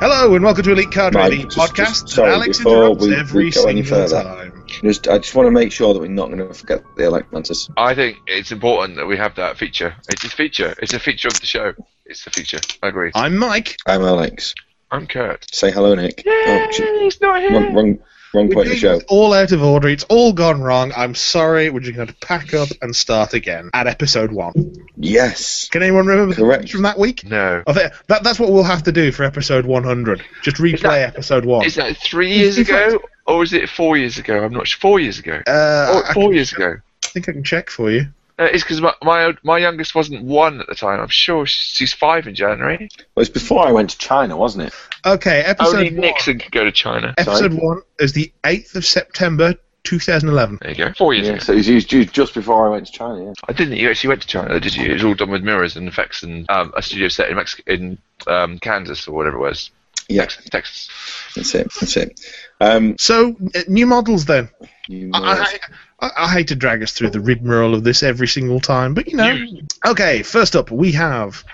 Hello and welcome to Elite Card Right, Trading just- Podcast. just- sorry, Alex before interrupts we- we every go any single further. time. Just, I just want to make sure that we're not going to forget the Electmantis. I think it's important that we have that feature. It's a feature. It's a feature of the show. It's a feature. I agree. I'm Mike. I'm Alex. I'm Kurt. Say hello, Nick. Yeah, Oh, shit. he's not here. wrong, wrong, wrong We're point of doing the show. this all out of order. It's all gone wrong. I'm sorry. We're just going to pack up and start again at episode one. Yes. Can anyone remember the Correct. things from that week? No. Of it- that, that's what we'll have to do for episode 100. Just replay that- episode one. Is that three years ago or is it four years ago? I'm not sure. Four years ago. Uh, Four, I four can- years ago. I think I can check for you. No, it's because my, my old- my youngest wasn't one at the time. I'm sure she's five in January. Well, it's before I went to China, wasn't it? Okay, episode Only one. Nixon could go to China. Episode one is the 8th of September 2011. There you go. Four years Yeah, ago. so it was, it was ju- just before I went to China, yeah. I didn't. You actually went to China, did you? It was all done with mirrors and effects and um, a studio set in Mex- in um, Kansas or whatever it was. Yeah, Texas. Texas. that's it, that's it. Um, So, uh, new models then. you uh, I, I, I, I hate to drag us through the rigmarole of this every single time, but you know. You- Okay, first up we have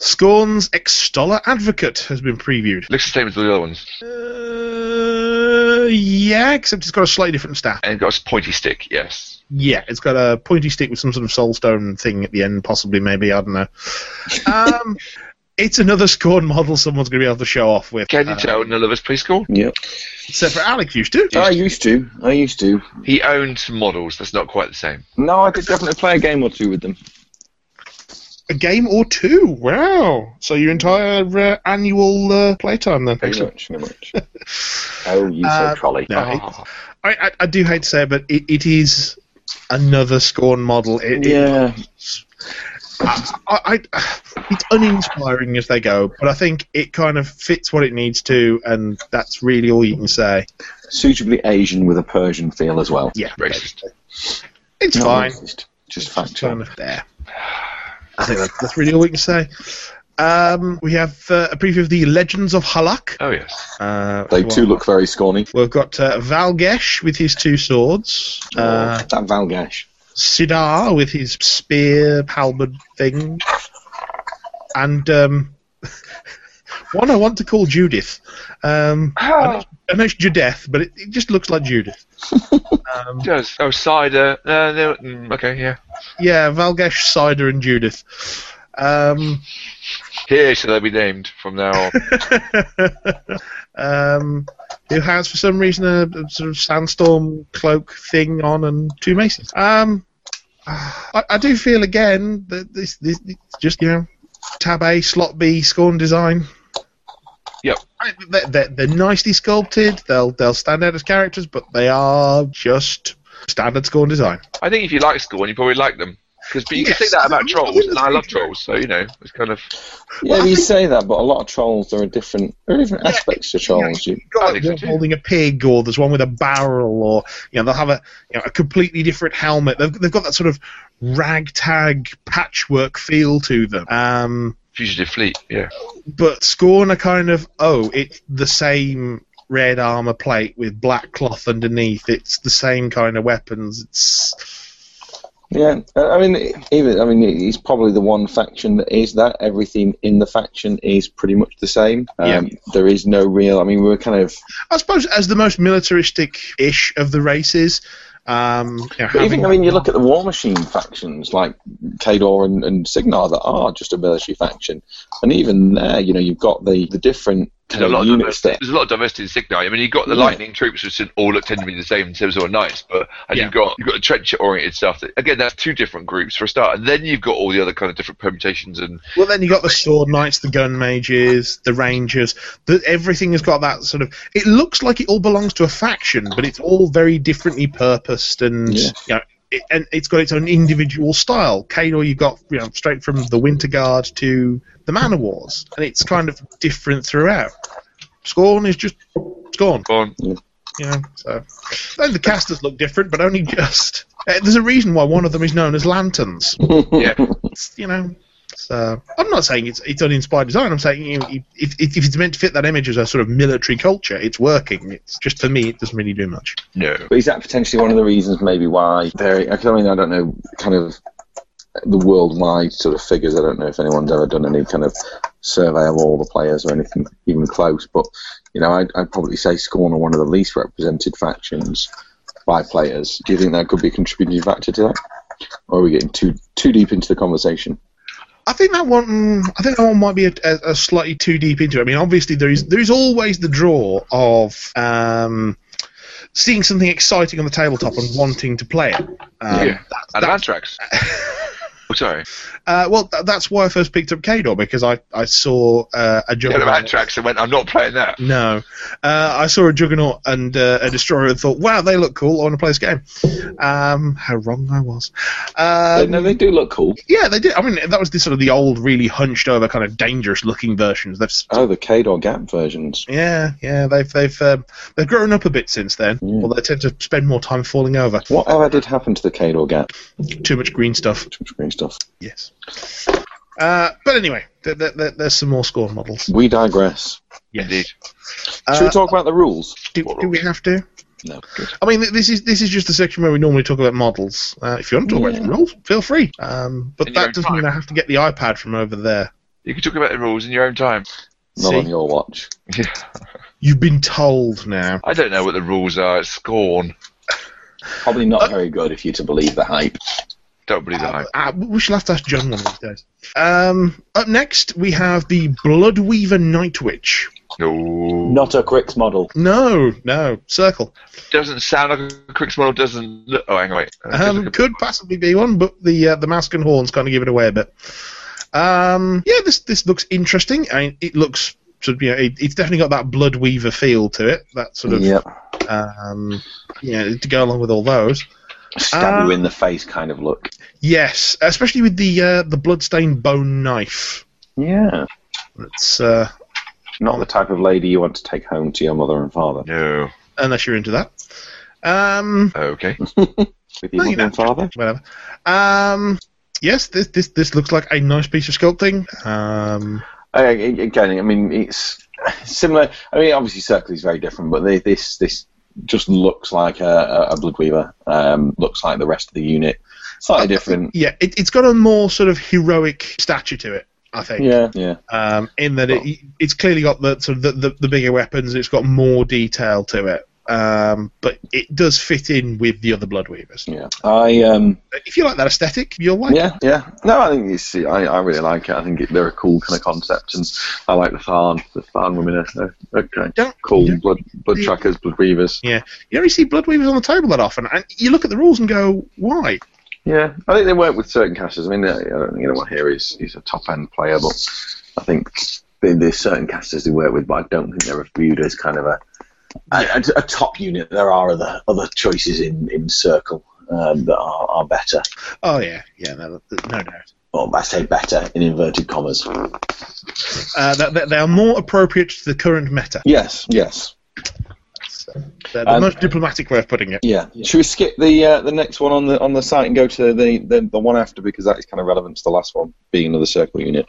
Scorn's Extoller Advocate has been previewed. Looks the same as the other ones. Uh, yeah, except it's got a slightly different staff. And got a pointy stick, yes. Yeah, it's got a pointy stick with some sort of soulstone thing at the end, possibly, maybe, I don't know. Um, it's another Scorn model someone's going to be able to show off with. Can you Uh, tell None of us preschool? yeah. Except for Alec used to. I used to. I used to. He owned some models, that's not quite the same. No, I did definitely play a game or two with them. A game or two. Wow. So your entire uh, annual uh, playtime then. Very much, very much. Oh, you said trolley. Uh, No, it- Ah. I, I, I do hate to say it, but it, it is another Scorn model. It, it- Yeah, I, I, I- it's uninspiring as they go, but I think it kind of fits what it needs to, and that's really all you can say. suitably Asian with a Persian feel as well. Yeah, Racist. it's No, fine. Just, just It's factual. kind of there. I think that, that's really all we can say. Um, we have uh, a preview of the Legends of Halak. Oh, yes. Uh, They well, too look very scrawny. We've got uh, Valgesh with his two swords, Oh, uh, that Valgash. Sidar with his spear halberd thing, and um, one I want to call Judith. Um, I, know, I know it's Judith, but it, it just looks like Judith. Um, It does. Oh, cider. No, no, mm, okay, yeah. yeah, Valgesh, Cider, and Judith. Um, Here shall they be named from now on. um, who has, for some reason, a, a sort of sandstorm cloak thing on and two maces. Um, I, I do feel again that this, this it's just you know tab A slot B scorn design. Yep. I, they're, they're, they're nicely sculpted. They'll they'll stand out as characters, but they are just standard scorn design. I think if you like school, you probably like them. Because but you Yes. can say that about I trolls, think and I love that's true. trolls, so, you know, it's kind of... Yeah, Well, I you think- say that, but a lot of trolls there are different there are different Yeah, aspects to trolls. You, got I like think so one too. holding a pig, or there's one with a barrel, or you know they'll have a you know, a completely different helmet. They've, they've got that sort of ragtag patchwork feel to them. Um, Fugitive Fleet, yeah. but Scorn are kind of oh, it's the same red armor plate with black cloth underneath. It's the same kind of weapons. It's yeah, Uh, I mean, even I mean, it's probably the one faction that is that. Everything in the faction is pretty much the same. Um, Yeah. There is no real. I mean, we're kind of I suppose as the most militaristic ish of the races. Um, you know, But even, having- I mean, you look at the War Machine factions like Kador and, and Signar that are just a military faction, and even there, you know, you've got the the different kind There's a, of lot of units diversity, that. there's a lot of diversity in Signa. I mean, you've got the Yeah. lightning troops, which did- all look tend to be the same in terms of knights, but and Yeah. you've got you've got the trencher-oriented stuff. That, again, that's two different groups for a start, and then you've got all the other kind of different permutations and Well, then you got the sword knights, the gun mages, the rangers. The, everything has got that sort of. It looks like it all belongs to a faction, but it's all very differently purposed, and Yeah. you know, it, and it's got its own individual style. Kador, you got you know straight from the Winter Guard to the Manor Wars, and it's kind of different throughout. Scorn is just Scorn, on. you know. So, then the casters look different, but only just. Uh, there's a reason why one of them is known as lanterns Hmm. Yeah, it's, you know. So I'm not saying it's it's uninspired design. I'm saying you know, if, if if it's meant to fit that image as a sort of military culture, it's working. It's just for me, it doesn't really do much. no. But is that potentially one of the reasons maybe why they? I mean, I don't know, kind of the worldwide sort of figures. I don't know if anyone's ever done any kind of survey of all the players or anything even close, but you know, I'd, I'd probably say Scorn are one of the least represented factions by players. Do you think that could be a contributing factor to that, or are we getting too too deep into the conversation? I think that one. mm, I think that one might be a, a, a slightly too deep into. it. I mean, obviously there is there is always the draw of um, seeing something exciting on the tabletop and wanting to play it. Um, yeah. And that's- Anthrax. oh, sorry. uh, well, th- that's why I first picked up Kador because I I saw uh, a Yeah, juggernaut. Anthrax and went, I'm not playing that. no, uh, I saw a juggernaut and uh, a destroyer and thought, wow, they look cool. I want to play this game. Um, how wrong I was. Um, Uh, no, they do look cool. yeah, they did. I mean, that was the sort of the old, really hunched over, kind of dangerous looking versions. They've s- Oh, the Kador Gap versions. Yeah, yeah, they've they've um, they've grown up a bit since then. Well, they tend to spend more time falling over. Whatever did happen to the Kador Gap? Too much green stuff. Some screen stuff. Yes. Uh, but anyway, th- th- th- there's some more score models. We digress. Yes. Indeed. Should Uh, we talk about the rules? do, do we have to? No. I mean, th- this is this is just the section where we normally talk about models. Uh, if you want to talk about rules, feel free. Um, but In your that own doesn't mean time. I have to get the iPad from over there. You can talk about the rules in your own time. Not See? on your watch. Yeah. You've been told now. I don't know what the rules are. It's Scorn. Probably not very good if you're to believe the hype. Don't believe the hype. Uh, we shall have to ask John one of these days. Um, up next, we have the Bloodweaver Night Witch. No. Not a Grix model. No, no, circle. Doesn't sound like a Crix model. Doesn't look. Oh, hang on, wait. Uh, Um, doesn't- could possibly be one, but the uh, the mask and horns kind of give it away a bit. Um, yeah, this this looks interesting. I mean, it looks sort of, you know, it, it's definitely got that blood weaver feel to it. That sort of Yep. um, yeah, to go along with all those. Stab Um, you in the face kind of look. Yes, especially with the uh, the bloodstained bone knife. Yeah. It's uh, Not the type of lady you want to take home to your mother and father. no. unless you're into that. Um, Okay. With No, your you mother and father? whatever. Um, yes, this this this looks like a nice piece of sculpting. Um, Uh, again, I mean, it's similar. I mean, obviously, Circle is very different, but they, this this just looks like a, a- a Bloodweaver. Um, looks like the rest of the unit. Slightly different. yeah, it, it's got a more sort of heroic stature to it. I think. Yeah, yeah. um, in that it, it's clearly got the, sort of the, the the bigger weapons and it's got more detail to it. Um, but it does fit in with the other Blood Weavers. Yeah, I um, If you like that aesthetic, you'll like it. yeah, yeah. No, I think it's. I, I really like it. I think it, they're a cool kind of concept, and I like the Farn. The Farn women are, are, are kind of Don't, cool. Yeah. Blood, blood trackers, blood weavers. You only see Blood Weavers on the table that often, and you look at the rules and go, why? Yeah, I think they work with certain casters. I mean, I don't think anyone here is, is a top end player, but I think there- there's certain casters they work with, but I don't think they're viewed as kind of a a, a top unit. There are other other choices in in circle um, that are, are better, Oh, yeah, yeah, no, no doubt. or I say better in inverted commas. Uh, that, that they are more appropriate to the current meta. Yes, yes, They're the Um, most diplomatic way of putting it. yeah. Should we skip the uh, the next one on the on the site and go to the, the the one after because that is kind of relevant to the last one, being another circle unit.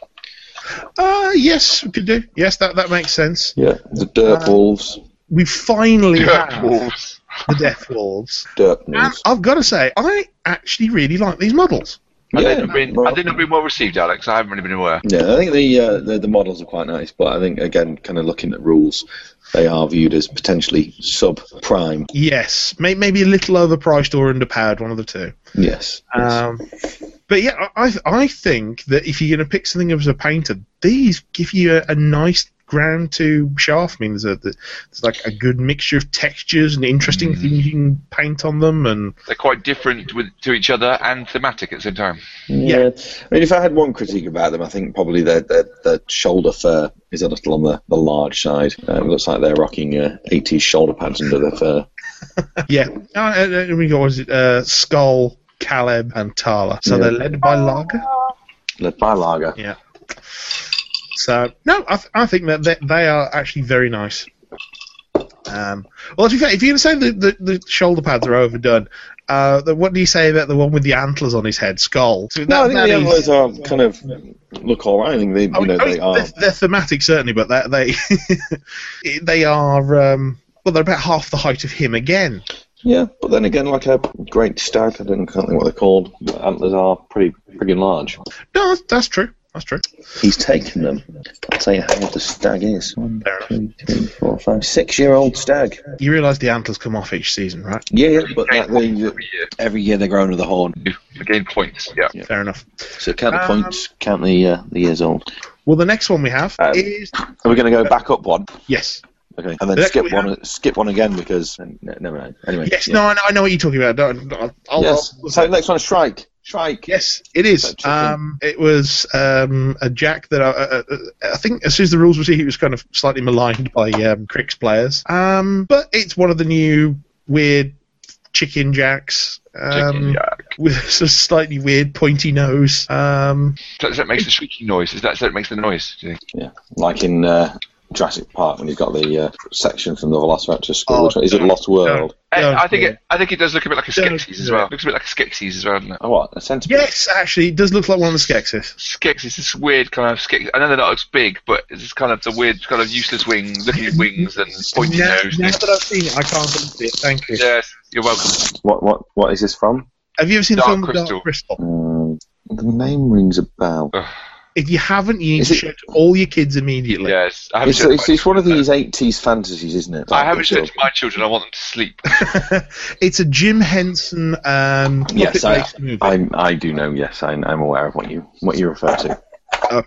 Uh, yes, we could do. Yes, that, that makes sense. Yeah, the Dirt Uh, Wolves, We finally Yeah, have wolves. the Death Wolves. Dirt And Wolves. I've got to say, I actually really like these models. Have Yeah, they not been, well- have they not been well received, Alex? I haven't really been aware. Yeah, I think the, uh, the the models are quite nice, but I think again, kind of looking at rules, they are viewed as potentially sub prime. Yes, may, maybe a little overpriced or underpowered, one of the two. Yes. Um, but yeah, I I- I think that if you're going to pick something up as a painter, these give you a, a nice ground to shaft. I mean, there's a there's like a good mixture of textures and interesting Mm. things you can paint on them, and They're quite different with, to each other and thematic at the same time. yeah. I mean, if I had one critique about them, I think probably their their, their shoulder fur is a little on the, the large side. Uh, it looks like they're rocking uh, 80s shoulder pads under their fur. yeah, Uh, uh, uh, we got what is it uh, Skull, Caleb, and Tala. So Yeah. they're led by Lager. Led by Lager. Yeah. So no, I, th- I think that they, they are actually very nice. Um, well, to be fair, if you're going to say the, the, the shoulder pads are overdone, uh, then what do you say about the one with the antlers on his head, skull? So No, that- I think that the is- antlers are um, kind of look all right. I think I they, you mean- know, I they mean, are. they're, they're thematic certainly, but they they they are um, well, they're about half the height of him again. Yeah, but then again, like a great stag, I don't can't think what they're called. but Antlers are pretty friggin' large. No, that's, that's true. That's true. He's taken them. I'll tell you how old the stag is. One, Fair enough. two, three, four, five, six-year-old stag. You realise the antlers come off each season, right? Yeah, yeah, but that, they, Every year, Every year they're growing with a horn. you gain points. Yeah. Fair enough. So count the Um, points, count the uh, the years old. Well, the next one we have Um, is are we going to go back up one? yes, Okay, and then Next we skip one, skip one again because n- never mind. Anyway, yes. yeah. No, I know, I know what you're talking about. No, no, I'll, yes. I'll- So next one, Shrike. Shrike. Yes, it is. That chicken. Um, it was um, a Jack that I, uh, uh, I think, as soon as the rules were seen, he was kind of slightly maligned by um, Crick's players. Um, but it's one of the new weird chicken Jacks um, Chicken, yeah. with a slightly weird pointy nose. Um, So that makes the shrieking noise. Is that so it makes the noise? Do you think? Yeah, like in uh, Jurassic Park when he's got the uh, section from the Velociraptor Oh, school. which one is it Lost World? Eh, Yeah, I think yeah. it. I think it does look a bit like a Yeah, Skeksis as yeah. well. Looks a bit like a Skeksis as well, doesn't it? Oh, what? A centipede? yes, actually, it does look like one of the Skeksis. Skeksis, this weird kind of Skeksis. I know they're not as big, but it's just kind of the weird kind of useless wings, looking at wings and pointy now, nose. now that I've seen it, I can't unsee it. Thank you. Yes, you're welcome. What? What? What is this from? Have you ever seen Dark the film Crystal. Dark Crystal? Um, the name rings a bell. If you haven't, you need Is to it- show it to all your kids immediately. Yes, I haven't. It's, Said it's, it's one of these '80s fantasies, isn't it? I Like, haven't said sort to my children. I want them to sleep. it's a Jim Henson um, Yes, I- puppet-based movie. of- I'm, I do know. Yes, I, I'm aware of what you what you refer to.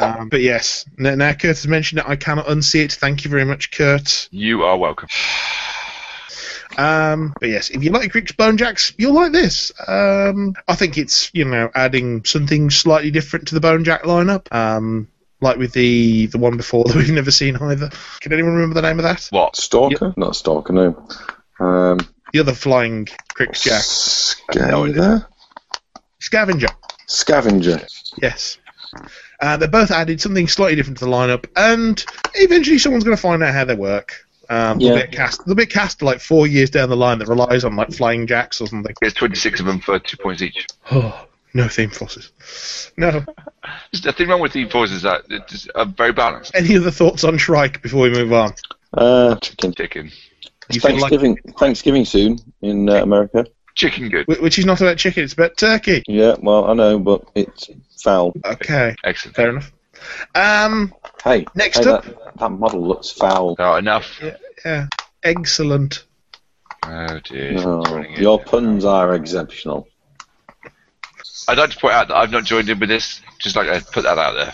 Um, but yes, now, now Kurt has mentioned it. I cannot unsee it. Thank you very much, Kurt. you are welcome. Um, but yes, if you like Greek Bone Jacks, you'll like this. Um, I think it's you know adding something slightly different to the Bone Jack lineup. Um, like with the the one before that we've never seen either. Can anyone remember the name of that? What? Stalker? Not stalker. No. Um, The other flying Crick Jack No Scavenger. idea. scavenger. Scavenger. Yes. Uh, they both added something slightly different to the lineup, and eventually someone's going to find out how they work. Um, Yeah. They'll be a cast, there'll be a cast like four years down the line that relies on like flying jacks or something. There's 26 of them for two points each. Oh, no theme forces. No. There's nothing wrong with the voices. That it's just, uh, very balanced. Any other thoughts on Shrike before we move on? Uh, chicken. Chicken, You feel like, Thanksgiving. Thanksgiving soon in uh, America. chicken good. wh- which is not about chicken, it's about turkey. Yeah. Well, I know, but it's foul. Okay, Excellent. fair enough. Um, Hey. Next hey, up. That, that model looks foul. Oh, enough. yeah, excellent. Oh dear. it's No, running in. your puns are exceptional. I'd like to point out that I've not joined in with this. Just like I put that out there.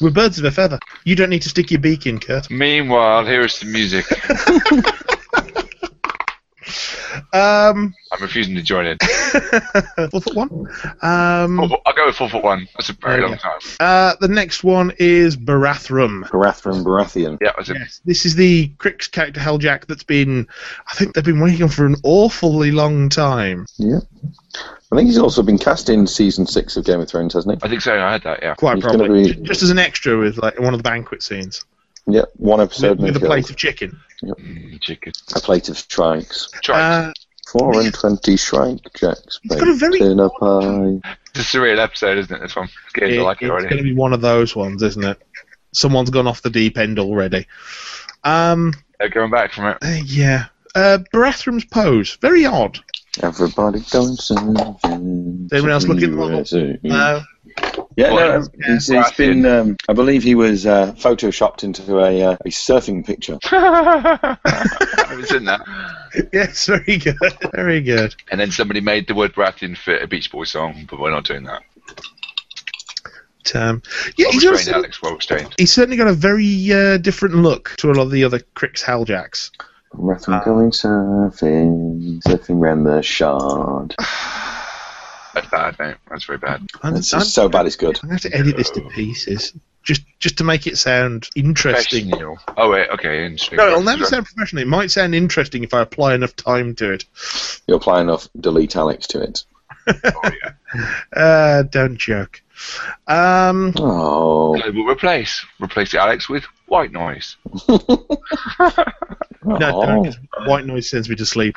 We're birds of a feather. You don't need to stick your beak in, Kurt. Meanwhile, here is the music. Um, I'm refusing to join in. four foot one. Um, Four foot- I'll go with four foot one. That's a very There you long go. time. Uh, the next one is Barathrum. Baratheon Baratheon. Yeah, that's a, Yes, this is the Crix character Helljack that's been, I think they've been working on for an awfully long time. I think he's also been cast in season six of Game of Thrones, hasn't I think so. I had that. Yeah. Quite He's gonna probably, be- J- just as an extra with like one of the banquet scenes he? Yep, one with, episode and with a killed. plate of chicken. Mm, chicken. a plate of shrikes. Try. Uh, Four and twenty shrike jacks. He's got a very- baked in a pie. it's a surreal episode, isn't it? This one. It's good. it- I it's like it already. going to be one of those ones, isn't it? Someone's gone off the deep end already. Um, They're going back from it. uh, yeah. Uh, Barathrum's pose very odd. Everybody dancing. anyone else look at the model? Mm. Uh, yeah, Well, no, he's, he's Baratheon. been. Um, I believe he was uh, photoshopped into a uh, a surfing picture. I haven't seen that. yes, very good, very good. And then somebody made the word Baratheon fit a Beach Boy song, but we're not doing that. Um, yeah, Well he's got a restrained, sort of- Alex. Well restrained. he's certainly got a very uh, different look to a lot of the other Cricks Haljacks. Baratheon Ah. going surfing, surfing round the shard. That's bad, mate. That's very bad. I'm, It's I'm- just so bad it's good. I'm gonna have to edit this to pieces just just to make it sound interesting. Professional. Oh wait, okay, interesting. No, it'll never sound professional. It might sound interesting if I apply enough time to it. You apply enough delete Alex to it. Oh, yeah. Uh, don't joke. Um, Oh, So we'll replace replace Alex with white noise. no, oh. don't, 'cause white noise sends me to sleep.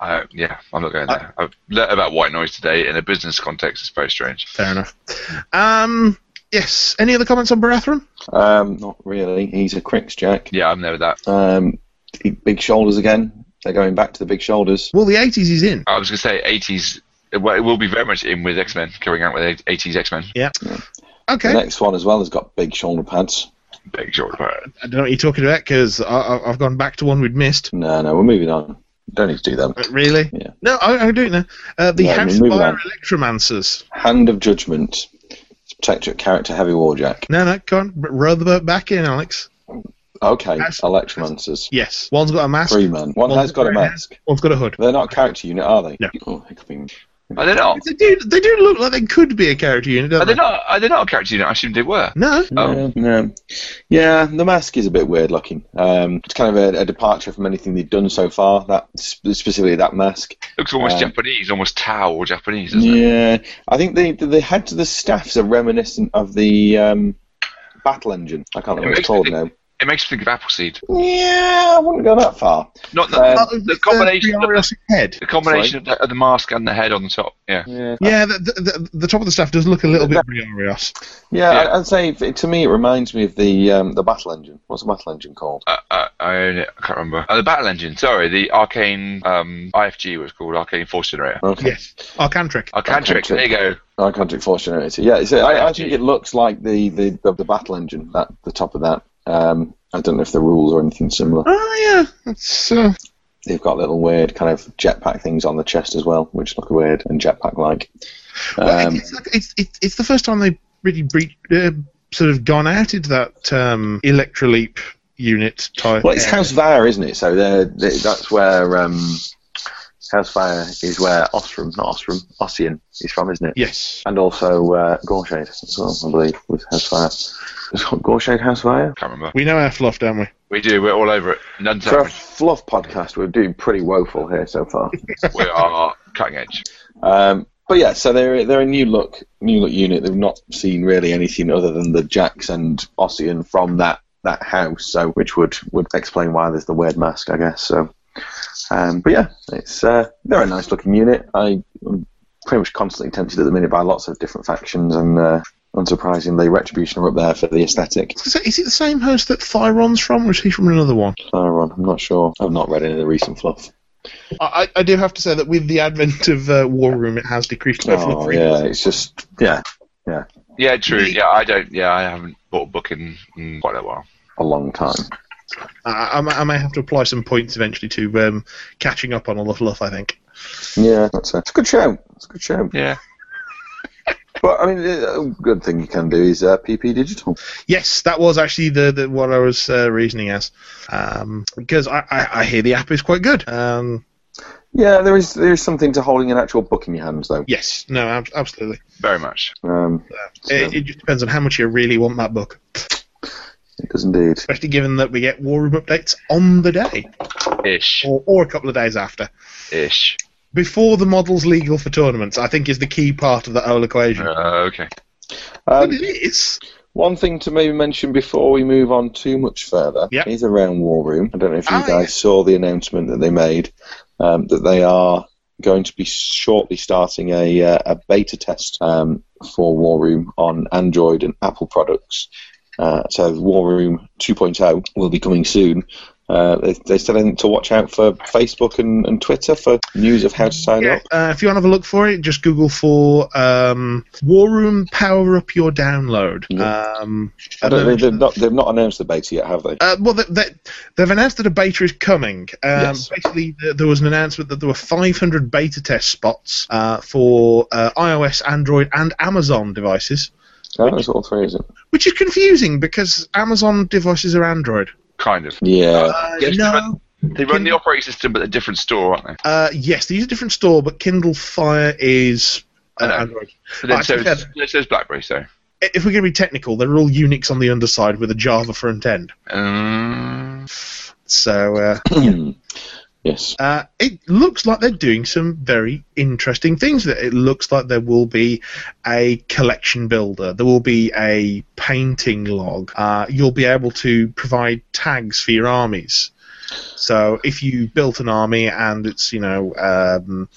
Uh, yeah, I'm not going there. I've learnt about white noise today in a business context. It's very strange. Fair enough. Um, yes. Any other comments on Barathrum? Um, not really. He's a Cricks Jack. Yeah, I'm there with that. Um, big- big shoulders again. They're going back to the big shoulders. Well, the 80s is in. I was going to say 80s. Well, it will be very much in with X Men coming out with 80s X Men. Yeah. The Okay. next one as well has got big shoulder pads. Big short part. I don't know what you're talking about because I've gone back to one we'd missed. No, no, we're moving on. Don't need to do them. But Uh, really? Yeah. No, I, I do know. Uh, the Yeah, I mean, House move Fire on. Electromancers. Hand of Judgment. It's protect your character, Heavy Warjack. No, no, go on. r- Row the boat back in, Alex. Okay, That's- Electromancers. Yes. One's got a mask. Three man. One One's has got a grey hair, mask. One's got a hood. They're not a character unit, are they? No. Oh, it could be- Are they not? They do, they do look like they could be a character unit, don't Are they? they not? Are they not a character unit? I assumed they were. No. Oh. No, no. Yeah, the mask is a bit weird looking. Um, it's kind of a, a departure from anything they've done so far. That sp- specifically that mask. Looks almost Um, Japanese, almost Tao or Japanese, doesn't it? Yeah, I think the the heads of the staffs are reminiscent of the um, battle engine. I can't remember what it's called now. It makes me think of Appleseed. Yeah, I wouldn't go that far. Not the, Um, Oh, the with the combination of the- Briariossic head. the combination of the, of the mask and the head on the top. Yeah. Yeah, Yeah, the, the, the, the top of the staff does look a little bit Briarios. yeah. Yeah. I, I'd say f- to me it reminds me of the um, the battle engine. What's the battle engine called? Uh, uh, I own it. I can't remember. Oh, the battle engine. Sorry, the arcane um, IFG was called arcane force generator. Okay, Yes. Arcantric. Oh. Arcantric. There you go. Arcantic Force Generator. Yeah, it's, I, I think it looks like the, the, the, the battle engine. That the top of that. Um, I don't know if the rules or anything similar. Oh, yeah. That's, uh, They've got little weird kind of jetpack things on the chest as well, which look weird and jetpack like. well, Um, it's, like- it's, it's, it's the first time they really breached, uh, sort of gone out into that um, Electroleap unit type. Well, it's area. House Fire, isn't it? So they're, they, that's where um, House Fire is where Ostrom, not Ostrom, Ossian is from, isn't it? Yes. And also uh, Gorshade as well, I believe, with House Fire. Is it Gorshade House Fire? Can't remember. We know our fluff, don't we? We do. We're all over it. None For a taken. fluff podcast, we're doing pretty woeful here so far. We are cutting edge. Um, but yeah, so they're they're a new look new look unit. They've not seen really anything other than the Jacks and Ossian from that, that house, so which would, would explain why there's the weird mask, I guess. So, um, but yeah, it's uh, they're a nice looking unit. I, am pretty much constantly tempted at the minute by lots of different factions, and uh, unsurprisingly, Retribution are up there for the aesthetic. Is it- is it the same host that Thyron's from, or is he from another one? Thyron, Uh, I'm not sure. I've not read any of the recent fluff. I, I I do have to say that with the advent of uh, War Room, it has decreased by Oh fluff. yeah, it's just yeah, Yeah, true. Yeah, I don't. Yeah, I haven't bought a book in, in quite a while. a long time. I, I, may- I may have to apply some points eventually to um, catching up on all the fluff, I think. Yeah, that's a, it's a good show. It's a good show. Yeah. But I mean, uh, a good thing you can do is uh, PP Digital. Yes, that was actually the, the what I was uh, reasoning as, um, because I, I, I hear the app is quite good. Um, Yeah, there is there is something to holding an actual book in your hands though. yes, no, ab- absolutely. Very much. Um, Uh, It, it just depends on how much you really want that book, it does indeed. especially given that we get War Room updates on the day Ish. or, or a couple of days after. Ish. Before the model's legal for tournaments, I think is the key part of that whole equation. Uh, okay. But Um, it is. one thing to maybe mention before we move on too much further Yep. is around War Room. I don't know if you Ah, guys yeah. saw the announcement that they made um, that they are going to be shortly starting a, uh, a beta test um, for War Room on Android and Apple products. Uh, so War Room 2.0 will be coming soon. Uh, they, they said I think to watch out for Facebook and, and Twitter for news of how to sign Yeah, up. uh, if you want to have a look for it, just Google for um, War Room Power Up Your Download. Yeah. Um, I and don't know, then- they've not they've not announced the beta yet, have they? uh, well, they, they, they've announced that a beta is coming. Um, Yes. Basically, th- there was an announcement that there were 500 beta test spots uh, for uh, iOS, Android, and Amazon devices, No, it's all three, is it? which is confusing because Amazon devices are Android. Kind of. Yeah. Uh, Yes, no. They run the operating system, but a different store, aren't they? Uh, yes, they use a different store, but Kindle Fire is uh, I know. Android. So then, I so, think it's- so it's BlackBerry. So. If we're going to be technical, they're all Unix on the underside with a Java front end. Um, So uh, yes. uh, it looks like they're doing some very interesting things. with It It looks like there will be a collection builder. There will be a painting log. Uh, you'll be able to provide tags for your armies. So if you built an army and it's you know um,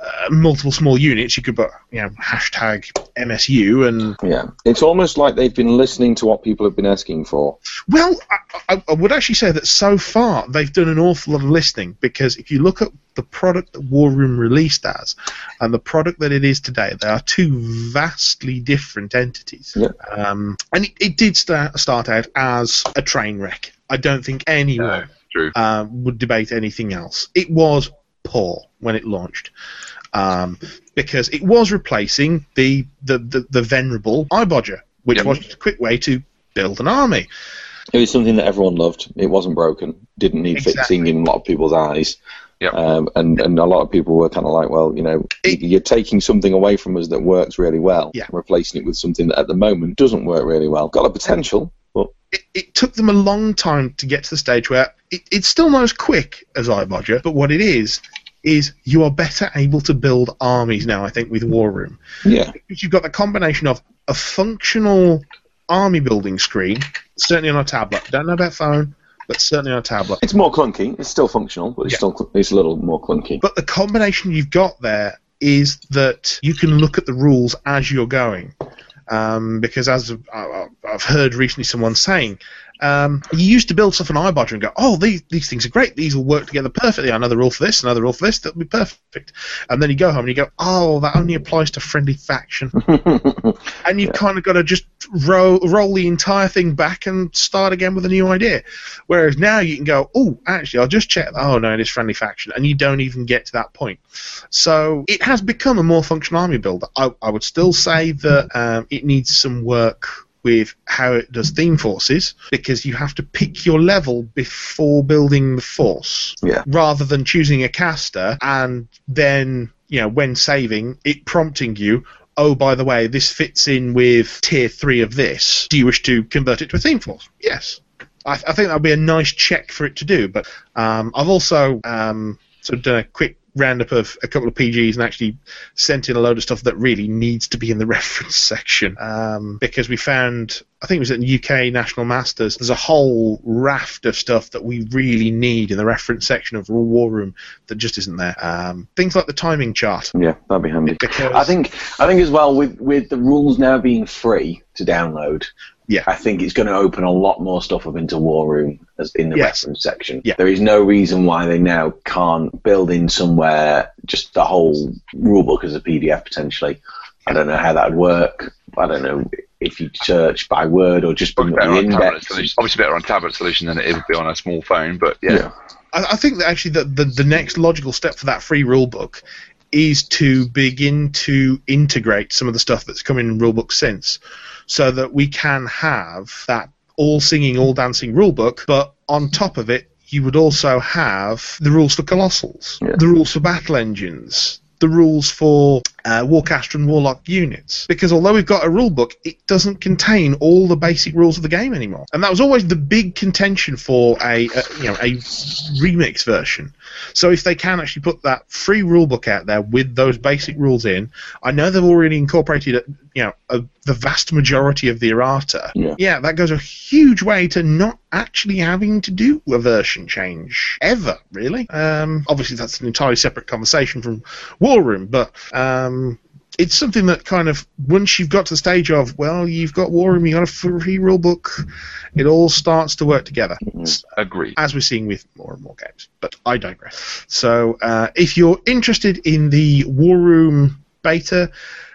uh, multiple small units, you could put you know hashtag MSU and Yeah, it's almost like they've been listening to what people have been asking for. well, I, I, I would actually say that so far they've done an awful lot of listening because if you look at the product that War Room released as and the product that it is today, they are two vastly different entities. Yeah. Um, and it, it did start start out as a train wreck. I don't think anyone No, true. uh, would debate anything else. It was poor when it launched um, because it was replacing the the, the, the venerable iBodger, which Yep. was a quick way to build an army. It was something that everyone loved. It wasn't broken. Didn't need Exactly. fixing in a lot of people's eyes. Yep. Um, and, and a lot of people were kind of like, well, you know, It- you're taking something away from us that works really well, Yeah. replacing it with something that at the moment doesn't work really well. Got a potential, but It, it took them a long time to get to the stage where it, it's still not as quick as iBodger, but what it is is you are better able to build armies now. I think with War Room. yeah, because you've got the combination of a functional army building screen, certainly on a tablet. Don't know about phone, but certainly on a tablet. it's more clunky. It's still functional, but it's Yeah. still cl- it's a little more clunky. But the combination you've got there is that you can look at the rules as you're going. Um, because as I- I- I've heard recently someone saying, um, you used to build stuff on iBodger and go, oh, these, these things are great. These will work together perfectly. Another rule for this, another rule for this. That'll be perfect. And then you go home and you go, oh, that only applies to friendly faction. and you've kind of got to just roll roll the entire thing back and start again with a new idea. Whereas now you can go, oh, actually, I'll just check. Oh no, it is friendly faction, and you don't even get to that point. So it has become a more functional army builder. I, I would still say that um, it needs some work. With how it does theme forces, because you have to pick your level before building the force yeah, rather than choosing a caster and then you know when saving it prompting you oh by the way this fits in with tier 3 of this do you wish to convert it to a theme force yes i, I think that would be a nice check for it to do but um, i've also um, sort of done a quick roundup of a couple of pgs and actually sent in a load of stuff that really needs to be in the reference section um, because we found I think it was at the UK National Masters. There's a whole raft of stuff that we really need in the reference section of War Room that just isn't there. Um, things like the timing chart. yeah, that'd be handy. Because I think I think as well with with the rules now being free to download. Yeah. I think it's going to open a lot more stuff up into War Room as in the Yes. reference section. Yeah. There is no reason why they now can't build in somewhere just the whole rulebook as a PDF potentially. I don't know how that would work. I don't know if you search by word or just Probably bring up the better on a tablet index. solution. Obviously, better on a tablet solution than it would be on a small phone. But yeah, Yeah. I, I think that actually the, the, the next logical step for that free rulebook is to begin to integrate some of the stuff that's come in in rulebook since, so that we can have that all singing, all dancing rulebook, but on top of it, you would also have the rules for colossals, Yeah. the rules for battle engines. The rules for uh, Warcaster and Warlock units, because although we've got a rulebook, it doesn't contain all the basic rules of the game anymore, and that was always the big contention for a, a you know a remix version. So if they can actually put that free rulebook out there with those basic rules in, I know they've already incorporated you know a, the vast majority of the errata. Yeah. that goes a huge way to not actually having to do a version change ever, really. Um, obviously that's an entirely separate conversation from War Room, but um, it's something that kind of once you've got to the stage of well, you've got War Room, you've got a free rulebook, it all starts to work together agreed. as we're seeing with more and more games. But I digress. So uh, if you're interested in the War Room beta,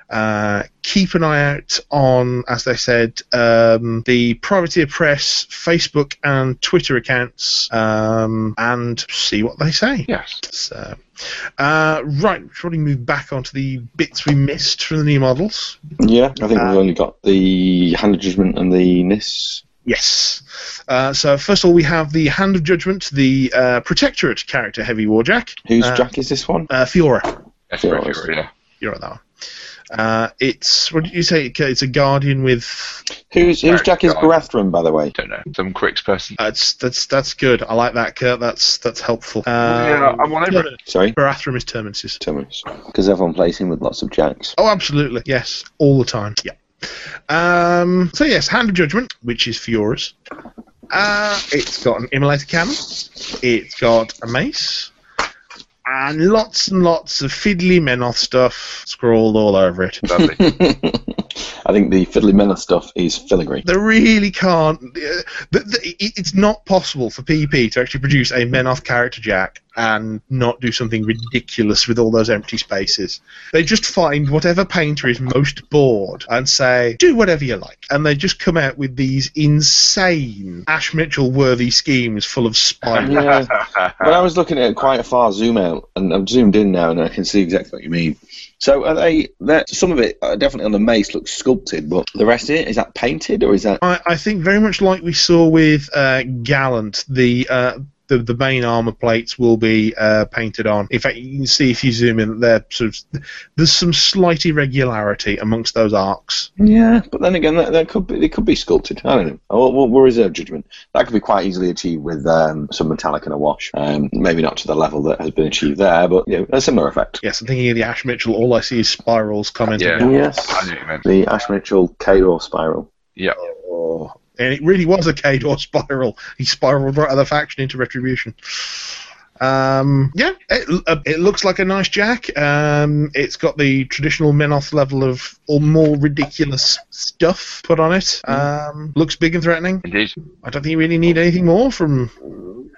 uh, keep an eye out on, as they said, um, the Privateer Press Facebook and Twitter accounts um, and see what they say. Yes. So, uh, right, we should probably move back onto the bits we missed from the new models. Yeah, I think Um, we've only got the Hand of Judgment and the NIS. Yes. Uh, so first of all, we have the Hand of Judgment, the uh, Protectorate character, Heavy Warjack, Whose Uh, Jack is this one? uh, Fiora. That's Yeah, very honestly. good, yeah. You're right, that one. Uh, it's what did you say? It's a guardian with. Who's whose Eric Jack is Guy. Barathrum, by the way? Don't know. Some quicks person. Uh, it's, that's that's good. I like that, Kurt. That's that's helpful. Um, Yeah, I'm all over it. Sorry. Barathrum is Terminus. Terminus. Because everyone plays him with lots of jacks. Oh, absolutely. Yes, all the time. Yeah. Um, so yes, Hand of Judgment, which is Fiora's. Uh, it's got an immolator cannon. It's got a mace. and lots and lots of fiddly Menoth stuff scrawled all over it. Lovely. I think the fiddly miller stuff is filigree. They really can't. Uh, th- th- it- it's not possible for PP to actually produce a Menoth character Jack and not do something ridiculous with all those empty spaces. They just find whatever painter is most bored and say, do whatever you like. And they just come out with these insane Ash Mitchell worthy schemes full of spite. Yeah. When I was looking at it quite a far zoom out, and I've zoomed in now, and I can see exactly what you mean. So are they? they're- Some of it uh, definitely on the mace looks sculpted, but the rest of it is that painted or is that? I, I think very much like we saw with uh, Gallant, the, uh, the the main armor plates will be uh, painted on. In fact, you can see if you zoom in, they're sort of there's some slight irregularity amongst those arcs. Yeah, but then again, that, that could be. They could be sculpted. I don't know. We'll, we'll, we'll reserve judgment. That could be quite easily achieved with um, some metallic and a wash. Um, maybe not to the level that has been achieved there, but you know, a similar effect. Yes, I'm thinking of the Ash Mitchell. All I see is spirals coming. Yeah. together. I Yes. knew what you meant. The Ash Mitchell Kador spiral. Yeah. Oh. And it really was a Kador spiral. He spiraled right out of the faction into retribution. Um, yeah, it, uh, it looks like a nice jack. Um, it's got the traditional Menoth level of or more ridiculous stuff put on it. Um, looks big and threatening. Indeed. I don't think you really need anything more from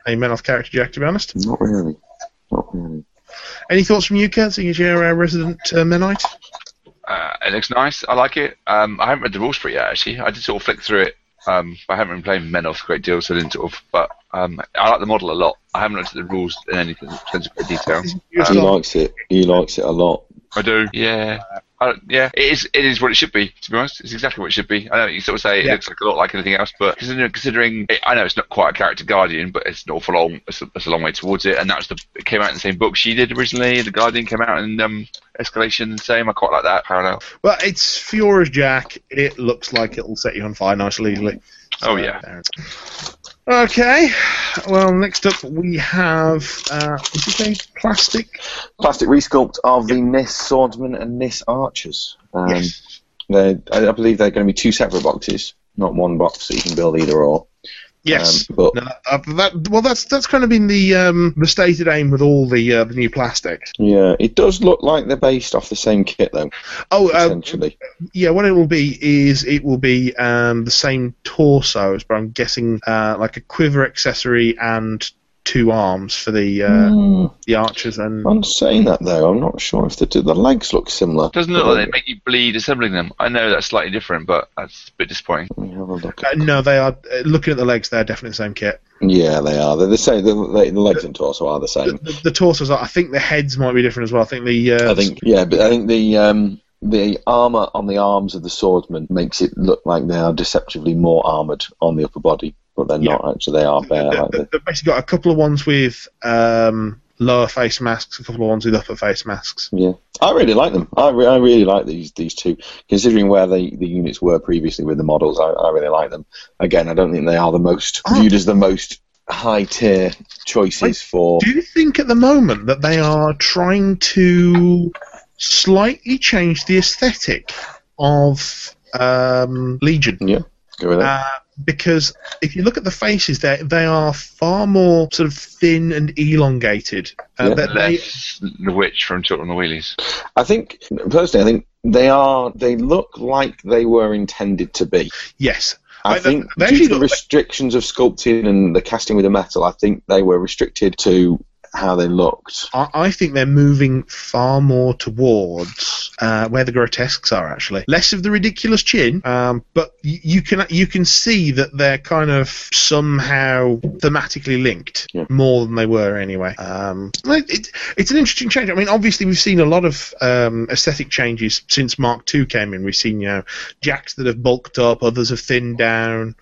a Menoth character jack, to be honest. Not really. Not really. Any thoughts from you, Kurt, seeing as you're a resident uh, Menite? Uh, it looks nice. I like it. Um, I haven't read the rules for it yet, actually. I did sort of flick through it. Um, but I haven't been playing Menoth a great deal, so I didn't sort of. But um, I like the model a lot. I haven't looked at the rules in any sense of detail. You're He still- likes it. He likes it a lot. I do. Yeah. I, don't- yeah, it is. It is what it should be. To be honest, it's exactly what it should be. I know you sort of say it Yeah. looks like a lot like anything else, but considering, considering it, I know it's not quite a character guardian, but it's an awful long. It's a, it's a long way towards it, and that's the. It came out in the same book she did originally. The guardian came out in um, Escalation, same. I quite like that parallel. Well, it's Fiora's Jack. It looks like it'll set you on fire nicely easily. Oh, yeah. there. Okay. Well, next up we have. Uh, is this a plastic? Plastic resculpt of the Nis swordsmen and Nis archers. Um, they're- I, I believe they're going to be two separate boxes, not one box that you can build either or. Yes. Um, but No, uh, that, well, that's that's kind of been the um, the stated aim with all the uh, the new plastic. yeah, it does look like they're based off the same kit though. Oh, um, uh, essentially. yeah. What it will be is it will be um, the same torsos, but I'm guessing uh, like a quiver accessory and two arms for the uh, Hmm, the archers and I'm saying that though. I'm not sure if they do. The legs look similar. Doesn't look like they make you bleed assembling them. I know that's slightly different, but that's a bit disappointing. Let me have a look. Uh, no, they are uh, looking at the legs. They're definitely the same kit. Yeah, they are. They're the same. The, the, the legs and torso are the The, same. the, the torsos. Are, I think the heads might be different as well. I think the. Uh, I think. Yeah, but I think the um, the armor on the arms of the swordsman makes it look like they are deceptively more armored on the upper body, but they're Yeah. not actually. They are they- bare. Like they- the, they've basically got a couple of ones with um, lower face masks, a couple of ones with upper face masks. yeah, I really like them. I, re- I really like these these two. Considering where they, the units were previously with the models, I, I really like them. Again, I don't think they are the most Oh. viewed as the most high tier choices Wait, for. Do you think at the moment that they are trying to slightly change the aesthetic of um, Legion? Yeah, go with that. Uh, because if you look at the faces, they they are far more sort of thin and elongated. Uh, Yeah. that they, Less the witch from Children of the Wheelies. I think personally, I think they are. They look like they were intended to be. yes, I Like, they- think they actually due to the look like- restrictions of sculpting and the casting with the metal, I think they were restricted to how they looked. I, I think they're moving far more towards uh, where the grotesques are actually. Less of the ridiculous chin, um, but y- you can you can see that they're kind of somehow thematically linked Yeah. more than they were anyway. Um, it, it- it's an interesting change. I mean, obviously we've seen a lot of um, aesthetic changes since Mark II came in. We've seen you know jacks that have bulked up, others have thinned down.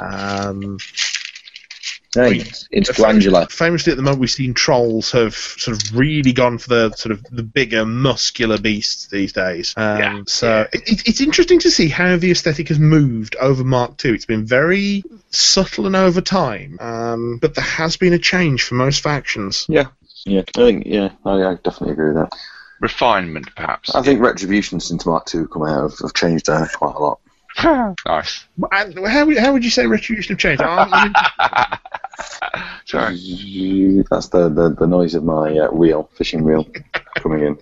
Um, it's, it's Famously, at the moment, we've seen trolls have sort of really gone for the sort of the bigger, muscular beasts these days. Um, Yeah. So it, it, it's interesting to see how the aesthetic has moved over Mark II. It's been very subtle and over time, um, but there has been a change for most factions. Yeah, I think. Yeah, I, I definitely agree with that. Refinement, perhaps. I think Retribution since Mark Two come out have, have changed uh, quite a lot. Nice. And How, would- how would you say retribution have changed? I- I mean, Sorry. That's the, the, the noise of my uh, reel, fishing reel, coming in.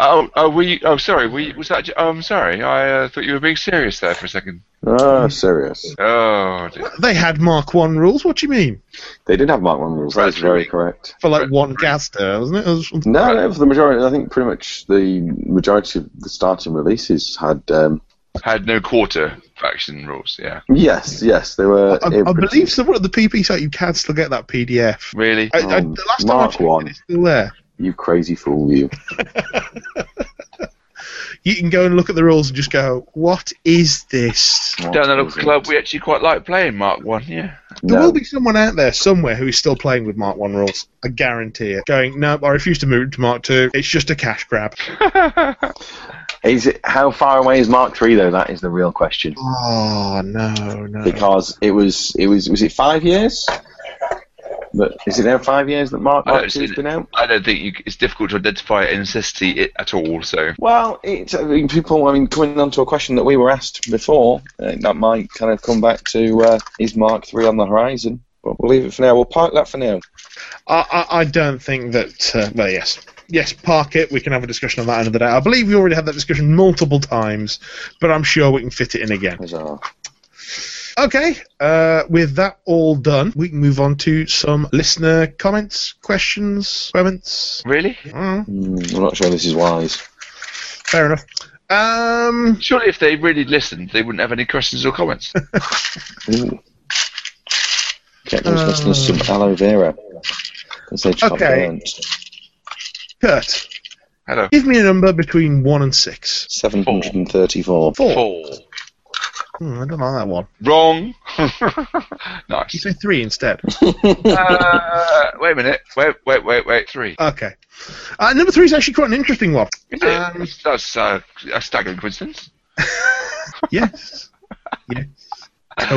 Oh, oh, were you? Oh, sorry. Were you, was that? j- Oh, I'm sorry. I uh, thought you were being serious there for a second. Oh, Hmm. serious. Oh, dear. They had Mark One rules. What do you mean? They did have Mark 1 rules, that is very correct. For like one gaster, wasn't it? Or something? No, no, for the majority, I think pretty much the majority of the starting releases had. Um, had no quarter faction rules. Yeah, yes, yes, they were. I, I believe someone at the PP site you can still get that PDF. really. I, I, Um, the last time I Mark checked, one. it, it's still there. You crazy fool, you. You can go and look at the rules and just go, "What is this?" Down the local club, we actually quite like playing Mark One. Yeah. There No. will be someone out there somewhere who is still playing with Mark One rules. I guarantee it. Going, no, I refuse to move to Mark Two. It's just a cash grab. Is it, how far away is Mark 3, though? That is the real question. Oh no, no. because it was it was was it five years? That is it now five years that Mark I don't Mark see Two's it. been out? I don't think you, it's difficult to identify ethnicity i- at all. So Well, it's I mean, people. I mean, coming on to a question that we were asked before, uh, that might kind of come back to uh, is Mark Three on the horizon? But we'll leave it for now. We'll park that for now. I, I, I don't think that. Uh, well, yes, yes. Park it. We can have a discussion on that another day. I believe we already had that discussion multiple times, but I'm sure we can fit it in again. Huzzah. Okay. Uh, with that all done, we can move on to some listener comments, questions, comments. really, Mm, Mm, I'm not sure this is wise. fair enough. Um, surely if they really listened, they wouldn't have any questions or comments. Ooh. Get those Uh. listeners some aloe vera. 'cause they chop Okay. burnt. Kurt, Hello. give me a number between one and six. Seven hundred and thirty-four. Four. Four. Hmm, I don't like that one. Wrong. You nice. say three instead. Uh, wait a minute. Wait, wait, wait, wait. Three. Okay. Uh, number three is actually quite an interesting one. Is it? Um, That's uh, a staggering coincidence. Yes. yes.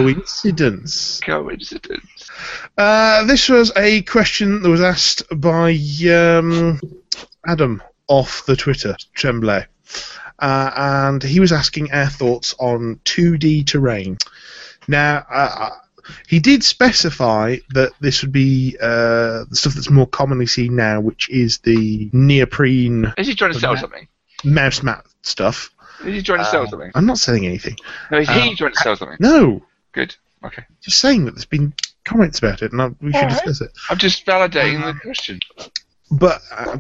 Coincidence. Coincidence. Uh, this was a question that was asked by um, Adam off the Twitter, Tremblay. Uh, and he was asking our thoughts on 2D terrain. Now, uh, he did specify that this would be uh, the stuff that's more commonly seen now, which is the neoprene Is he trying to sell something? mouse mat stuff. Is he trying to Uh, sell something? I'm not saying anything. No, is he um, trying to sell something? No, Good. Okay. just saying that there's been comments about it, and I, we should Alright. discuss it. I'm just validating the question. but uh,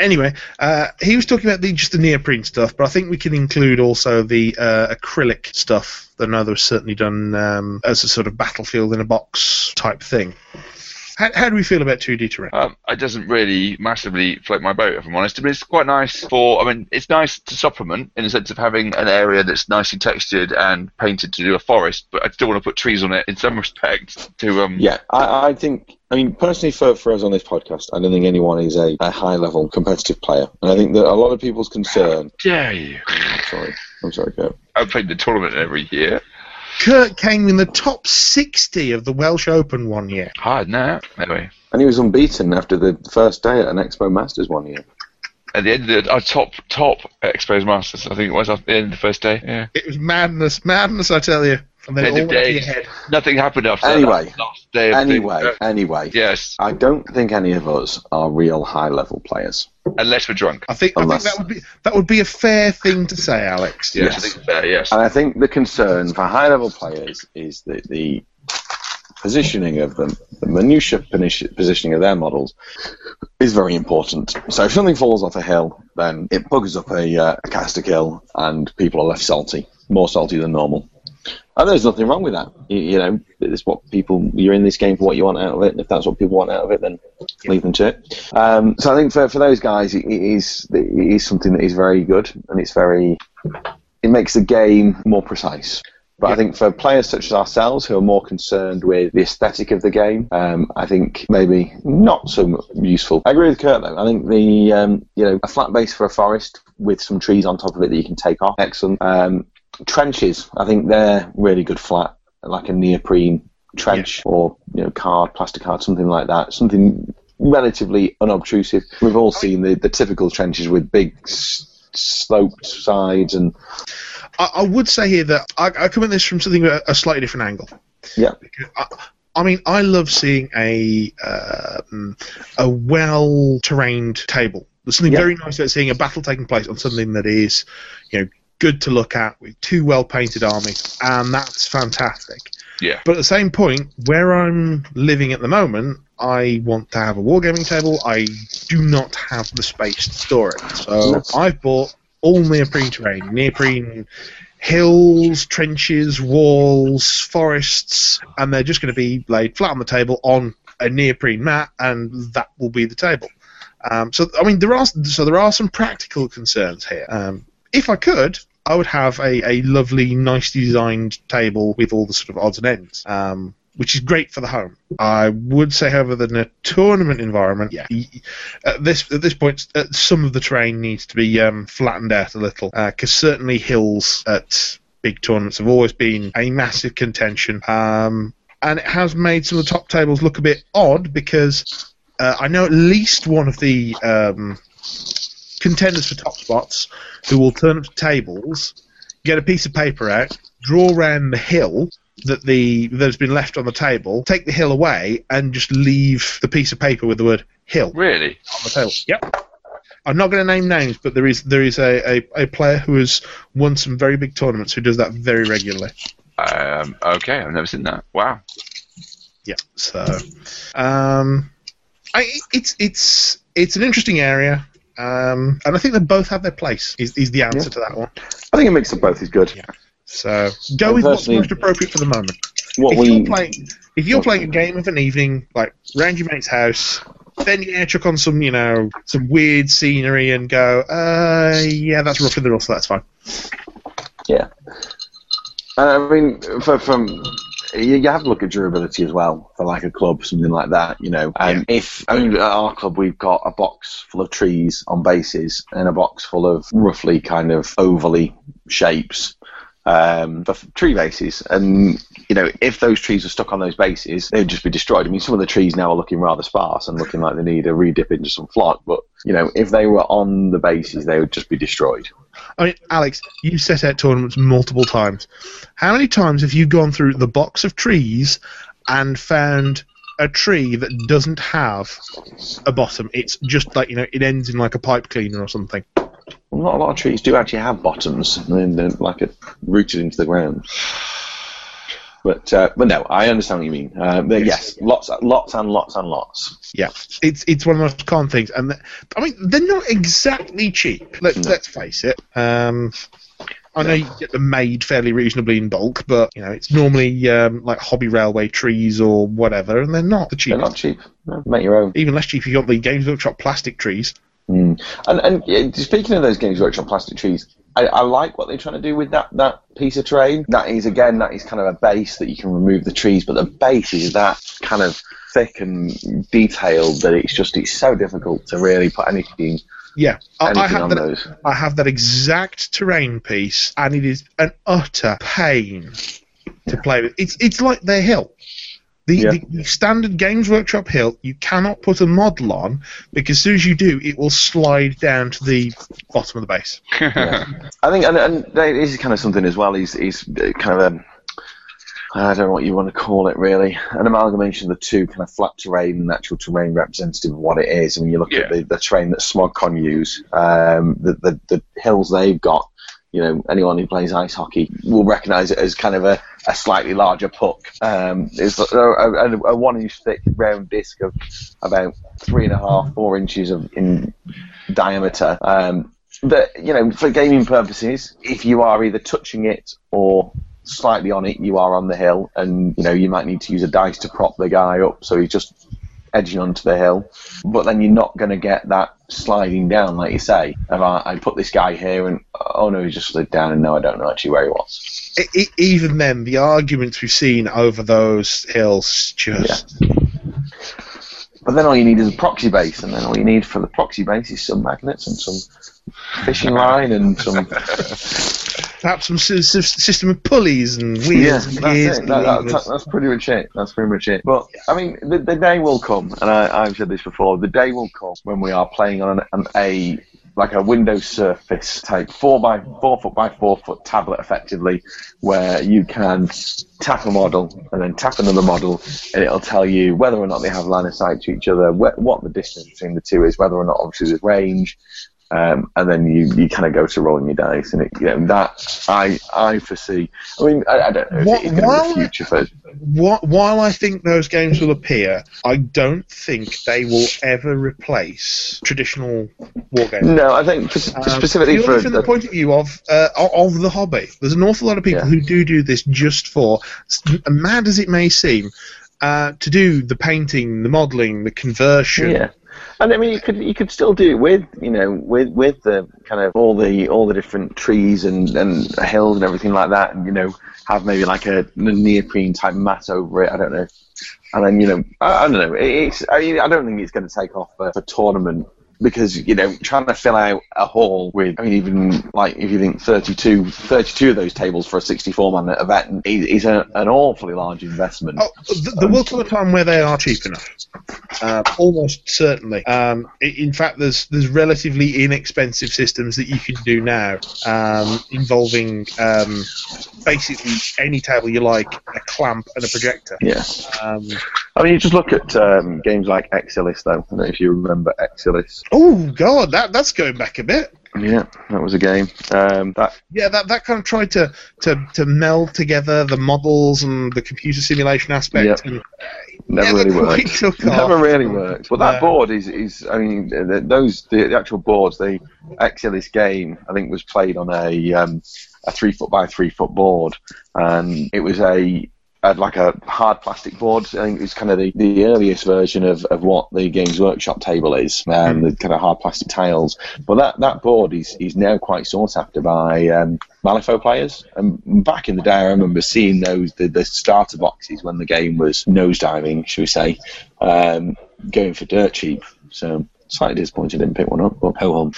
anyway, uh, he was talking about the just the neoprene stuff, but I think we can include also the uh, acrylic stuff that another was certainly done um, as a sort of battlefield in a box type thing. How, how do we feel about 2D terrain? Um, it doesn't really massively float my boat, if I'm honest. But it's quite nice for. I mean, it's nice to supplement in the sense of having an area that's nicely textured and painted to do a forest. But I still want to put trees on it in some respect to um. Yeah, I, I think. I mean, personally, for, for us on this podcast, I don't think anyone is a, a high level competitive player, and I think that a lot of people's concern. Dare you? Sorry, I'm sorry, Kurt. I played the tournament every year. Kurt came in the top 60 of the Welsh Open one year. Hard now. Anyway, And he was unbeaten after the first day at an Expo Masters one year. at the end of the, our top top Expos Masters, I think it was at the end of the first day. Yeah. It was madness, madness, I tell you. And then it End all of went to your days. head. Nothing happened after Anyway. that. Last day of the- Anyway, uh, anyway, yes, I don't think any of us are real high level players. unless we're drunk. I think, I think Unless- that would be that would be a fair thing to say, Alex. Yes, Yes. I think so, yes. And I think the concern for high level players is that the positioning of them, the minutia poni- positioning of their models, is very important. So if something falls off a hill, then it bugs up a, uh, a caster kill, and people are left salty, more salty than normal. And there's nothing wrong with that. You, you know, it's what people. You're in this game for what you want out of it. And if that's what people want out of it, then leave them to it. Um, so I think for, for those guys, it, it is it is something that is very good, and it's very it makes the game more precise. But I think for players such as ourselves, who are more concerned with the aesthetic of the game, um, I think maybe not so mu- useful. I agree with Kurt though. I think the um, you know a flat base for a forest with some trees on top of it that you can take off, excellent. Um, trenches, I think they're really good flat, like a neoprene trench or you know card, plastic card, something like that, something relatively unobtrusive. We've all seen the, the typical trenches with big s- sloped sides and I, I would say here that I, I come at this from something a, a slightly different angle. Yeah. I, I mean, I love seeing a uh, mm, a well terrained table. There's something Yeah. very nice about seeing a battle taking place on something that is, you know, good to look at with two well painted armies, and that's fantastic. Yeah. But at the same point, where I'm living at the moment, I want to have a wargaming table. I do not have the space to store it, so No. I've bought all neoprene terrain, neoprene hills, trenches, walls, forests, and they're just going to be laid flat on the table on a neoprene mat, and that will be the table. Um, so I mean, there are so there are some practical concerns here. Um, if I could, I would have a, a lovely, nicely designed table with all the sort of odds and ends. Um, which is great for the home. I would say, however, that in a tournament environment, yeah, y- at this at this point, uh, some of the terrain needs to be um, flattened out a little because certainly hills at big tournaments have always been a massive contention, um, and it has made some of the top tables look a bit odd because uh, I know at least one of the um, contenders for top spots who will turn up to tables, get a piece of paper out, draw around the hill. That the that has been left on the table, take the hill away, and just leave the piece of paper with the word hill Really? on the table. Oh, Yep. I'm not going to name names, but there is there is a, a, a player who has won some very big tournaments who does that very regularly. Um, okay, I've never seen that. Wow. Yeah. So, um, I, it's it's it's an interesting area, um, and I think they both have their place. Is, is the answer Yeah. to that one? I think a mix of both is good. Yeah. So go with what's Conversely- most appropriate for the moment. What if we you're playing if you're what- playing a game of an evening, like round your mate's house, then yeah, chuck on some you know some weird scenery and go, uh, yeah, that's roughly the rules, so that's fine. Yeah. And I mean, for, from you, you have to look at durability as well for like a club, something like that, you know. And if I mean, at our club, we've got a box full of trees on bases and a box full of roughly kind of ovally shapes um, for f- tree bases. And you know, if those trees were stuck on those bases, they'd just be destroyed. I mean, some of the trees now are looking rather sparse and looking like they need a redip into some flock. But you know, if they were on the bases, they would just be destroyed. I mean, Alex, you've set out tournaments multiple times. How many times have you gone through the box of trees and found a tree that doesn't have a bottom? It's just like, you know, it ends in like a pipe cleaner or something. Well, not a lot of trees do actually have bottoms, I mean, they're like it rooted into the ground. But uh, but no, I understand what you mean. Uh, but yes, lots, lots and lots and lots. Yeah, it's it's one of those con things, and th- I mean they're not exactly cheap. Let, No. Let's face it. Um, I know you get them made fairly reasonably in bulk, but you know it's normally um, like hobby railway trees or whatever, and they're not the They're cheapest. not cheap. No, make your own. Even less cheap if you got the Games Workshop plastic trees. Mm. And and yeah, speaking of those games workshop plastic trees, I, I like what they're trying to do with that, that piece of terrain. That is again, that is kind of a base that you can remove the trees, but the base is that kind of thick and detailed that it's just it's so difficult to really put anything Yeah, I, I anything have on that. those. I have that exact terrain piece, and it is an utter pain to play with. It's it's like their hill. The, Yeah. the, the standard Games Workshop hill, you cannot put a model on because as soon as you do, it will slide down to the bottom of the base. I think, and, and that is kind of something as well. He's he's uh, kind of a, I don't know what you want to call it really, an amalgamation of the two kind of flat terrain and actual terrain representative of what it is. I mean, you look at Yeah. the, the terrain that SmogCon use, um, the, the the hills they've got. You know, anyone who plays ice hockey will recognise it as kind of a, a slightly larger puck. Um, it's a, a, a one inch thick round disc of about three and a half, four inches of, in diameter. Um, that you know, for gaming purposes, if you are either touching it or slightly on it, you are on the hill, and you know you might need to use a dice to prop the guy up, so he's just edging onto the hill. But then you're not going to get that sliding down, like you say. If I, I put this guy here, and oh no, he just slid down, and no, I don't know actually where he was. E- e- even then, the arguments we've seen over those hills just But then all you need is a proxy base, and then all you need for the proxy base is some magnets and some fishing line and some perhaps some sy- sy- system of pulleys and wheels Yeah, and gears. that's, it. and That- that- levers. that- that's pretty much it. That's pretty much it. Well, I mean, the, the day will come, and I, I've said this before. The day will come when we are playing on an, an, a like a Windows Surface type four by four foot by four foot tablet, effectively, where you can tap a model and then tap another model, and it'll tell you whether or not they have line of sight to each other, wh- what the distance between the two is, whether or not obviously there's range, um, and then you, you kind of go to rolling your dice, and it, you know that I I foresee. I mean, I, I don't know. What- it's going to while- be the future for Wh- while I think those games will appear, I don't think they will ever replace traditional war games. No, I think for, Um, specifically purely for from the, the- point of view of uh, o- of the hobby. There's an awful lot of people Yeah. who do do this just for, s- mad as it may seem, uh, to do the painting, the modelling, the conversion. Yeah, and I mean you could you could still do it with you know with with the kind of all the all the different trees and and hills and everything like that, and you know have maybe like a, neoprene type mat over it. I don't know, and then you know I, I don't know. It, it's I, mean, I don't think it's going to take off for, for tournament. Because you know, trying to fill out a hall with, I mean, even like if you think 32, 32 of those tables for a sixty-four man event is, is a, an awfully large investment. Oh, th- there will come a time where they are cheap enough. Uh, almost certainly. Um, i- in fact, there's there's relatively inexpensive systems that you can do now um, involving um, basically any table you like, a clamp and a projector. Yeah. Um, I mean, you just look at um, games like Exilis, though. I don't know if you remember Exilis. oh God, that that's going back a bit. Yeah, that was a game. Um, that Yeah, that, that kind of tried to, to, to meld together the models and the computer simulation aspect. Yep. And never never really quite worked. took off. Never really worked. But that No. board is, is I mean, th- th- those the, the actual boards. The Exilis game, I think, was played on a um, a three foot by three foot board, and it was a, a like a hard plastic board. I think it was kind of the, the earliest version of, of what the Games Workshop table is, um, the kind of hard plastic tiles. But that, that board is, is now quite sought after by um, Malifaux players. And back in the day, I remember seeing those the, the starter boxes when the game was nosediving, should we say, um, going for dirt cheap. So slightly disappointed I didn't pick one up, but ho hum.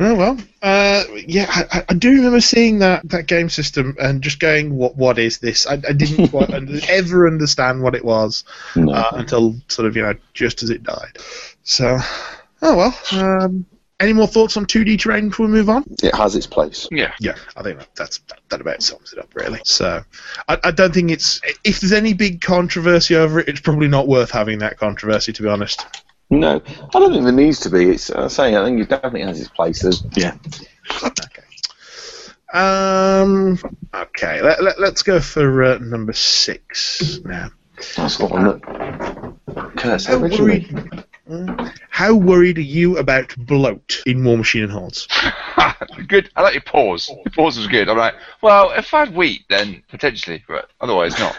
Oh well, uh, yeah, I, I- I do remember seeing that, that game system and just going, "What what is this?" I, I didn't quite under, ever understand what it was No. uh, until sort of you know just as it died. So, oh well. Um, any more thoughts on 2D terrain before we move on? it has its place. Yeah. Yeah, I think that, that's that, that about sums it up really. So, I, I don't think it's if there's any big controversy over it, it's probably not worth having that controversy to be honest. No, I don't think there needs to be. It's I say I think it definitely has its place. There's, yeah, Um, okay, let, let, let's go for uh, number six now. that's the one that. Curse How worried, originally. Mm. how worried are you about bloat in War Machine and Hordes? good. I like your pause. Your pause was good. I'm like, well, if I'd wheat, then potentially, but otherwise not.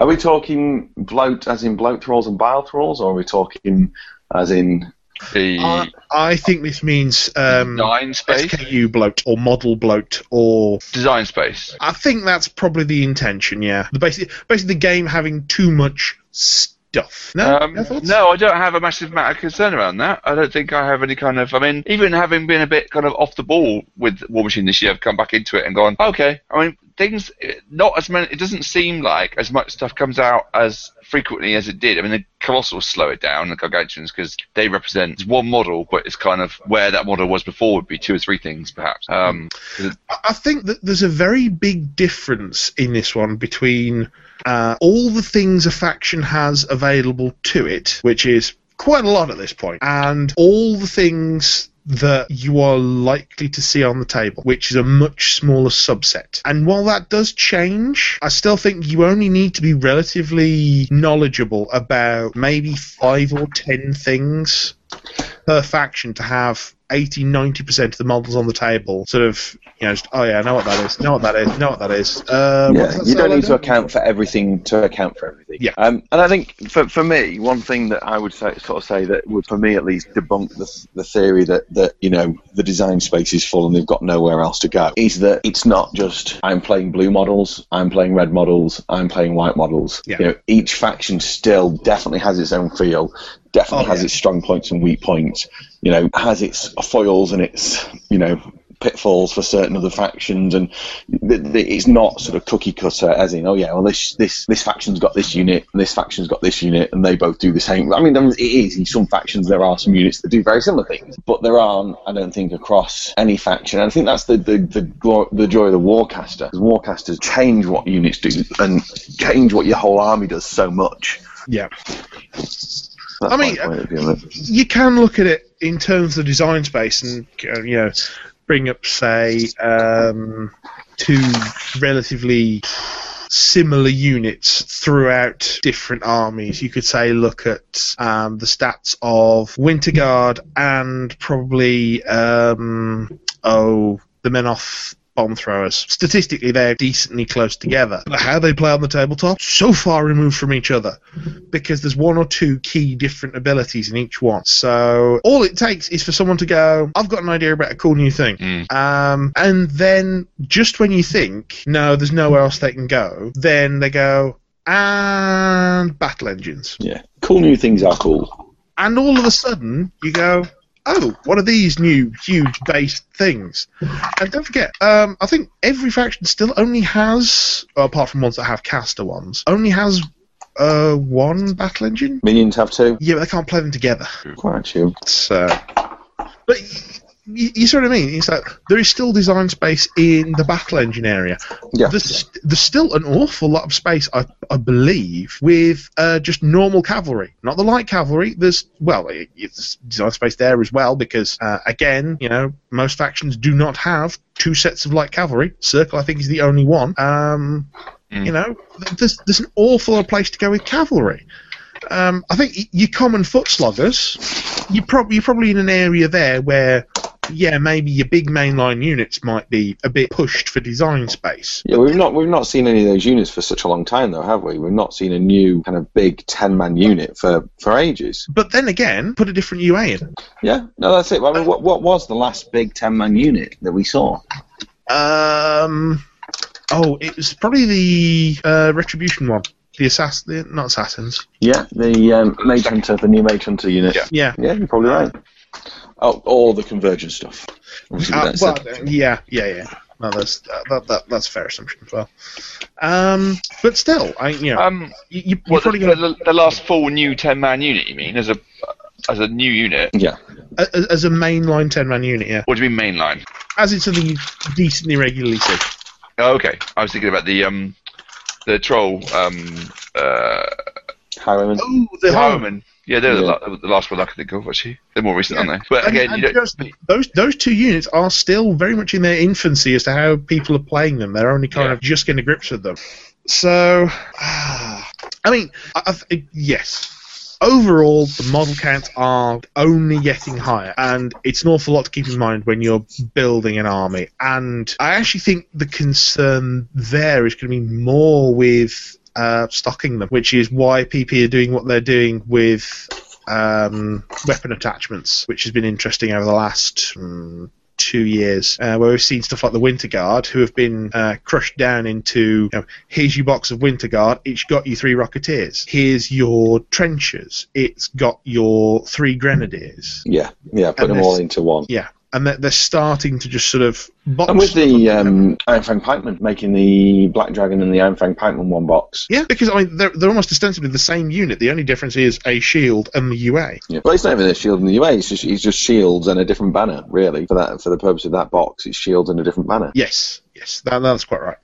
Are we talking bloat as in bloat thralls and bile thralls, or are we talking as in? The Uh, I, I think this means um, design space, SKU bloat or model bloat or. design space. I think that's probably the intention. Yeah, the basic, basically the game having too much stuff. No, Um, no thoughts? no, I don't have a massive amount of concern around that. I don't think I have any kind of. I mean, even having been a bit kind of off the ball with War Machine this year, I've come back into it and gone, okay. I mean, things not as many. It doesn't seem like as much stuff comes out as frequently as it did. I mean, the Colossal slow it down, the Gargantuans, because they represent it's one model, but it's kind of where that model was before would be two or three things perhaps. Um, I I think that there's a very big difference in this one between uh, all the things a faction has available to it, which is quite a lot at this point, and all the things that you are likely to see on the table, which is a much smaller subset. And while that does change, I still think you only need to be relatively knowledgeable about maybe five or ten things per faction to have 80 90% of the models on the table sort of you know just, oh yeah I know what that is know what that is know what that is uh, what's yeah, that you don't solo need to do? account for everything to account for everything. Yeah. Um, and I think for, for me, one thing that I would say, sort of say that would, for me at least, debunk the, the theory that, that you know the design space is full and they've got nowhere else to go is that it's not just I'm playing blue models, I'm playing red models, I'm playing white models. Yeah. You know, each faction still definitely has its own feel, definitely Oh, has yeah. its strong points and weak points. You know, has its foils and its you know pitfalls for certain other factions, and th th it's not sort of cookie cutter as in, oh yeah, well this this this faction's got this unit, and this faction's got this unit, and they both do the same. I mean, it is in some factions there are some units that do very similar things, but there aren't. I don't think across any faction, and I think that's the the the, glo- the joy of the warcaster. 'cause Warcasters change what units do and change what your whole army does so much. Yeah. That's I mean, my point of view on it. you can look at it in terms of the design space and uh, you know bring up say um, two relatively similar units throughout different armies you could say look at um, the stats of winter guard and probably um, oh the menoth bomb throwers statistically they're decently close together but how they play on the tabletop so far removed from each other because there's one or two key different abilities in each one. So all it takes is for someone to go, I've got an idea about a cool new thing. Mm. Um, and then just when you think, no, there's nowhere else they can go, then they go, and battle engines. yeah, cool new things are cool. And all of a sudden, you go, oh, what are these new huge based things? And don't forget, um, I think every faction still only has, apart from ones that have caster ones, only has uh, one battle engine. Minions have two. Yeah, but they can't play them together. Quite true. So, but you, you see what I mean? It's like there is still design space in the battle engine area. Yeah. There's there's still an awful lot of space, I, I believe, with uh, just normal cavalry, not the light cavalry. There's well, it, it's design space there as well because uh, again, you know, most factions do not have two sets of light cavalry. Circle, I think, is the only one. Um, Mm. You know, th- there's there's an awful lot of place to go with cavalry. Um, I think y- your common foot sloggers, you prob- you're probably in an area there where, yeah, maybe your big mainline units might be a bit pushed for design space. Yeah, we've not we've not seen any of those units for such a long time though, have we? We've not seen a new kind of big ten man unit for, for ages. But then again, put a different UA in. Yeah, no, that's it. I mean, what what was the last big ten man unit that we saw? Um, oh, it was probably the uh, Retribution one. The assassin, not assassins. Yeah, the um, mage hunter, the new mage hunter unit. Yeah. Yeah. yeah, you're probably right. Oh, all the convergent stuff. Obviously, Uh, that's well, it. yeah, yeah, yeah. No, that's that, that, that, that's a fair assumption as well. Um, but still, I you know, Um, you, you, you're what, the, probably gonna, the, the last full new ten man unit? You mean as a as a new unit? yeah, a- a- as a mainline ten man unit, yeah. What do you mean mainline? as it's something you decently regularly see. Oh, okay, I was thinking about the um the troll um uh highwayman. Oh, the Harriman. Yeah, they're Yeah. The, la- the last one I could think of actually. They're more recent, aren't they? But And, again, and you don't, those, those those two units are still very much in their infancy as to how people are playing them. They're only kind Yeah. of just getting to grips with them. So, ah, I mean, I, I th- yes. Overall, the model counts are only getting higher, and it's an awful lot to keep in mind when you're building an army. And I actually think the concern there is going to be more with uh, stocking them, which is why PP are doing what they're doing with um, weapon attachments, which has been interesting over the last mm, two years, uh, where we've seen stuff like the Winter Guard, who have been uh, crushed down into you know, here's your box of Winter Guard, it's got you three Rocketeers, here's your trenchers, it's got your three Grenadiers. Yeah, yeah, put And them all this- into one. Yeah, and they're, they're starting to just sort of box. And with the um, Iron Fang Pikeman making the Black Dragon and the Iron Fang Pikeman one box. yeah, because I mean they're, they're almost ostensibly the same unit. The only difference is a shield and the UA. Yeah. Well, it's not even a shield in the UA. It's just, it's just shields and a different banner, really, for that for the purpose of that box. It's shields and a different banner. Yes, yes, that, that's quite right.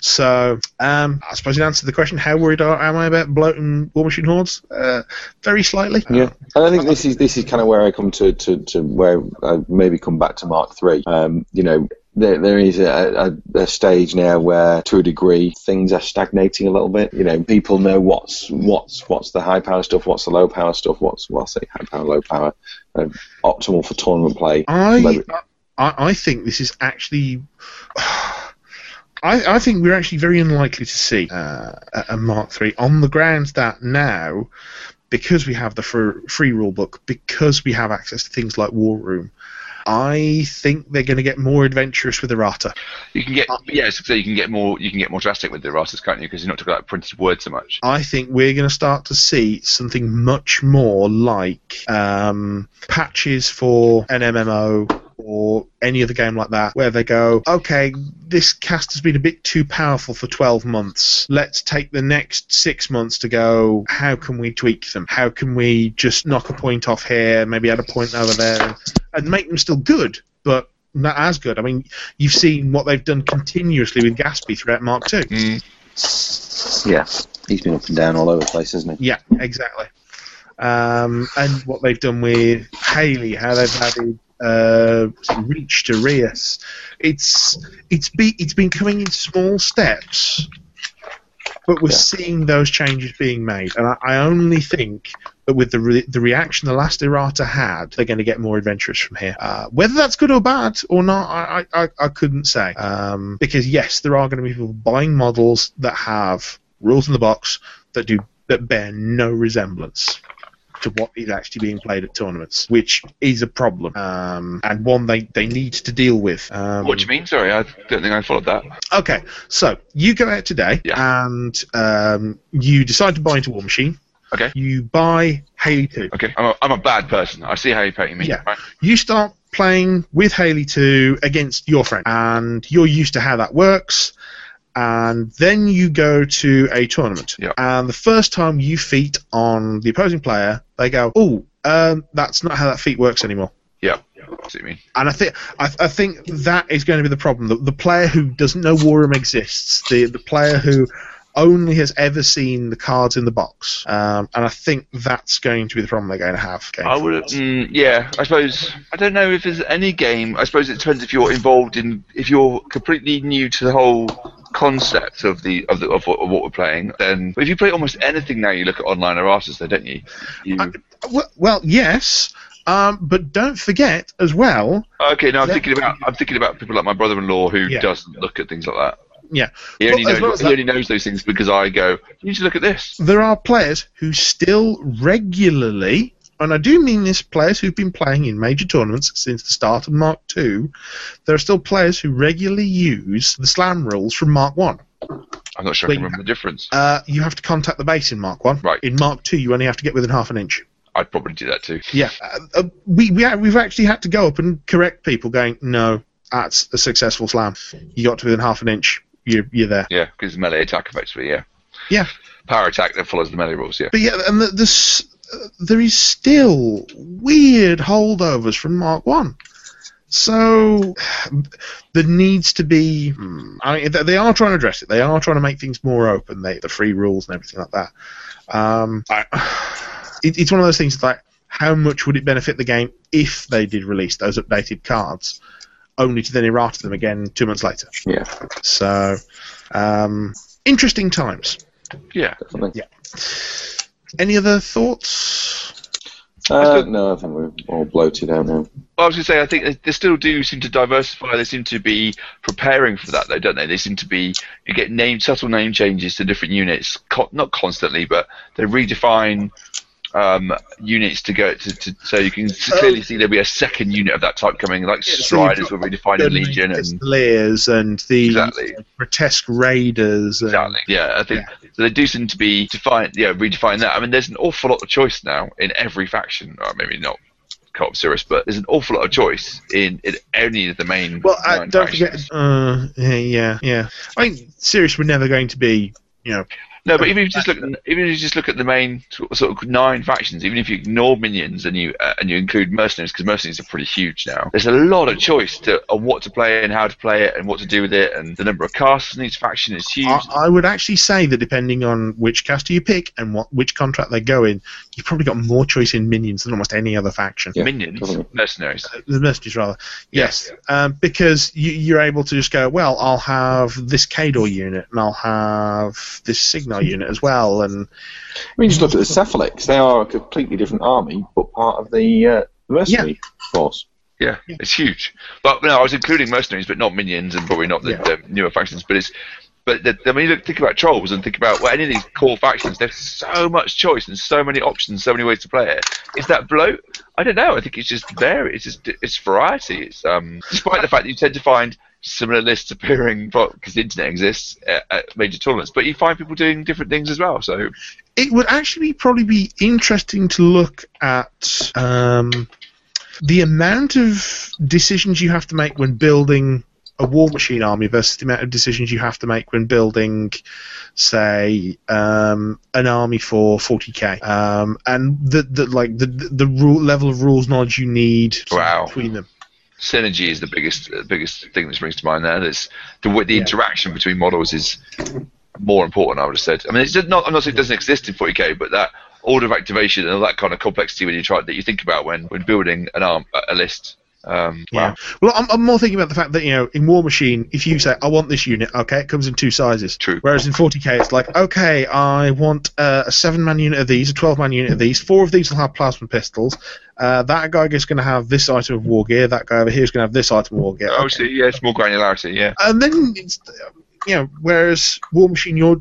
So, um, I suppose in answer to the question, how worried are, am I about bloating War Machine hordes? Uh, very slightly. Yeah, and I think this is this is kind of where I come to, to, to where I maybe come back to Mark Three. Um, you know, there, there is a, a, a stage now where, to a degree, things are stagnating a little bit. You know, people know what's what's what's the high power stuff, what's the low power stuff, what's well, I say high power, low power, uh, optimal for tournament play. Uh, I, Maybe- I, I think this is actually. I, I think we're actually very unlikely to see uh, a- a Mark III on the grounds that now, because we have the fr- free rule book, because we have access to things like War Room, I think they're going to get more adventurous with errata. you can uh, get yeah, so you can get more you can get more drastic with the erratas, can't you? Because you're not talking about printed words so much. I think we're going to start to see something much more like um, patches for an MMO or any other game like that where they go, okay, this cast has been a bit too powerful for 12 months. Let's take the next six months to go, how can we tweak them? How can we just knock a point off here, maybe add a point over there, and make them still good, but not as good. I mean, you've seen what they've done continuously with Gatsby throughout Mark Two. Yeah, he's been up and down all over the place, hasn't he? Yeah, exactly. Um, and what they've done with Haley, how they've added uh, Reach to Rias. It's it's be it's been coming in small steps, but we're Yeah. seeing those changes being made. And I, I only think that with the re- the reaction the last errata had, they're going to get more adventurous from here. Uh, whether that's good or bad or not, I I, I, I couldn't say. Um, because yes, there are going to be people buying models that have rules in the box that do that bear no resemblance to what is actually being played at tournaments, which is a problem um, and one they, they need to deal with. Um, What do you mean? Sorry, I don't think I followed that. Okay, so you go out today Yeah. and um, you decide to buy into War Machine. Okay. You buy Haley 2. Okay, I'm a, I'm a bad person. I see how you're painting me. Yeah. Right. You start playing with Haley 2 against your friend, and you're used to how that works. And then you go to a tournament. Yeah. And the first time you feet on the opposing player, they go, Oh, um, that's not how that feat works anymore. Yeah. See what you mean? And I think I, I think that is going to be the problem. The, the player who doesn't know War Room exists, the the player who only has ever seen the cards in the box, um, and I think that's going to be the problem they're going to have. going I would. forwards. Mm, yeah, I suppose. I don't know if there's any game. I suppose it depends if you're involved in. If you're completely new to the whole concept of the of the, of, what, of what we're playing, then but if you play almost anything now, you look at online erratas, though, don't you? You. Well, well yes, um, but don't forget as well. okay, no, I'm let- thinking about. I'm thinking about people like my brother-in-law who Yeah. doesn't look at things like that. Yeah, He Well, only as knows. well as he that- only knows those things because I go. You need to look at this. there are players who still regularly, and I do mean this, players who've been playing in major tournaments since the start of Mark Two. There are still players who regularly use the slam rules from Mark One. I'm not sure I Wait. can remember the difference. Uh, you have to contact the base in Mark One. Right. In Mark Two, you only have to get within half an inch. I'd probably do that too. Yeah. Uh, uh, we we ha- we've actually had to go up and correct people, going, no, that's a successful slam. You got to within half an inch. You're you're there. Yeah, because melee attack effectively. Yeah. Yeah. Power attack that follows the melee rules. Yeah. But yeah, and the, the, s- uh, there is still weird holdovers from Mark One. So there needs to be. hmm, I mean, they- they are trying to address it. They are trying to make things more open. They, the free rules and everything like that. Um, I, it, it's one of those things like how much would it benefit the game if they did release those updated cards, only to then errata them again two months later. Yeah, So um, interesting times. Yeah. definitely. Any other thoughts? Uh, no, I think we're all bloated out now. Well, I was going to say, I think they- they still do seem to diversify. They seem to be preparing for that, though, don't they? They seem to be you get name subtle name changes to different units, co- not constantly, but they redefine um, units to go to, to so you can s- clearly see there'll be a second unit of that type coming, like Um, Yeah, so Striders you've will got redefine the in Legion and Pistoliers and the exactly. grotesque raiders. And, Exactly. Um, Yeah, I think so. They do seem to be define, yeah, redefine that. I mean, there's an awful lot of choice now in every faction. Or maybe not co-op serious, but there's an awful lot of choice in, in any of the main. Well, I, nine don't forget. factions. Uh, yeah, yeah. I mean, Sirius were never going to be, you know. No, but even if you just look, even if you just look at the main sort of- sort of nine factions, even if you ignore minions and you uh, and you include mercenaries, because mercenaries are pretty huge now. There's a lot of choice to, on what to play and how to play it and what to do with it, and the number of casts in each faction is huge. I, I would actually say that depending on which caster you pick and what which contract they go in, you've probably got more choice in minions than almost any other faction. Uh, Yeah, minions, definitely. mercenaries. The mercenaries, rather. Yes, Um, because you, you're able to just go. Well, I'll have this Kador unit, and I'll have this Signal unit as well, and I mean, just look at the Cephalics. They are a completely different army, but part of the uh, mercenary force. Yeah, it's huge. But no, I was including mercenaries, but not minions, and probably not the, Yeah. the newer factions. But it's, but the, I mean, look, think about trolls and think about well, any of these core factions. There's so much choice and so many options, so many ways to play it. Is that bloat? I don't know. I think it's just there. It's just it's variety. It's um, despite the fact that you tend to find similar lists appearing because the internet exists at, at major tournaments, but you find people doing different things as well. So it would actually probably be interesting to look at um, the amount of decisions you have to make when building a war machine army versus the amount of decisions you have to make when building, say, um, an army for 40k, um, and the, the like the the, the rule, level of rules knowledge you need Wow. between them. synergy is the biggest uh, biggest thing that springs to mind there. And it's the w- the interaction between models is more important. I would have said. I mean, it's not. I'm not saying it doesn't exist in 40k, but that order of activation and all that kind of complexity when you try that you think about when when building an arm a- a list. Um, Yeah. wow. Well, I'm, I'm more thinking about the fact that you know in War Machine, if you say I want this unit, okay, it comes in two sizes. True. Whereas in 40k, it's like okay, I want uh, a seven-man unit of these, a twelve-man unit of these. Four of these will have plasma pistols. Uh, that guy is going to have this item of war gear. That guy over here is going to have this item of war gear. Oh, Okay. so yeah, it's more granularity. Yeah. And then it's you know, whereas War Machine, you're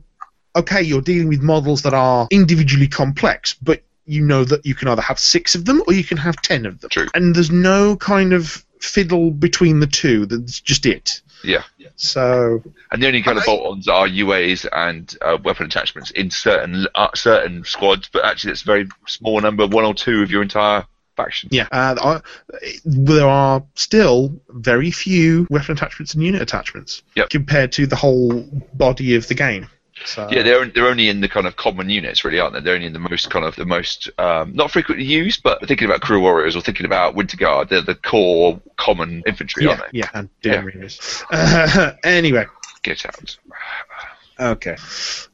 okay, you're dealing with models that are individually complex, but you know that you can either have six of them or you can have ten of them. True. And there's no kind of fiddle between the two. That's just it. Yeah. So And the only kind of bolt-ons are UAs and uh, weapon attachments in certain uh, certain squads, but actually it's a very small number, one or two of your entire faction. yeah, uh, I- there are still very few weapon attachments and unit attachments Yep. compared to the whole body of the game. So, Yeah, they're they're only in the kind of common units, really, aren't they? They're only in the most kind of the most um, not frequently used, but thinking about crew warriors or thinking about winter guard, they're the core common infantry, yeah, aren't they? yeah, and Yeah. Daenerys. anyway, Get out. Okay.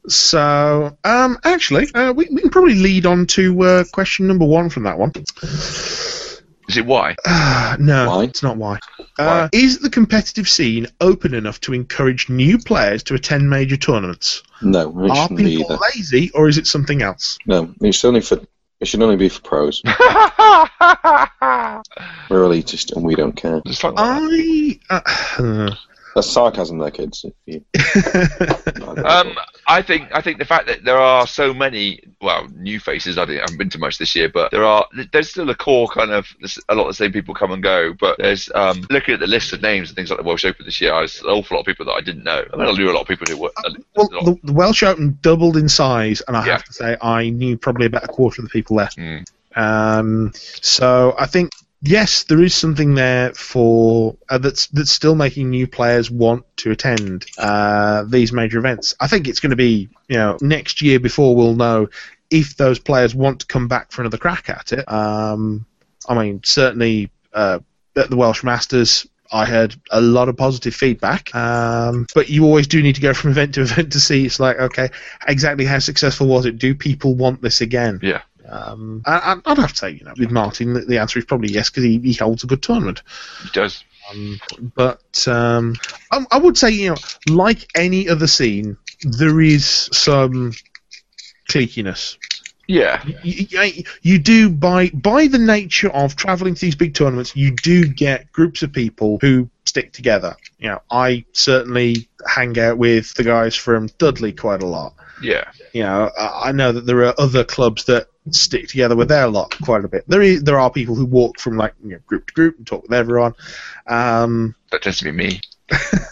So, um, actually, uh, we, we can probably lead on to uh, question number one from that one. Is it why? Uh, no, Why? it's not why. Why? Uh, is the competitive scene open enough to encourage new players to attend major tournaments? No, it Are shouldn't be people either. lazy, or is it something else? No, it's only for. It should only be for pros. We're elitist and we don't care. Just like that. Um, I. Uh, That's sarcasm, there, kids. If you, Um, I think I think the fact that there are so many well new faces. I, didn't, I haven't been to much this year, but there are there's still a core kind of there's a lot of the same people come and go. But there's um, looking at the list of names and things like the Welsh Open this year, I was an awful lot of people that I didn't know. I mean, I knew a lot of people who were. a well, lot. the, the Welsh Open doubled in size, and I Yeah. have to say, I knew probably about a quarter of the people there. Mm. Um, so I think yes, there is something there for uh, that's that's still making new players want to attend uh, these major events. I think it's going to be you know next year before we'll know if those players want to come back for another crack at it. Um, I mean, certainly uh, at the Welsh Masters. I heard a lot of positive feedback, um, but you always do need to go from event to event to see. It's like, okay, exactly how successful was it? Do people want this again? Yeah. Um, I, I'd- I'd have to say, you know, with Martin, the, the answer is probably yes because he, he holds a good tournament. It does But um, I, I would say, you know, like any other scene, there is some cliqueiness. yeah. You, you, you do by by the nature of traveling to these big tournaments, you do get groups of people who stick together. You know, I certainly hang out with the guys from Dudley quite a lot. Yeah, you know, I I know that there are other clubs that stick together with their lot quite a bit. There is there are people who walk from like you know, group to group and talk with everyone. Um, that tends to be me.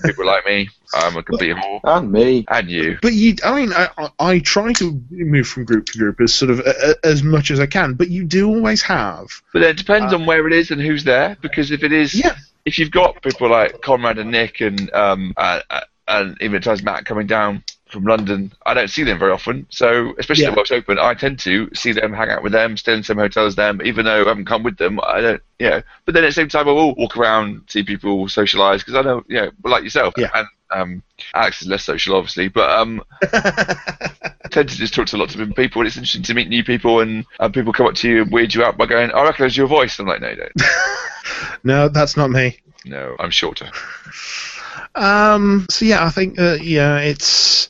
People like me. I'm a complete whore. and me. And you. but you, I mean, I, I, I try to move from group to group as sort of a, a- as much as I can, but you do always have. But then it depends on where it is and who's there. Because if it is, Uh, Yeah. if you've got people like Conrad and Nick and um uh, uh, and even at times Matt coming down from London, I don't see them very often. So especially Yeah. the Welsh Open, I tend to see them, hang out with them, stay in the same hotel as them, even though I haven't come with them. I don't, you know. But then at the same time, I will walk around, see people, socialise because I know, you know, like yourself. Yeah. And, um, Alex is less social, obviously, but um, tend to just talk to lots of different people, and it's interesting to meet new people, and, and people come up to you and weird you out by going, "Oh, "I recognise your voice." I'm like, "No, you don't. No, that's not me. no, I'm shorter." Um, so yeah, I think uh, yeah, it's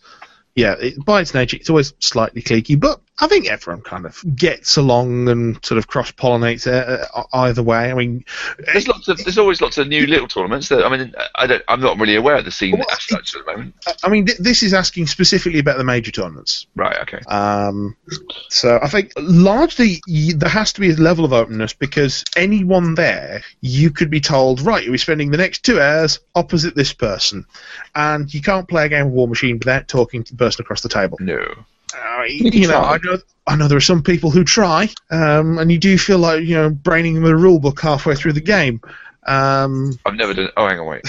yeah, it, by its nature, it's always slightly cliquey, but I think everyone kind of gets along and sort of cross pollinates uh, uh, either way. I mean, There's lots of there's always lots of new little tournaments that I mean, I don't, I'm not really aware of the scene Well, as such at the moment. I mean, th- this is asking specifically about the major tournaments. Right, okay. Um, so I think largely y- there has to be a level of openness because anyone there, you could be told, right, you'll be spending the next two hours opposite this person, and you can't play a game of War Machine without talking to the person across the table. No, Uh, you know, I know, I know there are some people who try, um, and you do feel like you know braining them with a rule book halfway through the game. Um, I've never done. Oh, hang on, wait.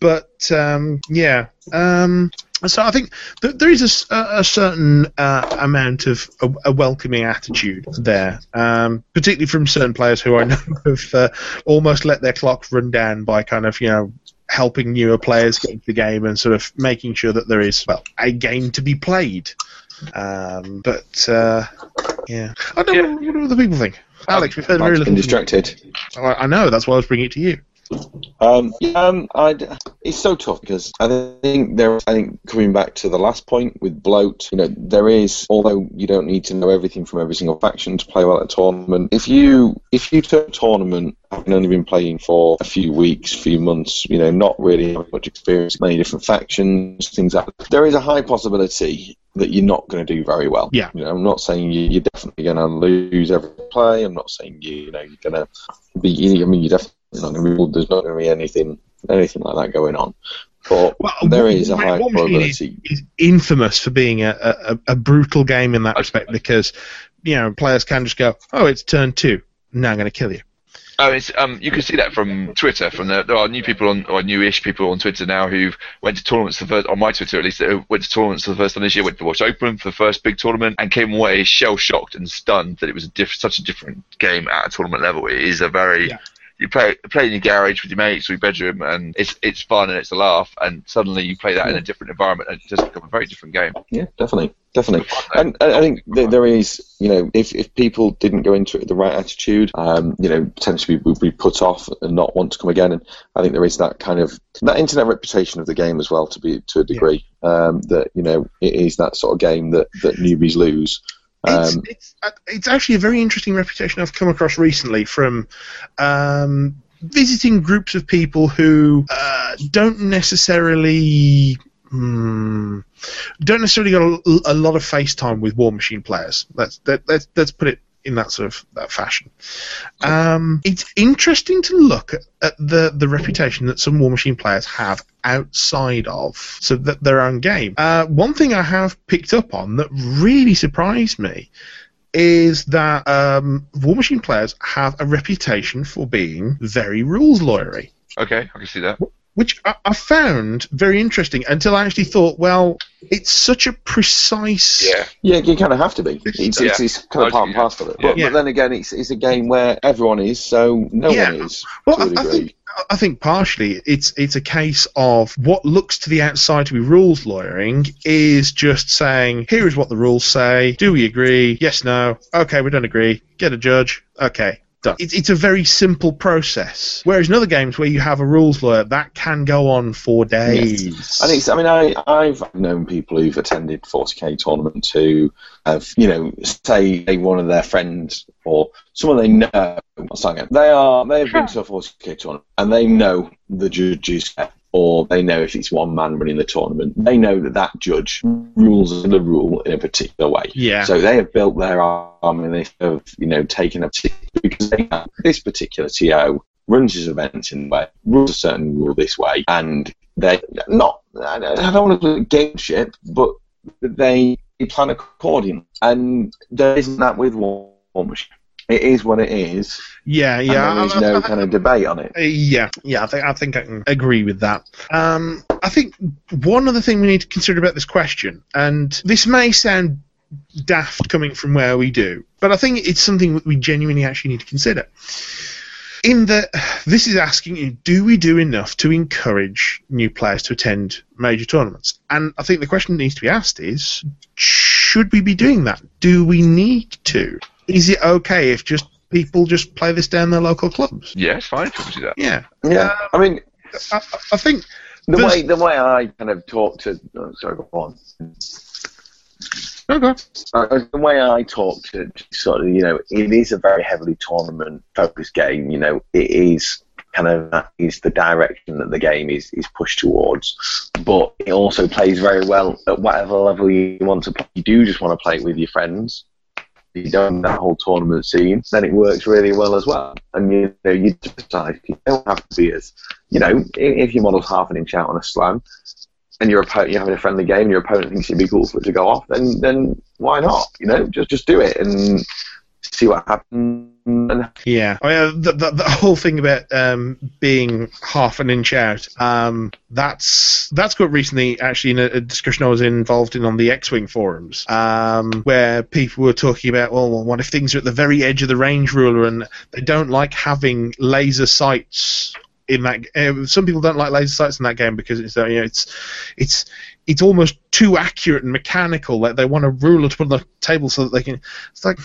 but um, yeah, um, so I think th- there is a s- a, a certain uh, amount of a, a welcoming attitude there, um, particularly from certain players who I know have uh, almost let their clock run down by kind of you know helping newer players get into the game and sort of making sure that there is well a game to be played. Um, but uh, yeah, I don't know what do other people think. Alex, we've heard very Mike's little. from been distracted. you. I I know that's why I was bringing it to you. Um, yeah, um, I'd, it's so tough because I think there. I think coming back to the last point with bloat, you know, there is. Although you don't need to know everything from every single faction to play well at a tournament. If you if you turn a tournament having only been playing for a few weeks, few months, you know, not really having much experience, many different factions, things like that. There is a high possibility that you're not going to do very well. Yeah. You know, I'm not saying you, you're definitely going to lose every play. I'm not saying you, you know, you're going to be. I mean, you definitely not going to be. There's not going to be anything, anything like that going on. But Well, there War- is a War- high War Machine is- probability. is infamous for being a, a, a brutal game in that respect because you know players can just go, oh, it's turn two, now I'm going to kill you. Oh, it's um. You can see that from Twitter. From the, there are new people on or newish people on Twitter now who've went to tournaments the first on my Twitter at least who went to tournaments for the first time this year. Went to watch Open for the first big tournament and came away shell shocked and stunned that it was a diff- such a different game at a tournament level. It is a very Yeah. you play play in your garage with your mates or your bedroom and it's it's fun and it's a laugh and suddenly you play that in a different environment and it does become a very different game. Yeah, definitely, definitely. And, and I think that there is, you know, if, if people didn't go into it with the right attitude, um, you know, potentially would be put off and not want to come again. And I think there is that kind of that internet reputation of the game as well, to be to a degree, um, that you know it is that sort of game that that newbies lose. It's, Um, it's, uh, it's actually a very interesting reputation I've come across recently from um, visiting groups of people who uh, don't necessarily. hmm, don't necessarily got a, a lot of face time with War Machine players. Let's let, let's let's put it in that sort of that fashion. Um, it's interesting to look at- at uh, the the reputation that some War Machine players have outside of so that their own game. Uh, one thing I have picked up on that really surprised me is that um, War Machine players have a reputation for being very rules lawyery Okay, I can see that. which I, I found very interesting until I actually thought, well, it's such a precise. Yeah. Yeah, you kind of have to be. It's, it's, it's kind of part and parcel of it. But, Yeah. but then again, it's, it's a game where everyone is, so no Yeah. one is. Well, to a I, I degree. think I think partially it's it's a case of what looks to the outside to be rules lawyering is just saying here is what the rules say. Do we agree? Yes, no. Okay, we don't agree. Get a judge. Okay. Done. It's, it's a very simple process. Whereas in other games where you have a rules lawyer, that can go on for days. And it's, I mean, I, I've known people who've attended 40k tournaments who have, you know, say they one of their friends or someone they know, or something, they are, they've been to a 40k tournament and they know the judges or they know if it's one man running the tournament, they know that that judge rules the rule in a particular way. Yeah. So they have built their army and they have, you know, taken a particular, because they know this particular TO runs his events in a way, rules a certain rule this way, and they're not, I don't I don't want to call it game ship, but they they plan accordingly. And there isn't that with War War Machine. It is what it is, yeah, yeah. and there is I- I- no I- kind of debate on it. Uh, yeah, yeah, I think I think I can agree with that. Um, I think one other thing we need to consider about this question, and this may sound daft coming from where we do, but I think it's something that we genuinely actually need to consider. In that, this is asking you: Do we do enough to encourage new players to attend major tournaments? And I think the question that needs to be asked is: Should we be doing that? Do we need to? Is it okay if just people just play this down their local clubs? Yeah, it's fine. if People do that. Yeah. Yeah, I mean, I, I- I think the There's- way the way I kind of talk to, oh, sorry, go on. oh god Uh, the way I talk to to sort of, you know, it is a very heavily tournament focused game. You know, it is kind of that is the direction that the game is, is pushed towards. But it also plays very well at whatever level you want to play. You do just want to play it with your friends. You don't have that whole tournament scene, then it works really well as well. And you know, you decide you don't have to be as you know, i- if your model's half an inch out on a slam, and your opponent you're having a friendly game, and your opponent thinks it'd be cool for it to go off, then then why not? You know, just just do it and see what happens. And Oh, Yeah, I mean, the, the, the whole thing about um, being half an inch out. Um, that's that's got recently actually in a, a discussion I was involved in on the X-wing forums, um, where people were talking about, well, well, what if things are at the very edge of the range ruler and they don't like having laser sights. In that, uh, some people don't like laser sights in that game because it's uh, you know it's it's it's almost too accurate and mechanical. Like they want a ruler to put on the table so that they can. It's like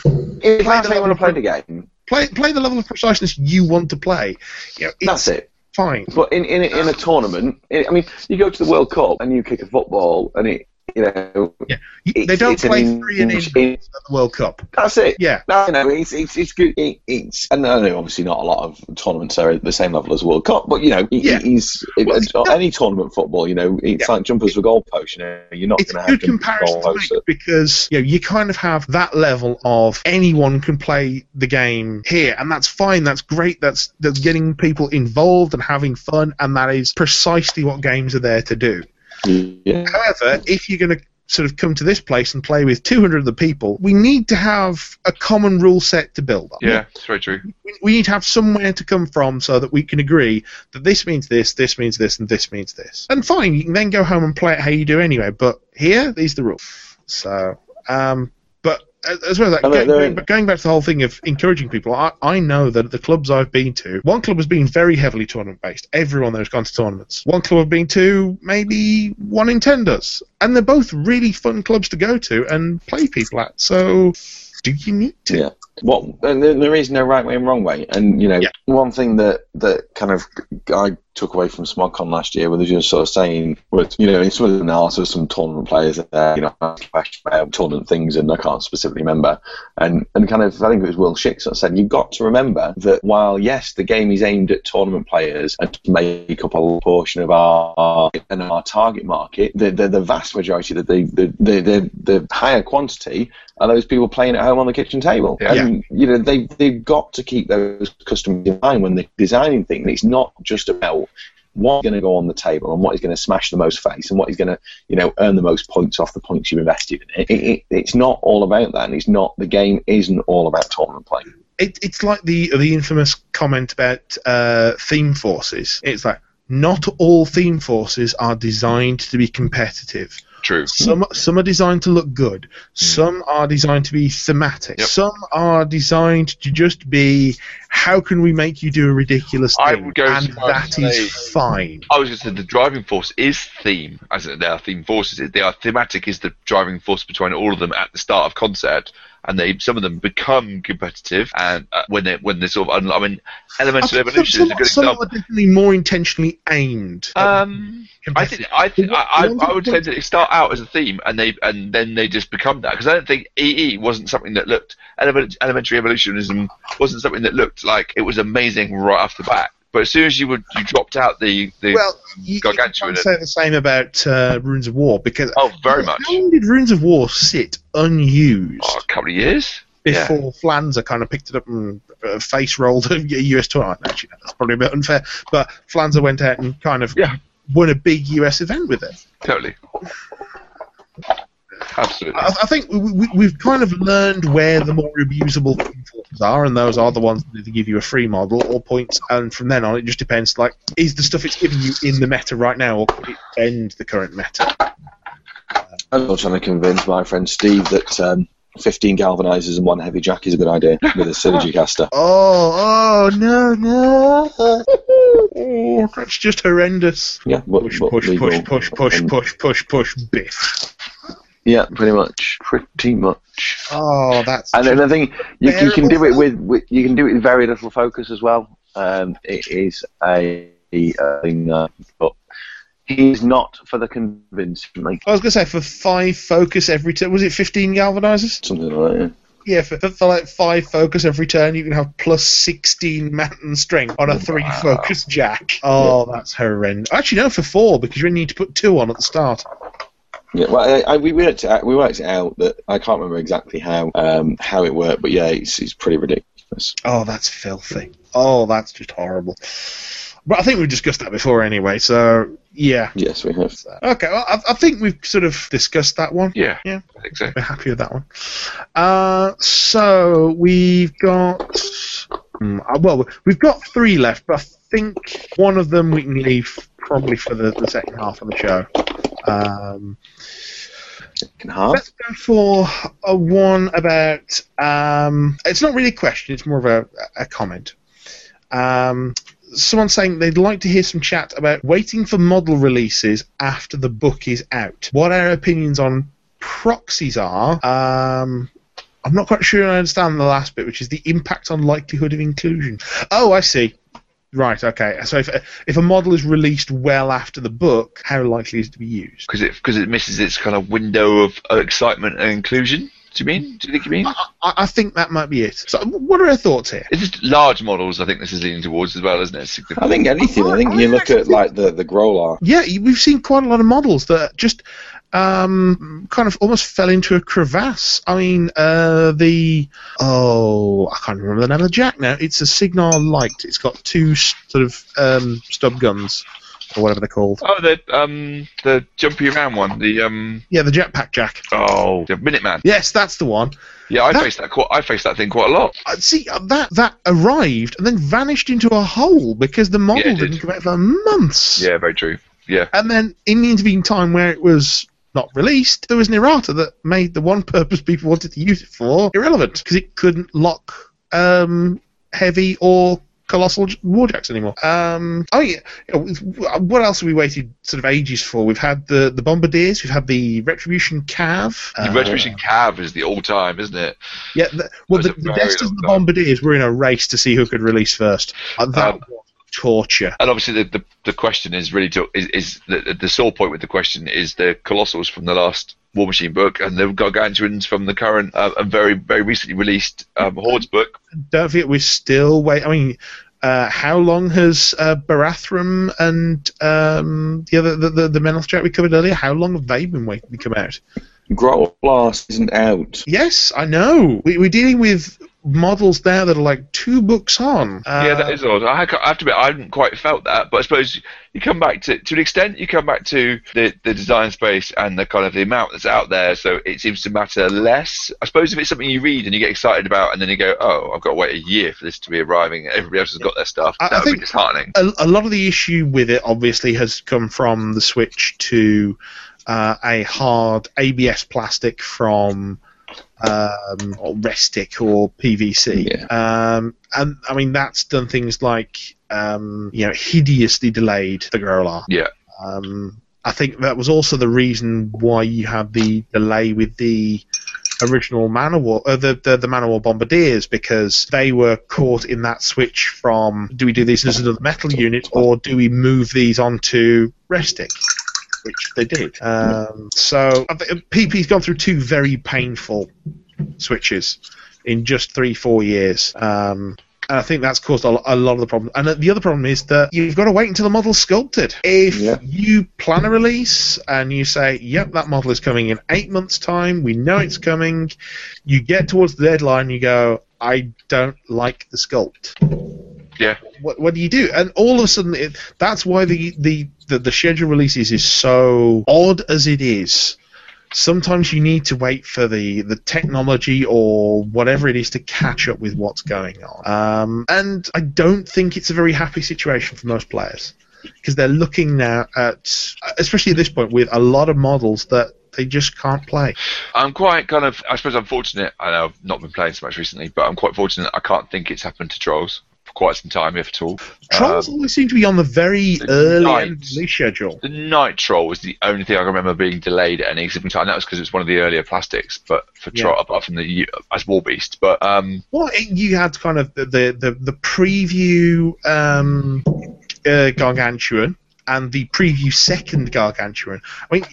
if that's how you want to play the game, play play the level of preciseness you want to play. You know, it's that's it. fine. But in in, a- in a tournament, i I mean, you go to the World Cup and you kick a football, and it you know You- they It's- don't it's an play three and in inch- at the World Cup. that's it. Yeah, No, no, it's it's it's good. It, it's and I know obviously not a lot of tournaments are at the same level as World Cup, but you know, it, Yeah. it is it- Well, it's- any tournament football. You know, it's like jumpers for goalposts. You know, you're not it's going a to have good jumpers for comparison to goalposts. make because you know you kind of have that level of anyone can play the game here, and that's fine. That's great. That's that's getting people involved and having fun, and that is precisely what games are there to do. Yeah. However, if you're going to sort of come to this place and play with 200 of the people, we need to have a common rule set to build on. Yeah, it's very true. we, we need to have somewhere to come from so that we can agree that this means this, this means this, and this means this. And fine, you can then go home and play it how you do anyway. But here, these are the rules. So, um, but as- as well as that, And they're- going, they're- going- going back to the whole thing of encouraging people, I, I know that at the clubs I've been to, one club has been very heavily tournament based. Everyone there's gone to tournaments. One club I've been to, maybe one in ten does, and they're both really fun clubs to go to and play people at. So, do you need to? Yeah. What and there there is no right way and wrong way, and you know Yeah. one thing that that kind of I took away from SmogCon last year was just sort of saying was you know in some of the analysis, some tournament players there, you know, asked questions about tournament things, and I can't specifically remember, and and kind of I think it was Will Schicks that said you've got to remember that while yes the game is aimed at tournament players and to make up a large portion of our and our target market, the the, the vast majority, the the, the the the higher quantity are those people playing at home on the kitchen table. Yeah. And, you know, they, they've got to keep those customers in mind when they're designing things. It's not just about what's going to go on the table and what is going to smash the most face and what is going to, you know, earn the most points off the points you've invested in it. It, it. It's not all about that. And it's not, the game isn't all about tournament play. it, it's like the the infamous comment about uh, theme forces. It's like not all theme forces are designed to be competitive. True. Some some are designed to look good. Some are designed to be thematic. Hmm. Yep. Some are designed to just be how can we make you do a ridiculous I thing, would go and as far as that to is say- fine. I was going to say the driving force is theme, as in they are theme forces. They are thematic is the driving force between all of them at the start of concert, and they some of them become competitive, and uh, when they when they sort of un- I mean, I Elemental think Evolution is a some, good some example. are definitely more intentionally aimed. at Um, I think I think I, I, I would say that it start out as a theme and they and then they just become that because I don't think EE wasn't something that looked element, elementary evolutionism wasn't something that looked like it was amazing right off the bat. But as soon as you would you dropped out the the well, you, you gargantuan. can't say the same about uh, Runes of War because oh very much How long did Runes of War sit unused oh, a couple of years yeah. before Flanza kind of picked it up and uh, face rolled a US tournament? Actually, that's probably a bit unfair, but Flanza went out and kind of Yeah. won a big US event with it. totally absolutely I, I think we, we, we've kind of learned where the more abusable theme forms are, and those are the ones that either give you a free model or points. And from then on, it just depends. Like, is the stuff it's giving you in the meta right now, or could it end the current meta? I'm still trying to convince my friend Steve that um, 15 galvanizers and one heavy jack is a good idea with a synergy caster. Oh, oh no, no! Oh, that's just horrendous. Yeah, but, push, but push, legal push, push, push, and- push, push, push, biff. Yeah, pretty much, pretty much. Oh, that's. And then I think you, you can do it Bearable. with, with you can do it with very little focus as well. Um, it is a a thing, uh, but he's not for the convincing, like I was gonna say for five focus every turn. Was it fifteen galvanizers? something like that. Yeah, for, for like five focus every turn, you can have plus sixteen mountain strength on a three focus jack. Oh, that's horrendous. Actually, no, for four because you only need to put two on at the start. Yeah, well, I, I, we worked it out, we worked it out that I can't remember exactly how um, how it worked, but yeah, it's, it's pretty ridiculous. It's- Oh, that's filthy. Oh, that's just horrible. But I think we've discussed that before anyway, so yeah. yes, we have. Okay, well, I, I think we've sort of discussed that one. Yeah. Yeah. I think so. We're happy with that one. Uh, so we've got. hmm, uh, well, we've got three left, but I think one of them we can leave probably for the, the second half of the show. Um, Can half. Let's go for a one about. Um, it's not really a question; it's more of a, a comment. Um, someone saying they'd like to hear some chat about waiting for model releases after the book is out. What our opinions on proxies are. Um, I'm not quite sure I understand the last bit, which is the impact on likelihood of inclusion. Oh, I see. Right. Okay. So if if a model is released well after the book, how likely is it to be used? Because it, cause it misses its kind of window of uh, excitement and inclusion. Do you mean? Do you think you mean? I, I think that might be it. So, what are our thoughts here? It's just large models. I think this is leaning towards as well, isn't it? Significant. I think anything. I think you look at like the the Grolar. Yeah, you- we've seen quite a lot of models that just um, kind of almost fell into a crevasse. I mean, uh, the oh, I can't remember the name of the jack now. It's a Signar Light. It's got two s- sort of um, stub guns or whatever they're called. Oh, the um, the jumpy around one. The um, Yeah, the jetpack jack. oh, the Minuteman. Yes, that's the one. Yeah, I That- faced that. Quite, I faced that thing quite a lot. Uh, see uh, that that arrived and then vanished into a hole because the model Yeah, it did. didn't come out for months. Yeah, very true. Yeah, And then in the intervening time where it was not released, there was an errata that made the one purpose people wanted to use it for irrelevant because it couldn't lock um, heavy or colossal j- warjacks anymore. Um, oh yeah, you know, w- uh, what else have we waited sort of ages for? We've had the the bombardiers, we've had the retribution cav. the uh, Retribution Cav is the all-time, isn't it? Yeah, the, well, the, That was a the very Destas and the long time. bombardiers were in a race to see who could release first. Uh, that Um, was torture. And obviously, the, the, the question is really to, is, is the, the- the sore point with the question is the Colossals from the last War Machine book and the Gargantuans from the current uh, and very very recently released um, Hordes book. don't forget we're still wait. I mean, uh, how long has uh, Barathrum and um, the other the the, the Menoth Jack we covered earlier? How long have they been waiting to come out? Grolar isn't out. Yes, I know. We, we're dealing with models now that are like two books on. Uh, yeah, that is odd. I, ha- I have to admit, I hadn't quite felt that, but I suppose you come back to to an extent, you come back to the, the design space and the kind of the amount that's out there. So it seems to matter less. I suppose if it's something you read and you get excited about, and then you go, oh, I've got to wait a year for this to be arriving, and everybody else has got their stuff. I- I that would think- be disheartening. a, a lot of the issue with it obviously has come from the switch to uh, a hard ABS plastic from um, or Restic or PVC. Yeah. Um, and I mean that's done things like um, you know hideously delayed the Grolar. Yeah. Um, I think that was also the reason why you had the delay with the original Manowar, uh, the, the the Manowar Bombardiers, because they were caught in that switch from do we do these as another metal unit or do we move these onto Restic, which they did. Um, so I thi- PP's gone through two very painful switches in just three four years. Um, and I think that's caused a lo- a lot of the problem. And uh, the other problem is that you've got to wait until the model's sculpted. If Yeah. you plan a release and you say, yep, that model is coming in eight months' time, we know it's coming, you get towards the deadline, you go, I don't like the sculpt. Yeah. What, what do you do? And all of a sudden, it, that's why the, the, the, the schedule releases is so odd as it is sometimes you need to wait for the, the technology or whatever it is to catch up with what's going on. Um, and I don't think it's a very happy situation for most players because they're looking now at, especially at this point, with a lot of models that they just can't play. I'm quite kind of, I suppose I'm fortunate, I know I've not been playing so much recently, but I'm quite fortunate I can't think it's happened to Trolls for quite some time, if at all. Trolls Um, always seem to be on the very early night. end of the schedule. the Night Troll was the only thing I remember being delayed at any given time. That was because it was one of the earlier plastics, but for Yeah. Troll, apart from the U- as War Beast. But um, Well, it, you had kind of the the, the, the preview um, uh, gargantuan and the preview second gargantuan. I mean,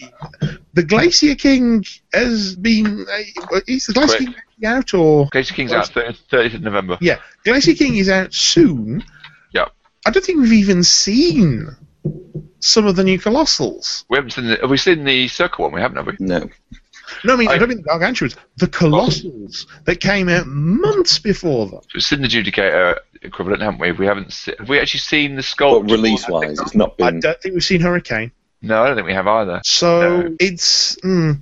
the Glacier King has been uh, is the Glacier Quick. King out or Case of Kings out 30th, 30th of November. yeah, Glacier King is out soon. Yep. I don't think we've even seen some of the new colossals. We haven't seen the, have we seen the Circle one? We haven't, have we? No. No, I mean, I, I- don't mean the gargantuans, the colossals that came out months before that. We've seen the Judicator equivalent, haven't we? We haven't. Se- have we actually seen the sculpt? But release wise, it's not I been. don't think we've seen Hurricane. No, I don't think we have either. So No. it's. Mm,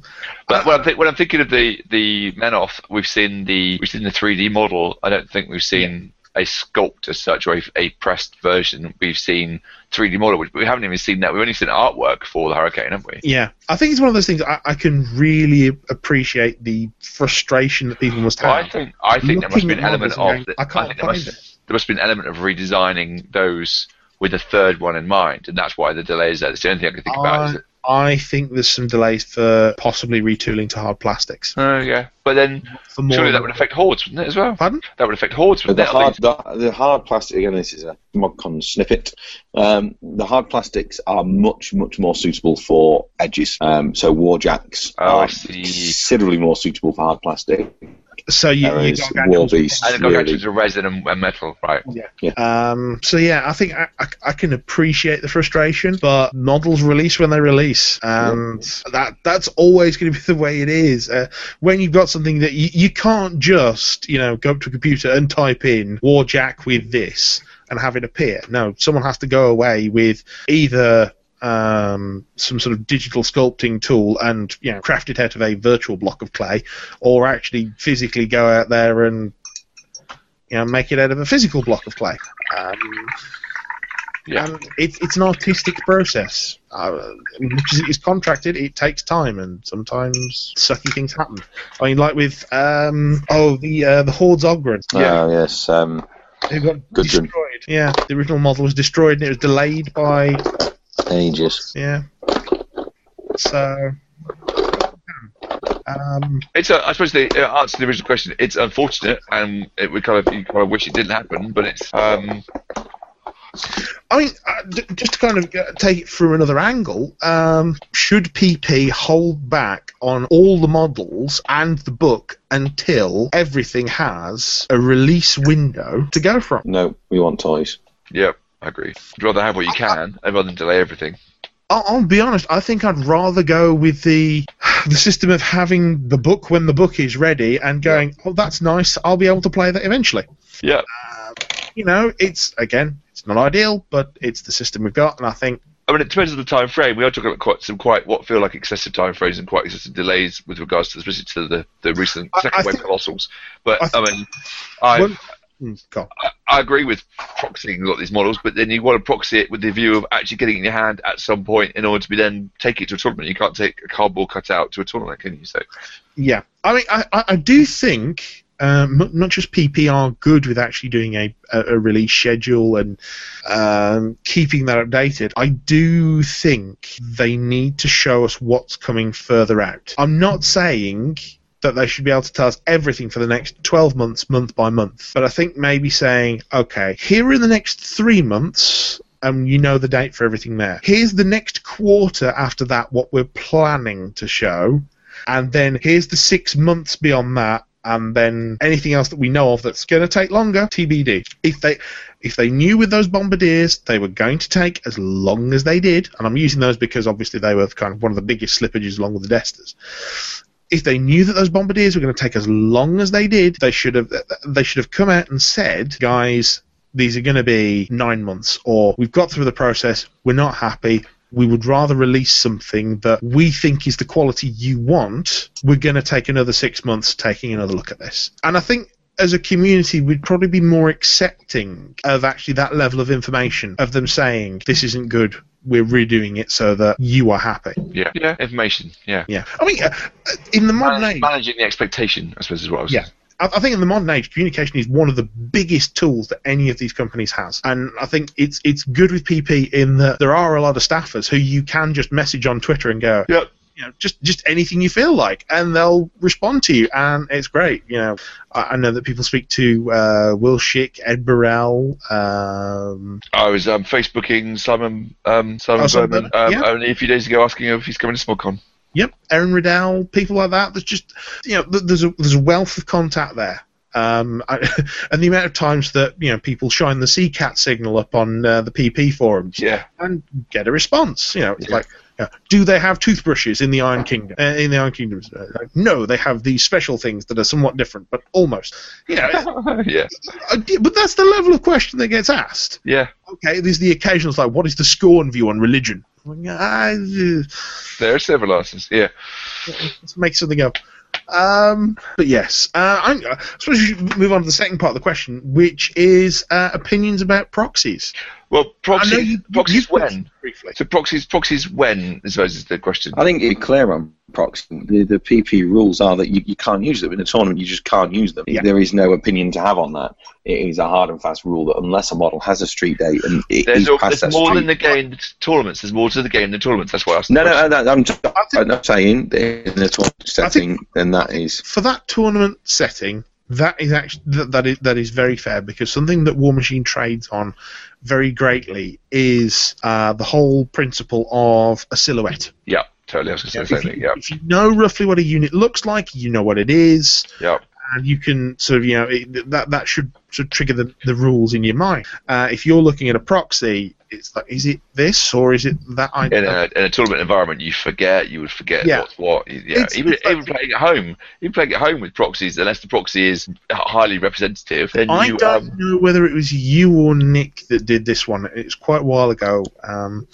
But when I'm, thi- when I'm thinking of the the Menoth, we've seen the we've seen the 3D model. I don't think we've seen a sculpt as such or a, a pressed version. We've seen 3D model, which we haven't even seen that. We've only seen artwork for the Hurricane, haven't we? yeah. I think it's one of those things I, I can really appreciate the frustration that people must Well, have. I think I think there must Looking be an at element models and of going, "I can't think there find must, there must be an element of redesigning those with a third one in mind, and that's why the delay is there. That's the only thing I can think about. Is I, I think there's some delays for possibly retooling to hard plastics. Oh yeah, but then For more surely that would affect hordes, wouldn't it, as well? Pardon? That would affect hordes, But the wouldn't it? I hard, think- the, the hard plastic again. This is a ModCon snippet. Um, the hard plastics are much, much more suitable for edges. Um, so warjacks Oh, I are see. considerably more suitable for hard plastic. So you, you Whereas gargantuans War would Beast- probably- And the really- gargantuans are resin and, and metal, right? Um, so yeah, I think I, I, I can appreciate the frustration, but models release when they release, and that that's always going to be the way it is. Uh, when you've got something that you, you can't just you know go up to a computer and type in Warjack with this and have it appear. No, someone has to go away with either. Um, some sort of digital sculpting tool and you know craft it out of a virtual block of clay, or actually physically go out there and you know, make it out of a physical block of clay. Um, Yeah. And it, it's an artistic process. Uh, which is, is contracted, it takes time, and sometimes sucky things happen. I mean, like with um, oh the uh, the Hordes Ogren, Yeah. Uh, yes. Um, who got Gudrun. destroyed. Yeah, the original model was destroyed, and it was delayed by ages. yeah. So. Um, It's a, I suppose the uh, answer to the original question. It's unfortunate, and it we kind of you kind of wish it didn't happen, but it's um I mean, uh, d- just to kind of uh, take it from another angle, um, should PP hold back on all the models and the book until everything has a release window to go from? No, we want toys. yeah, I agree. I'd rather have what you can uh, rather than delay everything. I'll, I'll be honest. I think I'd rather go with the the system of having the book when the book is ready and going, "Oh, that's nice. I'll be able to play that eventually." Yeah, You know, it's again, it's not ideal, but it's the system we've got, and I think I mean it depends on the time frame. We are talking about quite some quite what feel like excessive time frames and quite excessive delays with regards to especially to the the recent I- second I wave think- colossals. But I I, think- mean, I Well- Mm, go on. I- I agree with proxying a lot of these models, but then you want to proxy it with the view of actually getting it in your hand at some point in order to be then take it to a tournament. You can't take a cardboard cutout to a tournament, can you? So Yeah, I mean, I, I, I do think um, not- not just PP are good with actually doing a, a, a release schedule and um, keeping that updated. I do think they need to show us what's coming further out. I'm not saying that they should be able to tell us everything for the next 12 months, month by month, but I think maybe saying, okay, here are the next three months. And you know the date for everything there. Here's the next quarter after that, what we're planning to show and then here's the six months beyond that and then anything else that we know of that's going to take longer tbd if they if they knew with those bombardiers they were going to take as long as they did and i'm using those because obviously they were kind of one of the biggest slippages along with the desters if they knew that those bombardiers were going to take as long as they did they should have they should have come out and said guys these are going to be nine months or we've got through the process we're not happy we would rather release something that we think is the quality you want. We're going to take another six months taking another look at this. And I think as a community, we'd probably be more accepting of actually that level of information, of them saying, this isn't good, we're redoing it so that you are happy. yeah, yeah, information, yeah. Yeah. I mean, uh, uh, in the modern Manage- age. managing the expectation, I suppose, is what I was. Yeah. I I think in the modern age, communication is one of the biggest tools that any of these companies has, and I think it's it's good with PP in that there are a lot of staffers who you can just message on Twitter and go, Yep. you know, just just anything you feel like, and they'll respond to you, and it's great. You know, I, I know that people speak to uh, Will Schick, Ed Burrell, um, I was um, Facebooking Simon um, Simon Oh, Simon Berman Berman, um, yeah. only a few days ago, asking him if he's coming to SmogCon. Yep, Erin Riddell, people like that. There's just you know, th- there's a there's a wealth of contact there. Um, I, and the amount of times that you know people shine the CCAT signal up on uh, the PP forums Yeah, and get a response, you know, it's Yeah. like Yeah. Do they have toothbrushes in the Iron Kingdom? Uh, in the Iron Kingdom, Uh, like, no, they have these special things that are somewhat different, but almost. You know, it's- yeah, I di- but that's the level of question that gets asked. yeah. Okay, there's the occasionals like, what is the scorn view on religion? Well, yeah, I, uh, There are several answers. Yeah, let's make something up. Um, but yes, uh, I, I suppose we should move on to the second part of the question, which is uh, opinions about proxies. well, I know proxies. you, proxies you when? briefly. So proxies, proxies when? I suppose is the question. I think it'd be clear on proxy. The, the PP rules are that you, you can't use them in a tournament. You just can't use them. Yeah. There is no opinion to have on that. It is a hard and fast rule that unless a model has a street date and it There's, is al- past there's that more street than the game than tournaments. There's more to the game than tournaments. That's why I asked. the No, question. no, no, I'm, just, think- I'm not saying that in a tournament setting, then that is. for that tournament setting, that is actually that, that is that is very fair because something that War Machine trades on very greatly is uh, the whole principle of a silhouette. Yeah, totally. I was going to say the if, same thing. you, Yeah, if you know roughly what a unit looks like, you know what it is, yeah. and you can sort of you know it, that that should sort of trigger the, the rules in your mind. Uh, if you're looking at a proxy, it's like is it this or is it that? I, in a, in a tournament environment, you forget, you would forget Yeah. what's what. You- Yeah. It's- even it's even like- playing at home, even playing at home with proxies, unless the proxy is highly representative, then I you don't um, know whether it was you or Nick that did this one. It's quite a while ago, um,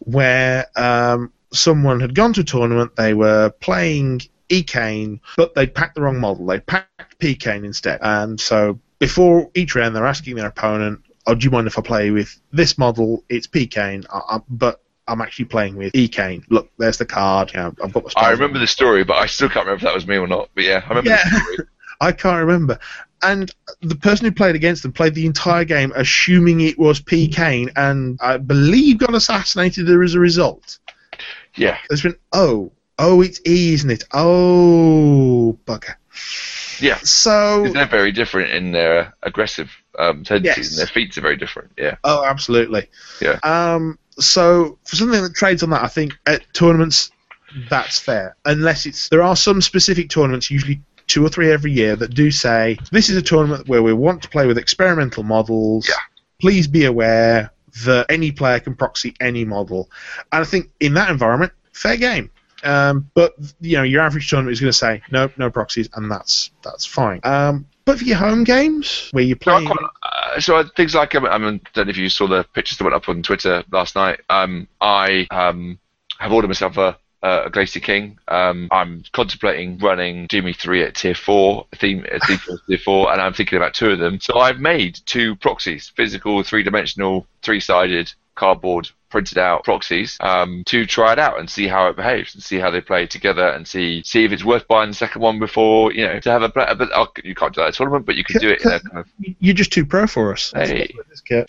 where um, someone had gone to a tournament. They were playing Ecane, but they packed the wrong model. They packed Pcane instead, and so before each round, they're asking their opponent, "Oh, do you mind if I play with this model? It's Pcane, I, I, but." I'm actually playing with Ecane. Look, there's the card. You know, I've got. I remember the story, but I still can't remember if that was me or not. But yeah, I remember. Yeah. I can't remember. And the person who played against them played the entire game assuming it was P. Kane and I believe got assassinated as a result. Yeah. There's been, oh, oh, it's E, isn't it? Oh, bugger. Yeah. So, Because they're very different in their aggressive um, tendencies, Yes. and their feats are very different. Yeah, oh, absolutely. Yeah. Um, so, for something that trades on that, I think at tournaments, that's fair. Unless it's, there are some specific tournaments, usually two or three every year, that do say, this is a tournament where we want to play with experimental models. Yeah. Please be aware that any player can proxy any model. And I think in that environment, fair game. Um, but you know, your average tournament is going to say no, no proxies, and that's that's fine. Um, but for your home games where you're so, I playing, quite, uh, so I- things like um, I mean, don't know if you saw the pictures that went up on Twitter last night. Um, I um, have ordered myself a, a Glacier King. Um, I'm contemplating running Jimmy three at tier four theme, uh, theme for tier four, and I'm thinking about two of them. So I've made two proxies: physical, three-dimensional, three-sided, cardboard. Printed out proxies um, to try it out and see how it behaves and see how they play together and see see if it's worth buying the second one before you know to have a pla- but oh, you can't do that at a tournament but you can do it in a kind of you're just too pro for us. Hey. I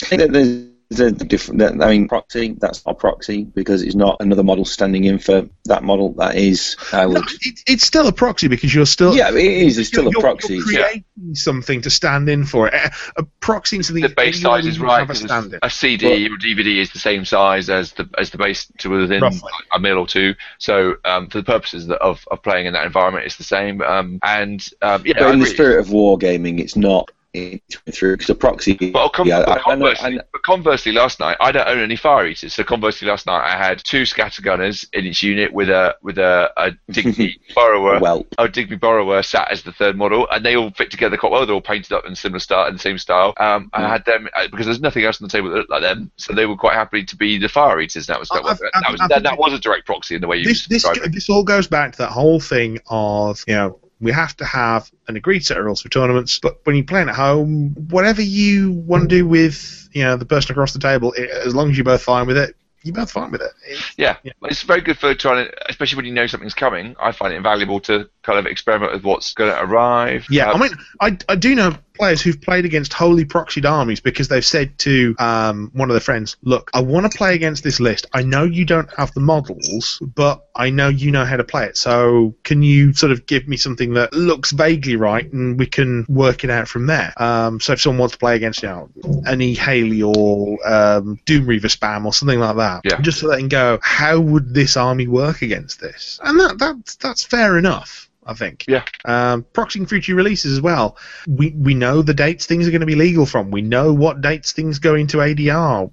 think that there's, there's a different. That, I mean, proxy. That's not proxy because it's not another model standing in for that model. That is, I No, would. it, it's still a proxy because you're still yeah, it is. It's still you're, a proxy. You're creating something to stand in for it. A, a proxy is something the base anyone size is can right. Have a 'cause stand in. A CD or DVD is the same size as the as the base to within Roughly. a mil or two. So um, for the purposes that- of, of playing in that environment, it's the same. Um, and um, yeah, but I in the agree. spirit of wargaming, it's not. It's through because a proxy. But, com- yeah, but, I- I know- conversely, I know- but conversely, last night I don't own any fire eaters. So conversely, last night I had two scatter gunners in each unit with a with a, a Digby borrower. well, Oh, Digby Borrower sat as the third model, and they all fit together quite well. They're all painted up in similar style, in the same style. Um, I Mm. had them uh, because there's nothing else on the table that looked like them, so they were quite happy to be the fire eaters. and That was that, I- was, I- that, was, I- I that, think- that was a direct proxy in the way you this this described it. this all goes back to that whole thing of you know we have to have an agreed set of rules for tournaments, but when you're playing at home, whatever you want to do with you know the person across the table, i as long as you're both fine with it, you're both fine with it. It's- Yeah. Yeah. it's very good for trying to, especially when you know something's coming. I find it invaluable to kind of experiment with what's going to arrive. Yeah, Um, I mean, I, I do know players who've played against wholly proxied armies because they've said to um, one of their friends, "Look, I want to play against this list. I know you don't have the models, but I know you know how to play it. So can you sort of give me something that looks vaguely right, and we can work it out from there? Um, so if someone wants to play against you know any Haley or um, Doom Reaver spam or something like that, Yeah. just so they can go, how would this army work against this? And that that's that's fair enough. I think um, proxying future releases as well. We we know the dates things are going to be legal from. We know what dates things go into ADR.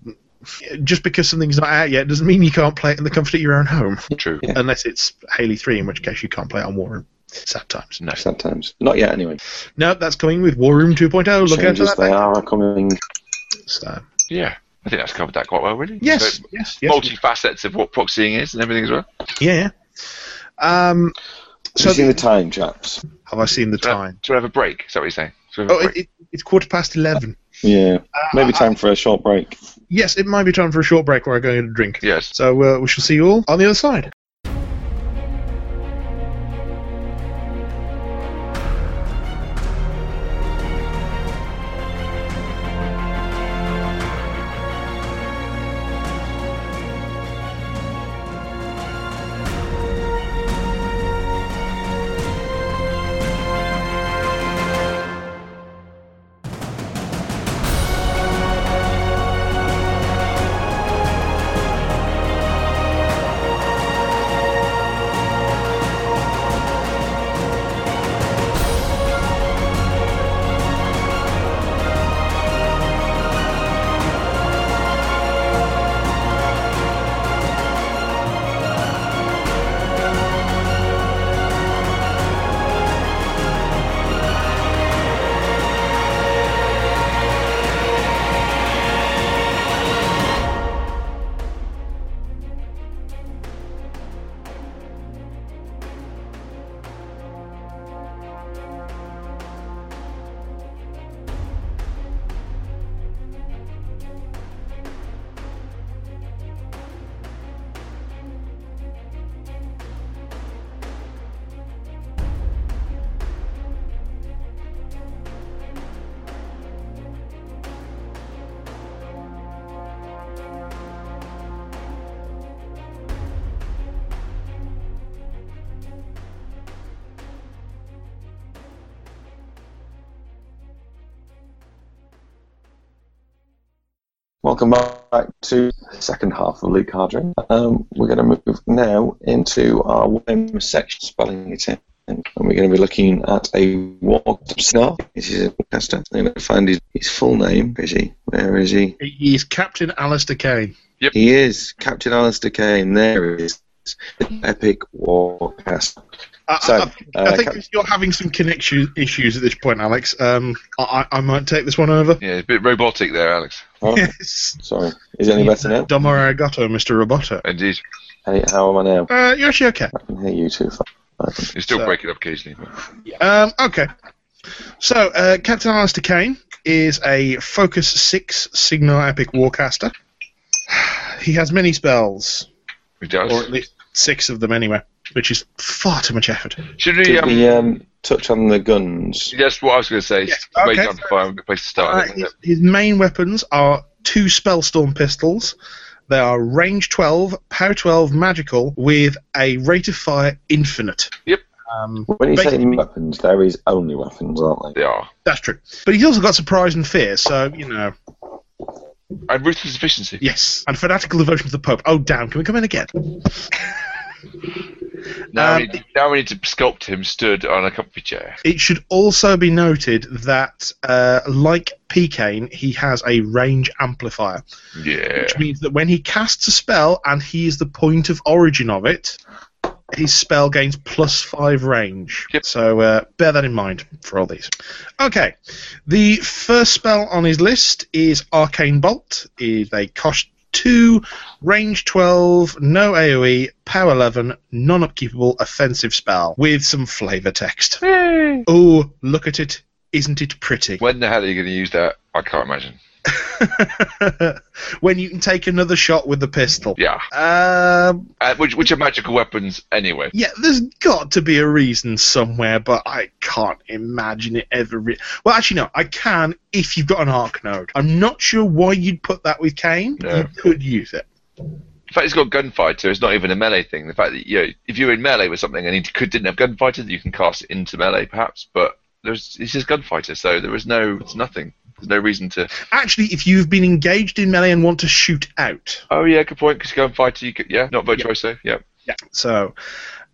just because something's not out yet doesn't mean you can't play it in the comfort of your own home, True. Yeah. unless it's Haley Three, in which case you can't play it on War Room. Sad times. No. Sometimes. Not yet, anyway. No, that's coming with War Room 2.0. Look out for Changes that. they mate. are coming. So, Yeah. I think that's covered that quite well, really. yes, So, yes, yes, multi facets of what proxying is and everything as well. yeah, yeah. Um, Have So you seen the- the time, chaps? have I seen the Shall I- time? Shall we have a break? Is that what you're saying? Shall we have Oh, a break? it, it, it's quarter past eleven. Yeah. Maybe Uh, time for a short break. Yes, it might be time for a short break where I go and get a drink. yes. So uh, we shall see you all on the other side. Welcome back to the second half of Luke Hardring. Um, we're going to move now into our WIM section, spelling it in. And we're going to be looking at a walked star. This is a podcaster. I'm going to find his, his full name. Is he? Where is he? He's Captain Alistair Kane. He is Captain Alistair Kane. There he is. The epic Uh, warcaster. I, So, I, think- I uh, think Cap- if you're having some connection issues at this point, Alex. Um, I, I I might take this one over. Yeah, it's a bit robotic there, Alex. Oh, Yes. sorry. Is it any better now? Domoro Gato, Mr. Roboto. Indeed. Hey, how am I now? Uh, you're actually okay. I can hear you too far. You still So- break it up occasionally. but- Um, okay. So, uh, Captain Alistair Kane is a Focus 6 Signal Epic Warcaster. He has many spells, He does. or at least six of them anyway, which is far too much effort. Should we, Did um, we um, touch on the guns? Yes, what I was going to say. uh, Yeah, It's way okay. down to fire, a good place to start. I Uh, think. his, his main weapons are two Spellstorm pistols. They are range 12, power 12, magical, with a rate of fire infinite. Yep. Um, When you say Basically- weapons, there is only weapons, aren't they? They are. that's true. But he's also got surprise and fear, so, you know, And ruthless efficiency. yes. And fanatical devotion to the Pope. Oh, damn, can we come in again? Now, we Um, need, now we need to sculpt him stood on a comfy chair. It should also be noted that, uh, like Picane, he has a range amplifier, Yeah. which means that when he casts a spell and he is the point of origin of it, his spell gains plus five range. Yep. So uh, bear that in mind for all these. Okay, the first spell on his list is Arcane Bolt. It- They cost two, range 12, no AoE, power 11, non-upkeepable offensive spell with some flavor text. Oh, look at it. Isn't it pretty? When the hell are you going to use that? I can't imagine. when you can take another shot with the pistol. Yeah. Um, Uh, which, which are magical weapons anyway. yeah, there's got to be a reason somewhere, but I can't imagine it ever. Re- well, actually, no, I can if you've got an arc node. I'm not sure why you'd put that with Kane. No. You could use it. The fact it's got gunfighter is not even a melee thing. The fact that you know, if you're in melee with something and he could didn't have gunfighter, you can cast it into melee perhaps, but there's it's just gunfighter, so there is no it's nothing. There's no reason to. Actually, if you've been engaged in melee and want to shoot out, Oh yeah, good point. Because gunfighter, you could, yeah, not virtuoso. Yeah, So,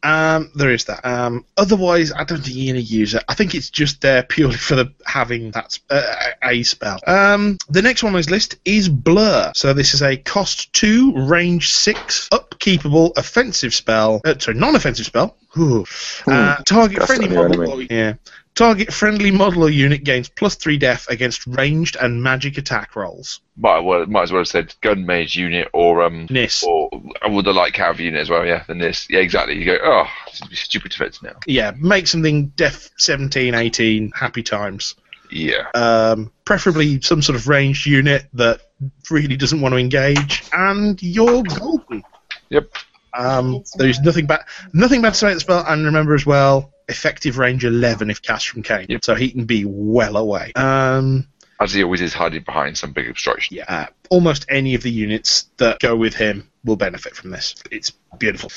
Um, there is that. Um, otherwise, I don't think you're going to use it. I think it's just there purely for the having that sp- uh, a spell. Um, the next one on his list is Blur. So this is a cost two, range six, upkeepable offensive spell. Uh, sorry, non-offensive spell. Ooh. Uh, target Cast friendly on your model. enemy. or- yeah. Target friendly model or unit gains plus three def against ranged and magic attack rolls. Might, well, might as well have said gun mage unit or um Nis. or I would have liked cav unit as well. Yeah, than this. Yeah, exactly. You go, oh, this would be stupid defense now. Yeah, make something def 17, 18, happy times. Yeah, um, preferably some sort of ranged unit that really doesn't want to engage, and you're golden. Yep. Um, there's nothing bad, nothing bad to say about the spell, and remember as well, effective range 11 if cast from Kane, Yep. so he can be well away. Um, as he always is, hiding behind some big obstruction. yeah, uh, almost any of the units that go with him will benefit from this. It's beautiful.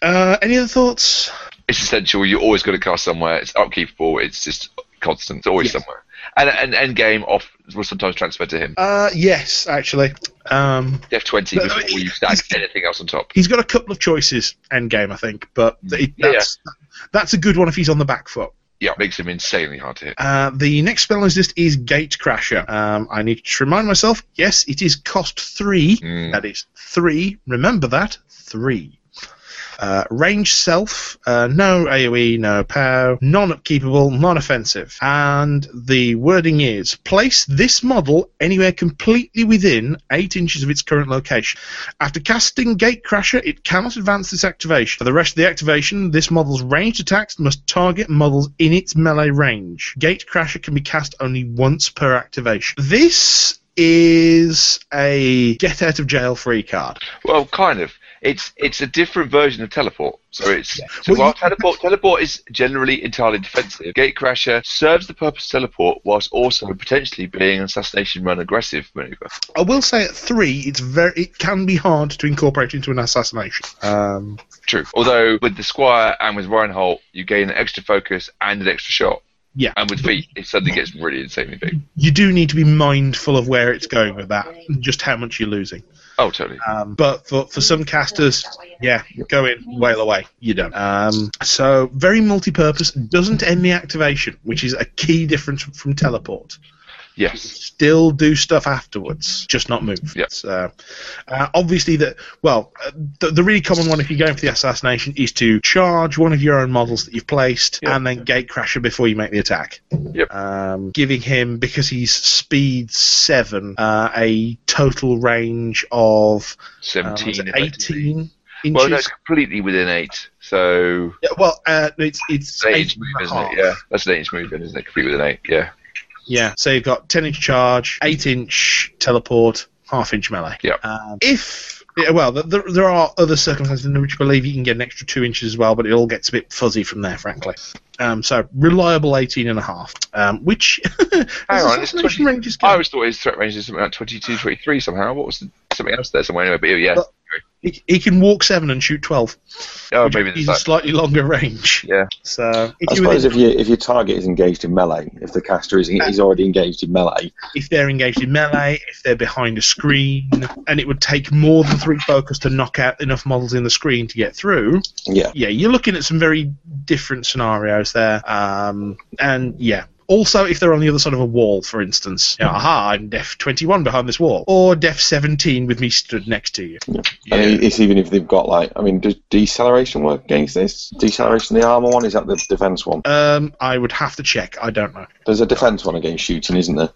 Uh, any other thoughts? It's essential. You always got to cast somewhere. It's upkeepable. It's just constant. It's Yes. always somewhere. And and end game off will sometimes transfer to him. Uh, yes, actually. Um, Def twenty but- before you stack anything else on top. he's got a couple of choices end game, I think, but th- Mm. Yeah. that's that's a good one if he's on the back foot. Yeah, makes him insanely hard to hit. Uh, the next spell on his list is Gatecrasher. Um, I need to remind myself. Yes, it is cost three. Mm. That is three. Remember that three. Uh, range self, uh, no AoE, no POW, non upkeepable, non offensive. And the wording is place this model anywhere completely within 8 inches of its current location. After casting Gatecrasher, it cannot advance this activation. For the rest of the activation, this model's ranged attacks must target models in its melee range. Gatecrasher can be cast only once per activation. This is a get out of jail free card. Well, kind of. It's it's a different version of teleport. So it's so Well, while you- teleport teleport is generally entirely defensive. Gatecrasher serves the purpose of teleport whilst also potentially being an assassination run aggressive maneuver. I will say at three, it's very it can be hard to incorporate into an assassination. Um, True. Although with the squire and with Reinhold, you gain an extra focus and an extra shot. Yeah. And with feet, it suddenly gets really insanely big. you do need to be mindful of where it's going with that, and just how much you're losing. Oh, totally. Um, but for, for some casters, yeah, go in, wail away, you're done. Um, so very multi-purpose, doesn't end the activation, which is a key difference from teleport. Yes. Still do stuff afterwards, just not move. Yeah. So, uh, obviously, the well, uh, the, the really common one if you're going for the assassination is to charge one of your own models that you've placed, Yeah. and then gatecrasher before you make the attack. Yep. Um, giving him because he's speed seven, uh, a total range of uh, was it Seventeen. effectively. 18 inches. Well, no, it's completely within eight. So Yeah, well, uh, it's it's it's an eight eight move, and a isn't it? half. Yeah, that's an eight move, then, isn't it? Completely within eight. Yeah. Yeah. So you've got 10 inch charge, 8 inch teleport, half inch melee. Yeah. Um, if yeah, well, th- there, there are other circumstances in which you believe you can get an extra two inches as well, but it all gets a bit fuzzy from there, frankly. Um, so reliable 18 and a half, um, which Hang on, it's assassination 20 ranges I go, always thought his threat range is something like 22, 23 somehow. What was the, something else there somewhere? Anyway, but yeah, But- he, he can walk seven and shoot 12. oh, which maybe is it's a that. slightly longer range. Yeah. So if, I you're within- suppose if, you, if your target is engaged in melee, if the caster is is already engaged in melee, if they're engaged in melee, if they're behind a screen, and it would take more than three focus to knock out enough models in the screen to get through. yeah, Yeah, you're looking at some very different scenarios there. Um, and yeah. Also, if they're on the other side of a wall, for instance, you know, aha, I'm def 21 behind this wall, or def 17 with me stood next to you. Yeah. and it's even if they've got like, I mean, does deceleration work against this? Deceleration, the armor one is that the defense one? Um, I would have to check. I don't know. There's a defense one against shooting, isn't there?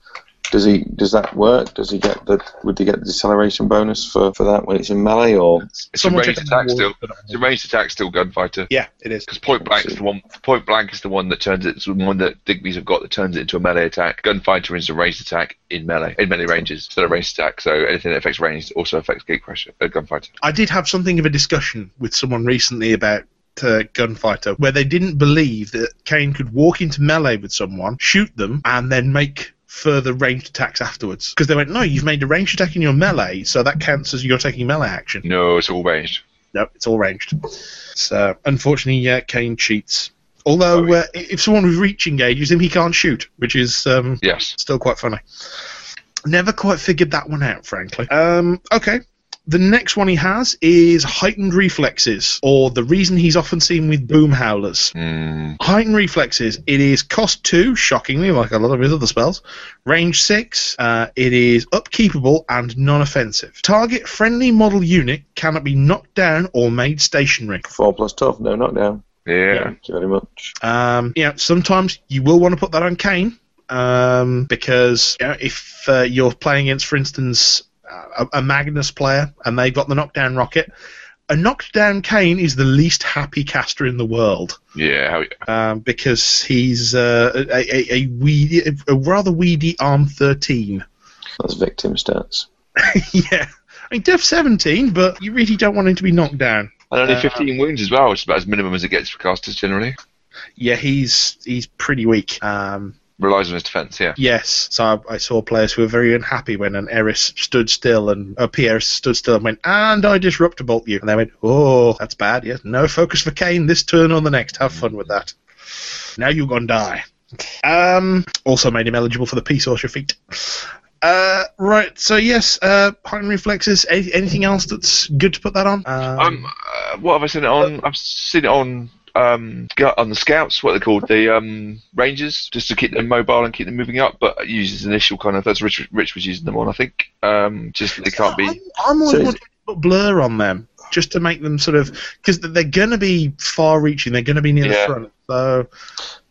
Does he? Does that work? Does he get the? Would he get the deceleration bonus for, for that when it's in melee or? It's a check on ranged the attack wall. still. It's a ranged attack still, gunfighter. Yeah, it is. Because point blank is the one. Point blank is the one that turns it. It's the one that Digby's have got that turns it into a melee attack. Gunfighter is a ranged attack in melee in melee ranges instead of ranged attack. So anything that affects range also affects gatecrasher. Uh, gunfighter. I did have something of a discussion with someone recently about uh, Gunfighter, where they didn't believe that Kane could walk into melee with someone, shoot them, and then make further ranged attacks afterwards. Because they went, no, you've made a ranged attack in your melee, so that counts as you're taking melee action. No, it's all ranged. No, it's all ranged. So, unfortunately, yeah, Kane cheats. Although, uh, i- if someone with reach engages him, he can't shoot, which is um, Yes. Still quite funny. Never quite figured that one out, frankly. Um, okay. the next one he has is heightened reflexes, or the reason he's often seen with boom howlers. Hmm. Heightened reflexes. It is cost two, shockingly, like a lot of his other spells. Range six. Uh, it is upkeepable and non-offensive. Target friendly model unit cannot be knocked down or made stationary. Four plus tough, no knockdown. Yeah. Thank you very much. Um, you know, sometimes you will want to put that on Kane um, because you know, if uh, you're playing against, for instance, a, a Magnus player and they've got the knockdown rocket, a knockdown Kane is the least happy caster in the world Yeah. How, um, because he's uh, a, a, a, weedy, a rather weedy arm 13. That's victim stats. yeah. I mean, Def 17, but you really don't want him to be knocked down. and only Uh, 15 wounds as well, which is about as minimum as it gets for casters generally. Yeah, he's he's pretty weak. Um, Relies on his defense, yeah. Yes, so I, I saw players who were very unhappy when an Eris stood still and a Pierce stood still and went, and I disrupt bolt you. And they went, oh, that's bad. Yes, no focus for Kane this turn or the next. Have fun with that. Now you're gonna die. Um, also made him eligible for the Peace or Feat. Uh, right, so yes, uh, Heightened Reflexes. A- anything else that's good to put that on? Um, uh, what have I seen it on? I've seen it on um, gu- on the scouts, what they're called, the um, rangers, just to keep them mobile and keep them moving up. But it uses initial kind of that's Rich, Rich was using them on, I think. Um, just that they can't I'm, be. I'm always So is wanting to put blur on them just to make them sort of because they're going to be far-reaching. They're going to be near Yeah. the front. So,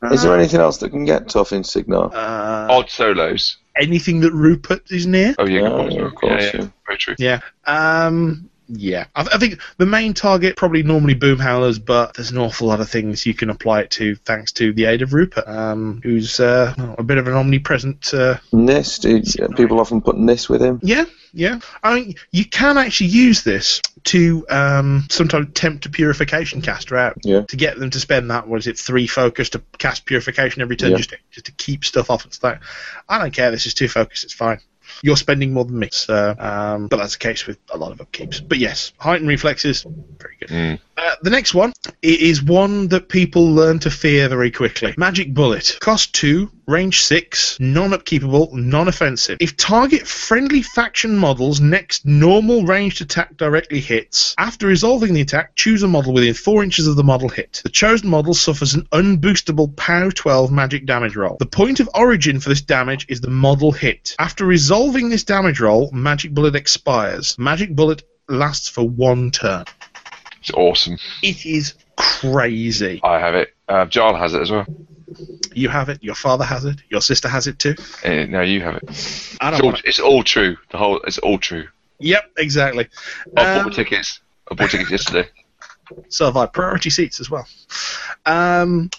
uh, Is there anything else that can get tough in Signar? uh, Odd solos. anything that Rupert is near? Oh yeah, good Oh, point as well. of course, Yeah, yeah, yeah. very true. Yeah. Um. Yeah, I, th- I think the main target probably normally boom howlers, but there's an awful lot of things you can apply it to thanks to the aid of Rupert, um, who's uh, a bit of an omnipresent uh, Nist. it- people often put Nist with him. Yeah, yeah. I mean, you can actually use this to um, sometimes tempt a purification caster out Yeah. to get them to spend that. What is it? Three focus to cast purification every turn Yeah. just to, just to keep stuff off and stuff. I don't care. This is two focus. It's fine. You're spending more than me, so um, but that's the case with a lot of upkeeps. But yes, heightened reflexes, very good. Mm. Uh, the next one it is one that people learn to fear very quickly. Magic Bullet. Cost 2, range 6, non upkeepable, non offensive. If target friendly faction model's next normal ranged attack directly hits, after resolving the attack, choose a model within 4 inches of the model hit. The chosen model suffers an unboostable POW 12 magic damage roll. The point of origin for this damage is the model hit. After resolving this damage roll, Magic Bullet expires. Magic Bullet lasts for one turn. It's awesome. It is crazy. I have it. Uh, Jarl has it as well. You have it. Your father has it. Your sister has it too. Uh, no, you have it. I It's don't all, want it. it's all true. The whole. It's all true. Yep, exactly. I bought Um, my tickets. I bought tickets yesterday. So have I. Priority seats as well. Um,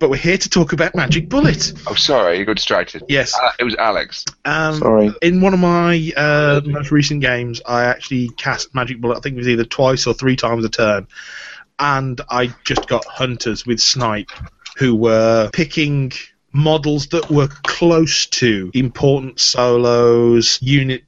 but we're here to talk about Magic Bullet. Oh, sorry, you got distracted. Yes. Uh, it was Alex. Um, Sorry. In one of my uh, most recent games, I actually cast Magic Bullet. I think it was either twice or three times a turn, and I just got hunters with snipe who were picking models that were close to important solos, unit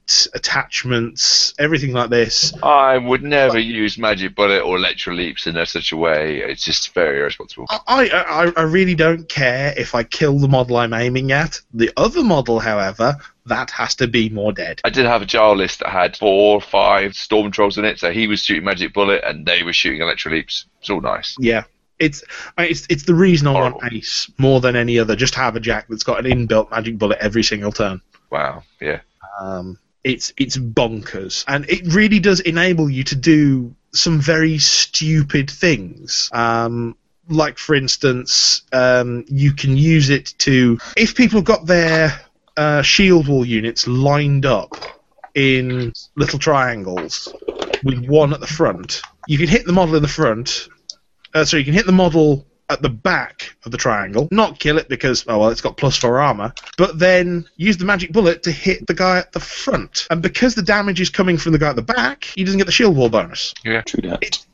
attachments, everything like this. I would never use magic bullet or electro leaps in such a way. It's just very irresponsible. I, I, I- I really don't care if I kill the model I'm aiming at. The other model, however, that has to be more dead. I did have a jar list that had four or five storm trolls in it, so he was shooting magic bullet and they were shooting electro leaps. It's all nice. Yeah. It's, I- it's it's the reason I want Horrible. Ace more than any other. Just have a Jack that's got an inbuilt magic bullet every single turn. Wow. Yeah. Um, it's it's bonkers, and it really does enable you to do some very stupid things. Um, like for instance, um, you can use it to if people got their uh, shield wall units lined up in little triangles with one at the front. You can hit the model in the front, uh, so you can hit the model at the back of the triangle, not kill it because oh well, it's got plus four armor, but then use the magic bullet to hit the guy at the front, and because the damage is coming from the guy at the back, he doesn't get the shield wall bonus. True that. It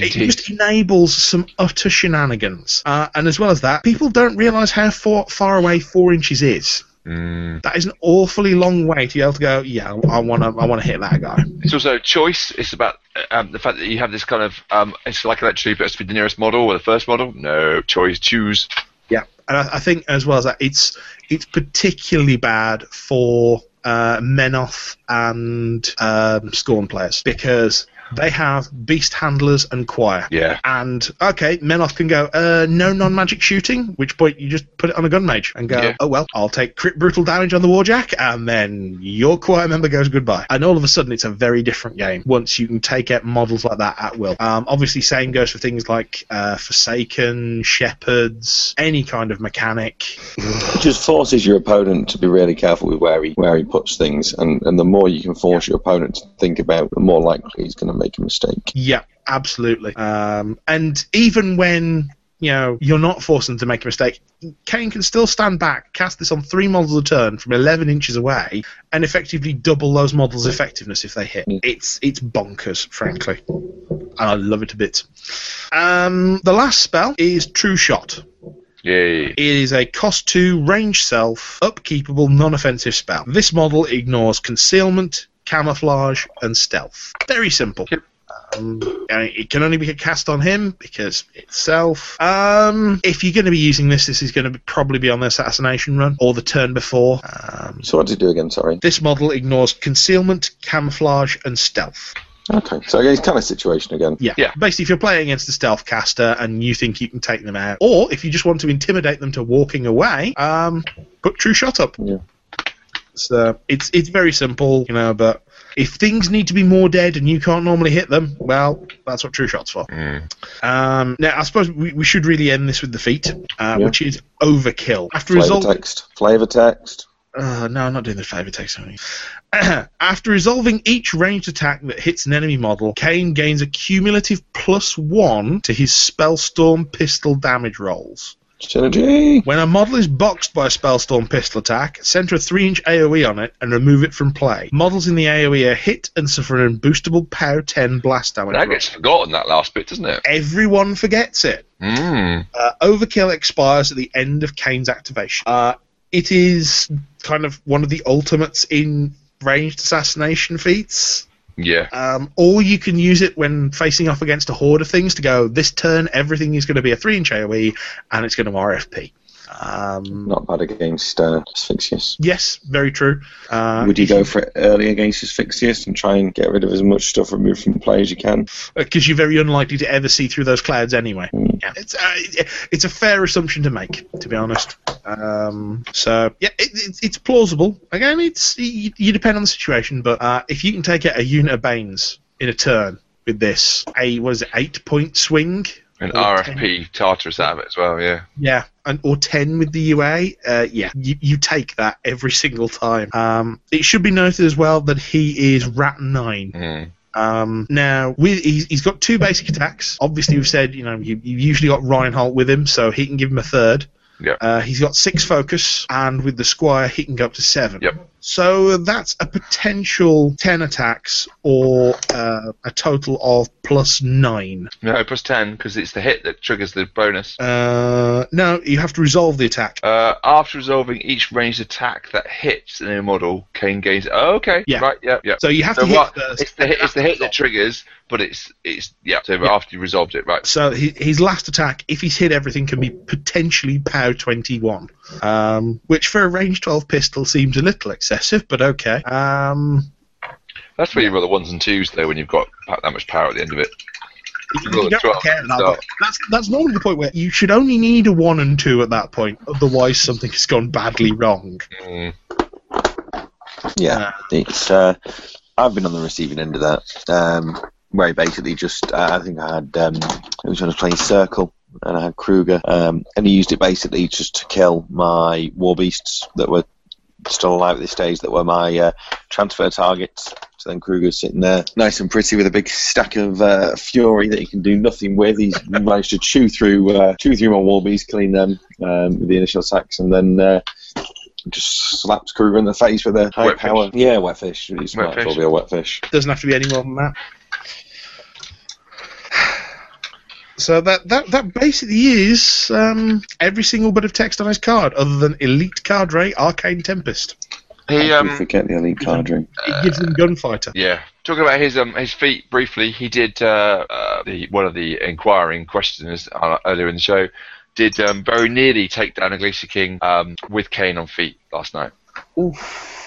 Indeed. just enables some utter shenanigans, uh, and as well as that, people don't realise how far far away four inches is. Mm. That is an awfully long way to be able to go. Yeah, I want to, I want to hit that guy. It's also choice. It's about uh, um, the fact that you have this kind of. Um, it's like electro leap. It has to be the nearest model or the first model. No choice. Choose. Yeah, and I, I think as well as that, it's it's particularly bad for uh, Menoth and um, Scorn players because they have beast handlers and choir. Yeah. And okay, Menoth can go uh, no non-magic shooting, which point you just put it on a gun mage and go, Yeah. oh well, I'll take crit brutal damage on the warjack, and then your choir member goes goodbye. And all of a sudden, it's a very different game once you can take out models like that at will. Um, obviously, same goes for things like uh, Forsaken, Shepherds, any kind of mechanic. It just forces your opponent to be really careful with where he where he puts things, and, and the more you can force your opponent to think about, the more likely he's going to make a mistake. Yeah, absolutely. Um, and even when you know you're not forcing them to make a mistake, Kane can still stand back, cast this on three models a turn from 11 inches away, and effectively double those models' effectiveness if they hit. It's it's bonkers, frankly, and I love it a bit. Um, the last spell is True Shot. Yay. It is a cost 2 range self upkeepable non offensive spell. This model ignores concealment, camouflage, and stealth. Very simple. Yep. Um, and it can only be cast on him because itself. Um, if you're going to be using this, this is going to be, probably be on the assassination run or the turn before. Um, So what did you do again? Sorry. this model ignores concealment, camouflage, and stealth. Okay. So again, it's kind of situation again. Yeah. Yeah. Basically, if you're playing against a stealth caster and you think you can take them out, or if you just want to intimidate them to walking away, um, put true shot up. Yeah. So it's it's very simple, you know. But if things need to be more dead and you can't normally hit them, well, that's what true shots for. Mm. Um, now, I suppose we, we should really end this with the feet, uh, Yeah. which is overkill. After Flavor result, text. Flavor text. uh, no, I'm not doing the flavor text only. After resolving each ranged attack that hits an enemy model, Kane gains a cumulative plus one to his Spellstorm pistol damage rolls. Synergy. When a model is boxed by a Spellstorm pistol attack, center a 3 inch AoE on it and remove it from play. Models in the AoE are hit and suffer an unboostable POW 10 blast damage. That roll. gets forgotten, that last bit, doesn't it? Everyone forgets it. Mm. Uh, Overkill expires at the end of Kane's activation. Uh, it is kind of one of the ultimates in ranged assassination feats. Yeah. Um, or you can use it when facing off against a horde of things to go, this turn everything is going to be a 3 inch AoE and it's going to RFP. Um, Not bad against uh, Asphyxius. yes, very true. Uh, Would you go for it early against Asphyxius and try and get rid of as much stuff removed from play as you can? Because you're very unlikely to ever see through those clouds anyway. Yeah, it's, uh, it's a fair assumption to make, to be honest. Um, so yeah, it, it, it's plausible. Again, it's you, you depend on the situation, but uh, if you can take out a unit of Banes in a turn with this, a was it eight point swing? An Or RFP Tartarus out of it as well, yeah. Yeah, and or ten with the UA. Uh, yeah, you, you take that every single time. Um, it should be noted as well that he is Rat Nine. Mm. Um, now, with he's, he's got two basic attacks. Obviously, we've said you know you, you usually got Reinhold with him, so he can give him a third. Yep. Uh, he's got six focus, and with the Squire, he can go up to seven. Yep. So that's a potential ten attacks, or uh, a total of plus nine. No, plus 10, because it's the hit that triggers the bonus. Uh, no, you have to resolve the attack. Uh, after resolving each ranged attack that hits an enemy model, Kane gains. Oh, okay. Yeah. Right. Yeah. Yeah. So you have So to hit what? first. It's the hit. It's the hit that triggers, but it's it's yeah. So after you resolved it, right? So he, his last attack, if he's hit everything, can be potentially POW 21, um, which for a range 12 pistol seems a little excessive, but okay. Um, That's where you roll the ones and twos though, when you've got pa- that much power at the end of it. you Roll a don't really 12, care at that so- point. That's, that's normally the point where you should only need a 1 and 2 at that point, otherwise something has gone badly wrong. Mm. Yeah, it's. Uh, I've been on the receiving end of that, um, where I basically just. Uh, I think I had. Um, I was when I was playing Circle, and I had Kruger, um, and he used it basically just to kill my war beasts that were still alive at this stage, that were my uh, transfer targets. So then Kruger's sitting there, nice and pretty, with a big stack of uh, fury that he can do nothing with. He's managed to chew through, uh, chew through my war beasts, killing them um, with the initial attacks, and then. Uh, just slaps Kruger in the face with a high Wet fish. power. Yeah, wet fish. It's Wet might as well fish. be a wet fish. Doesn't have to be any more than that. So that, that, that basically is um, every single bit of text on his card, other than Elite Card Ray, Arcane Tempest. He How do we um forget the elite cadre. It gives him Gunfighter. yeah. Talking about his um his feet briefly, he did uh, uh the, one of the inquiring questioners uh, earlier in the show did um, very nearly take down a Glacier King um with Kane on feet last night.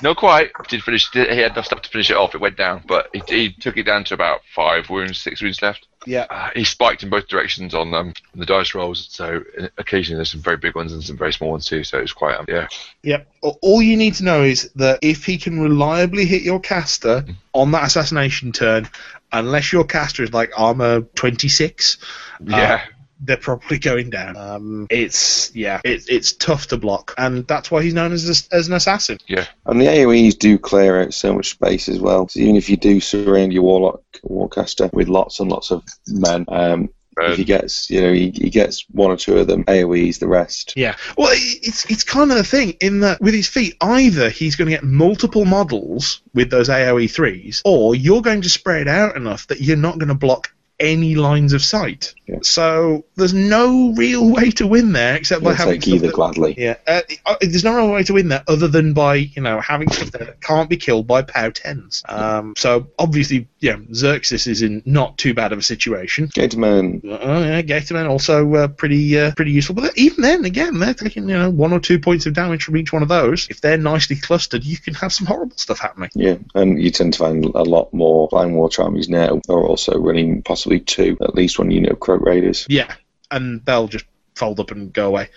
No, quite. Did finish. Did, he had enough stuff to finish it off. It went down, but he, he took it down to about five wounds, six wounds left. Yeah. Uh, he spiked in both directions on um, the dice rolls. So uh, occasionally there's some very big ones and some very small ones too. So it's quite um, yeah. Yep. A- All you need to know is that if he can reliably hit your caster on that assassination turn, unless your caster is like armor 26, Yeah. they're probably going down. Um, It's yeah, it, it's tough to block, and that's why he's known as a, as an assassin. And the AoEs do clear out so much space as well. So even if you do surround your warlock, warcaster with lots and lots of men, um, if Um, he gets, you know, he, he gets one or two of them, AoEs the rest. Yeah. Well, i- it's it's kind of the thing in that with his feet, either he's going to get multiple models with those AOE threes, or you're going to spread out enough that you're not going to block any lines of sight. Yeah. So there's no real way to win there except by He'll having take stuff either that- gladly. Yeah, uh, uh, there's no real way to win that other than by you know having stuff that can't be killed by POW tens. Um, so obviously, yeah, Xerxes is in not too bad of a situation. Gatorman, Oh yeah, Gatorman also uh, pretty uh, pretty useful. But even then, again, they're taking you know one or two points of damage from each one of those. If they're nicely clustered, you can have some horrible stuff happening. yeah, and you tend to find a lot more Blind Watch armies now are also running possibly two, at least one unit of Croak Raiders. Yeah, and they'll just fold up and go away.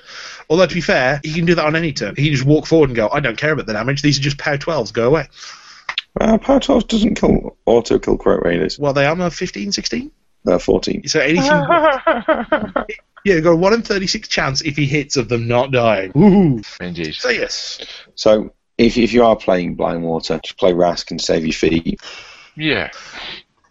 Although to be fair, he can do that on any turn. He can just walk forward and go, I don't care about the damage. These are just POW twelves. Go away. Uh, Power 12 doesn't kill, auto kill Croak Raiders. Well, they are 15, 16. Uh, 14. So anything. yeah, you've got a 1 in 36 chance if he hits of them not dying. Ooh. indeed. So, yes. So if, if you are playing Blind Water, just play Rask and save your feet. Yeah.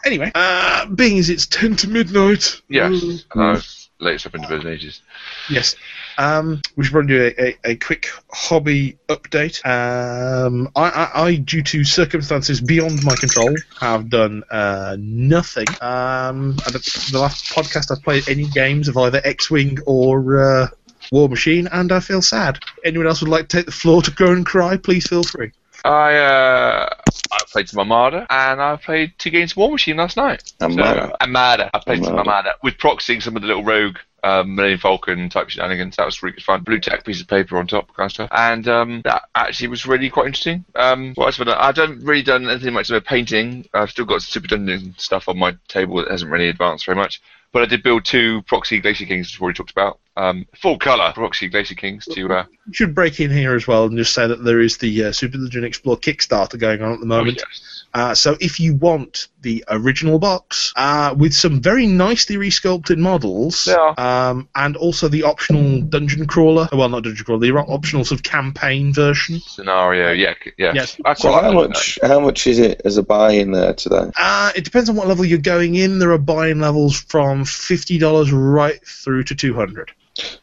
Anyway, uh, being as it's 10 to midnight. Yes. Ooh. And I was latest up into bed in ages. Yes. Um, we should probably do a, a, a quick hobby update. Um, I, I, I, due to circumstances beyond my control, have done uh, nothing. Um, and the the last podcast I've played any games of either X Wing or uh, War Machine, and I feel sad. Anyone else would like to take the floor to go and cry? Please feel free. I uh, I played some Armada and I played two games of War Machine last night. Armada? So, Armada. I played some Armada. Armada with proxying some of the little rogue um, Millennium Falcon type shenanigans. That was really good fun. Blue tack piece of paper on top kind of stuff, and um, that actually was really quite interesting. Um, what else have I done? I haven't really done anything much of a painting. I've still got super dungeon stuff on my table that hasn't really advanced very much. But I did build two proxy Glacier Kings, which we already talked about. Um, full colour proxy Glacier Kings to uh, You should break in here as well and just say that there is the uh, Super Legion Explore Kickstarter going on at the moment. yes. Uh, so if you want the original box uh, with some very nicely resculpted models, Yeah. um, and also the optional dungeon crawler, well not dungeon crawler, the ro- optional sort of campaign version. scenario. Yeah, c- yeah. Yes. I So quite how like that. much how much is it as a buy in there today? Uh, it depends on what level you're going in. There are buying levels from fifty dollars right through to two hundred.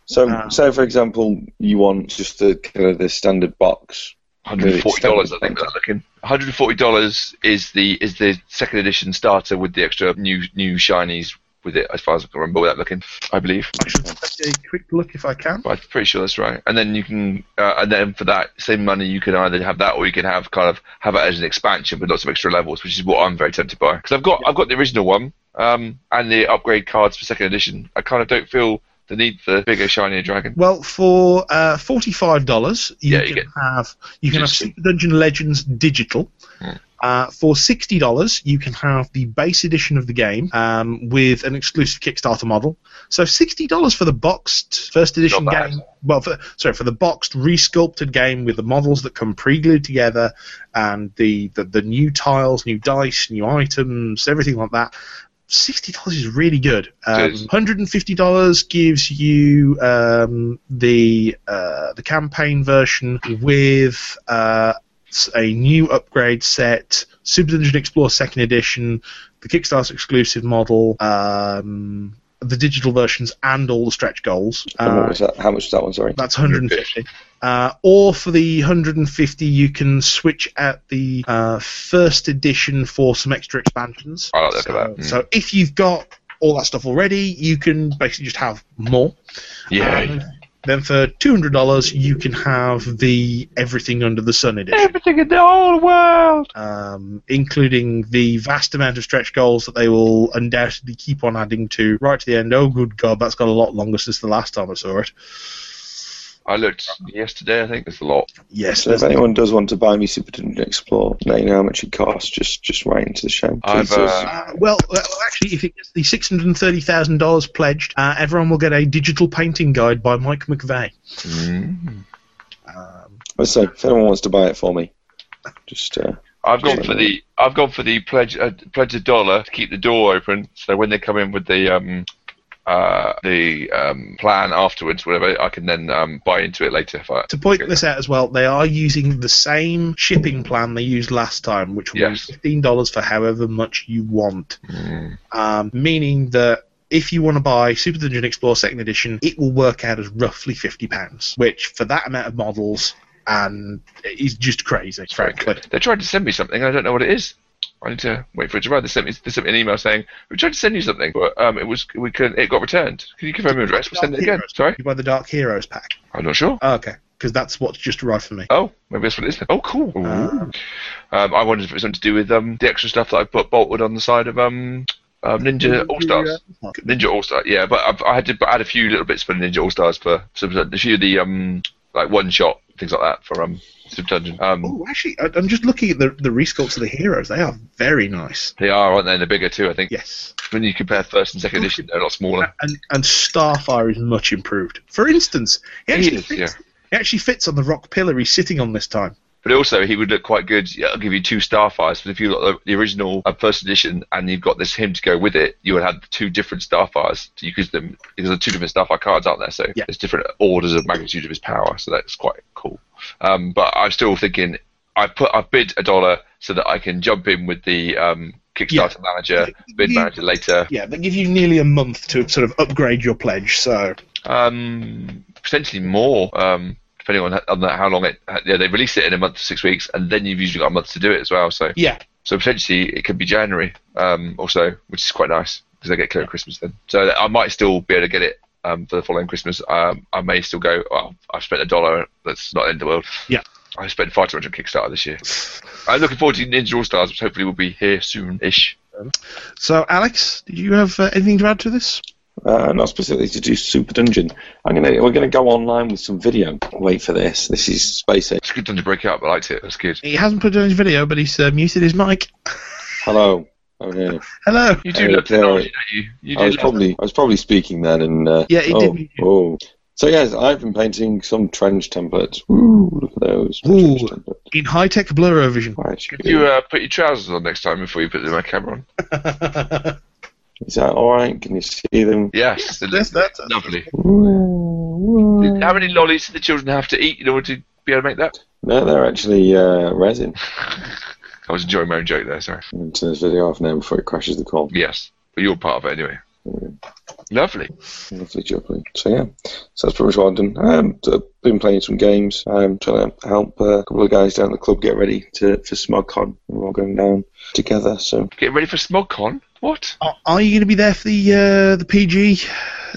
So Ah. so for example, you want just the kind of the standard box. Hundred forty dollars, I think. Without looking, one hundred forty dollars is the is the second edition starter with the extra new new shinies with it, as far as I can remember, without looking. I believe, I should take a quick look if I can. but I'm pretty sure that's right. And then you can, uh, and then for that same money, you can either have that or you can have kind of have it as an expansion with lots of extra levels, which is what I'm very tempted by because I've got I've got the original one um, and the upgrade cards for second edition. I kind of don't feel the need for bigger shinier dragon. Well, for uh, forty-five dollars, you, Yeah, can you get- have you can have Just- Super Dungeon Legends digital. Hmm. Uh, for sixty dollars, you can have the base edition of the game um, with an exclusive Kickstarter model. So sixty dollars for the boxed first edition Not bad. game. Well, for, sorry, for the boxed resculpted game with the models that come pre-glued together and the, the the new tiles, new dice, new items, everything like that. Sixty dollars is really good. Um, Cheers. Hundred and fifty dollars gives you um, the uh, the campaign version with uh, s- a new upgrade set, Super Dungeon Explore Second Edition, the Kickstarter exclusive model, um, the digital versions, and all the stretch goals. And what Uh, was that? How much was that one? Sorry. that's 150. Uh, or for the 150, you can switch out the uh, first edition for some extra expansions. I like that for so, that, mm. so if you've got all that stuff already, you can basically just have more. Yeah, Um, then for two hundred dollars, you can have the Everything Under the Sun edition, everything in the whole world. um, including the vast amount of stretch goals that they will undoubtedly keep on adding to right to the end. Oh, good God, that's got a lot longer since the last time I saw it. I looked yesterday. I think there's a lot. Yes, So if anyone does want to buy me Superdidn't Explore, now you know how much it costs, just just write into the show. I've, Please, uh, Uh, well, uh, actually, if it gets the six hundred and thirty thousand dollars pledged, uh, everyone will get a digital painting guide by Mike McVeigh. Um, let's say, if anyone wants to buy it for me, just uh, I've gone for the I've gone for the pledge uh, pledge a dollar to keep the door open. So when they come in with the um, uh, the um, plan afterwards, whatever, I can then um, buy into it later. If I, to point this out as well, they are using the same shipping plan they used last time, which was Yes. fifteen dollars for however much you want. Um, meaning that if you want to buy Super Dungeon Explore Second Edition, it will work out as roughly fifty pounds, which for that amount of models. And is just crazy, frankly. They tried to send me something. I don't know what it is. I need to wait for it to arrive. They sent me, they sent me an email saying we tried to send you something, but um, it was we couldn't. It got returned. Can you confirm your address? We'll send it again. Sorry, You buy the Dark Heroes pack. I'm not sure. Oh, okay, because that's what's just arrived for me. Oh, maybe that's what it is. then. Oh, cool. Ooh. Ah. Um, I wondered if it was something to do with um, the extra stuff that I put bolted on the side of um, um, Ninja All Stars. Ninja All Star, yeah. But I've, I had to add a few little bits for Ninja All Stars for some a few of the um like one shot things like that for um Super Dungeon. Um, Oh, actually, I, I'm just looking at the the resculpts of the heroes. They are very nice. they are, aren't they? And they're bigger too. I think Yes, when you compare first and second edition, they're a lot smaller. and and Starfire is much improved. For instance, he He actually, is, fits, yeah. he actually fits on the rock pillar he's sitting on this time. But also, he would look quite good. Yeah, I'll give you two Starfires, but if you got the, the original uh, first edition and you've got this him to go with it, you would have two different Starfires to use them because there are two different Starfire cards, aren't there? So Yeah. there's different orders of magnitude of his power, so that's quite cool. Um, but I'm still thinking I put I bid a dollar so that I can jump in with the um, Kickstarter manager, bid You- manager later. Yeah, they give you nearly a month to sort of upgrade your pledge. So Um, potentially more, um, depending on, on the, how long it. Yeah, they release it in a month to six weeks, and then you've usually got a month to do it as well. So yeah, So potentially it could be January um, or so, which is quite nice because I get clear at Christmas then. So I might still be able to get it um, for the following Christmas. Um, I may still go. Oh, I've spent a dollar. That's not the end of the world. Yeah. I spent 500 on Kickstarter this year. I'm looking forward to Ninja All Stars, which hopefully will be here soon-ish. so Alex, did you have uh, anything to add to this? Uh, not specifically to do Super Dungeon. I'm gonna we're gonna go online with some video. Wait for this. This is Space Age. It's a good time to break up. I liked it. That's good. He hasn't put it on his video, but he's uh, muted his mic. Hello. I'm here. Hello. You do Uh, look yeah. technology, don't you? You do I was look- probably I was probably speaking then and uh, Yeah, it oh, did. oh. So yes, I've been painting some trench templates. Woo, look at those. Ooh. Trench templates. In high tech Bluro vision. Quite Could good. you uh, put your trousers on next time before you put the camera on? Is that all right? Can you see them? Yes. they look That's, that's, lovely. Woo, woo. How many lollies do the children have to eat in order to be able to make that? No, they're actually uh, resin. I was enjoying my own joke there, sorry. I'm gonna turn this video off now before it crashes the call. Yes, but you're part of it anyway. Lovely. Lovely jubbly. So yeah, so that's pretty much what I've done. Um, so I've been playing some games. I'm trying to help uh, a couple of guys down at the club get ready to for SmogCon. We're all going down together. So Getting ready for SmogCon? What? Are, are you going to be there for the uh, the PG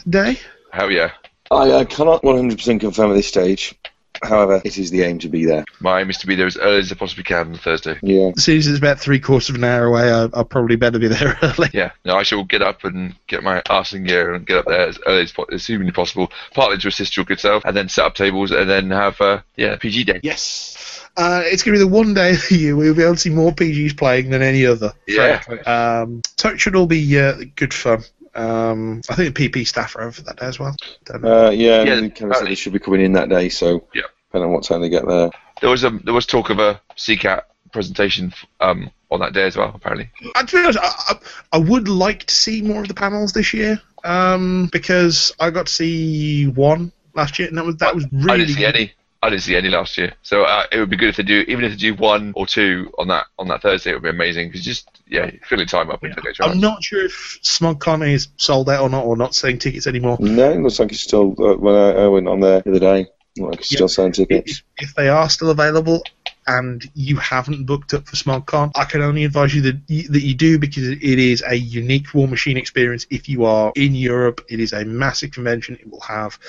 day? Hell yeah. I, I cannot 100% confirm at this stage. However, it is the aim to be there. My aim is to be there as early as I possibly can on Thursday. Yeah. As soon as it's about three quarters of an hour away, I, I'll probably better be there early. Yeah, no, I shall get up and get my arse in gear and get up there as early as, po- as humanly possible, partly to assist your good self, and then set up tables and then have, uh, yeah, PG day. Yes. Uh, it's going to be the one day of the year we'll be able to see more PGs playing than any other. Yeah. frankly. Um, so it should all be uh, good fun. Um, I think the PP staff are over for that day as well. Don't know. Uh, yeah. Yeah, Yeah. Kind of said apparently. they should be coming in that day. So Yeah. depending on what time they get there. There was um, there was talk of a CCAT presentation um, on that day as well, apparently. Uh, to be honest, I, I, I would like to see more of the panels this year um, because I got to see one last year, and that was that was really I didn't see any. I didn't see any last year, so uh, it would be good if they do, even if they do one or two on that on that Thursday. It would be amazing because just yeah, filling time up. Yeah. I'm not sure if SmogCon is sold out or not, or not selling tickets anymore. No, it looks like it's still. Uh, when I, I went on there the other day, it looked like it's Yeah. still selling tickets. If, if they are still available and you haven't booked up for SmogCon, I can only advise you that you, that you do because it is a unique War Machine experience. If you are in Europe, it is a massive convention. It will have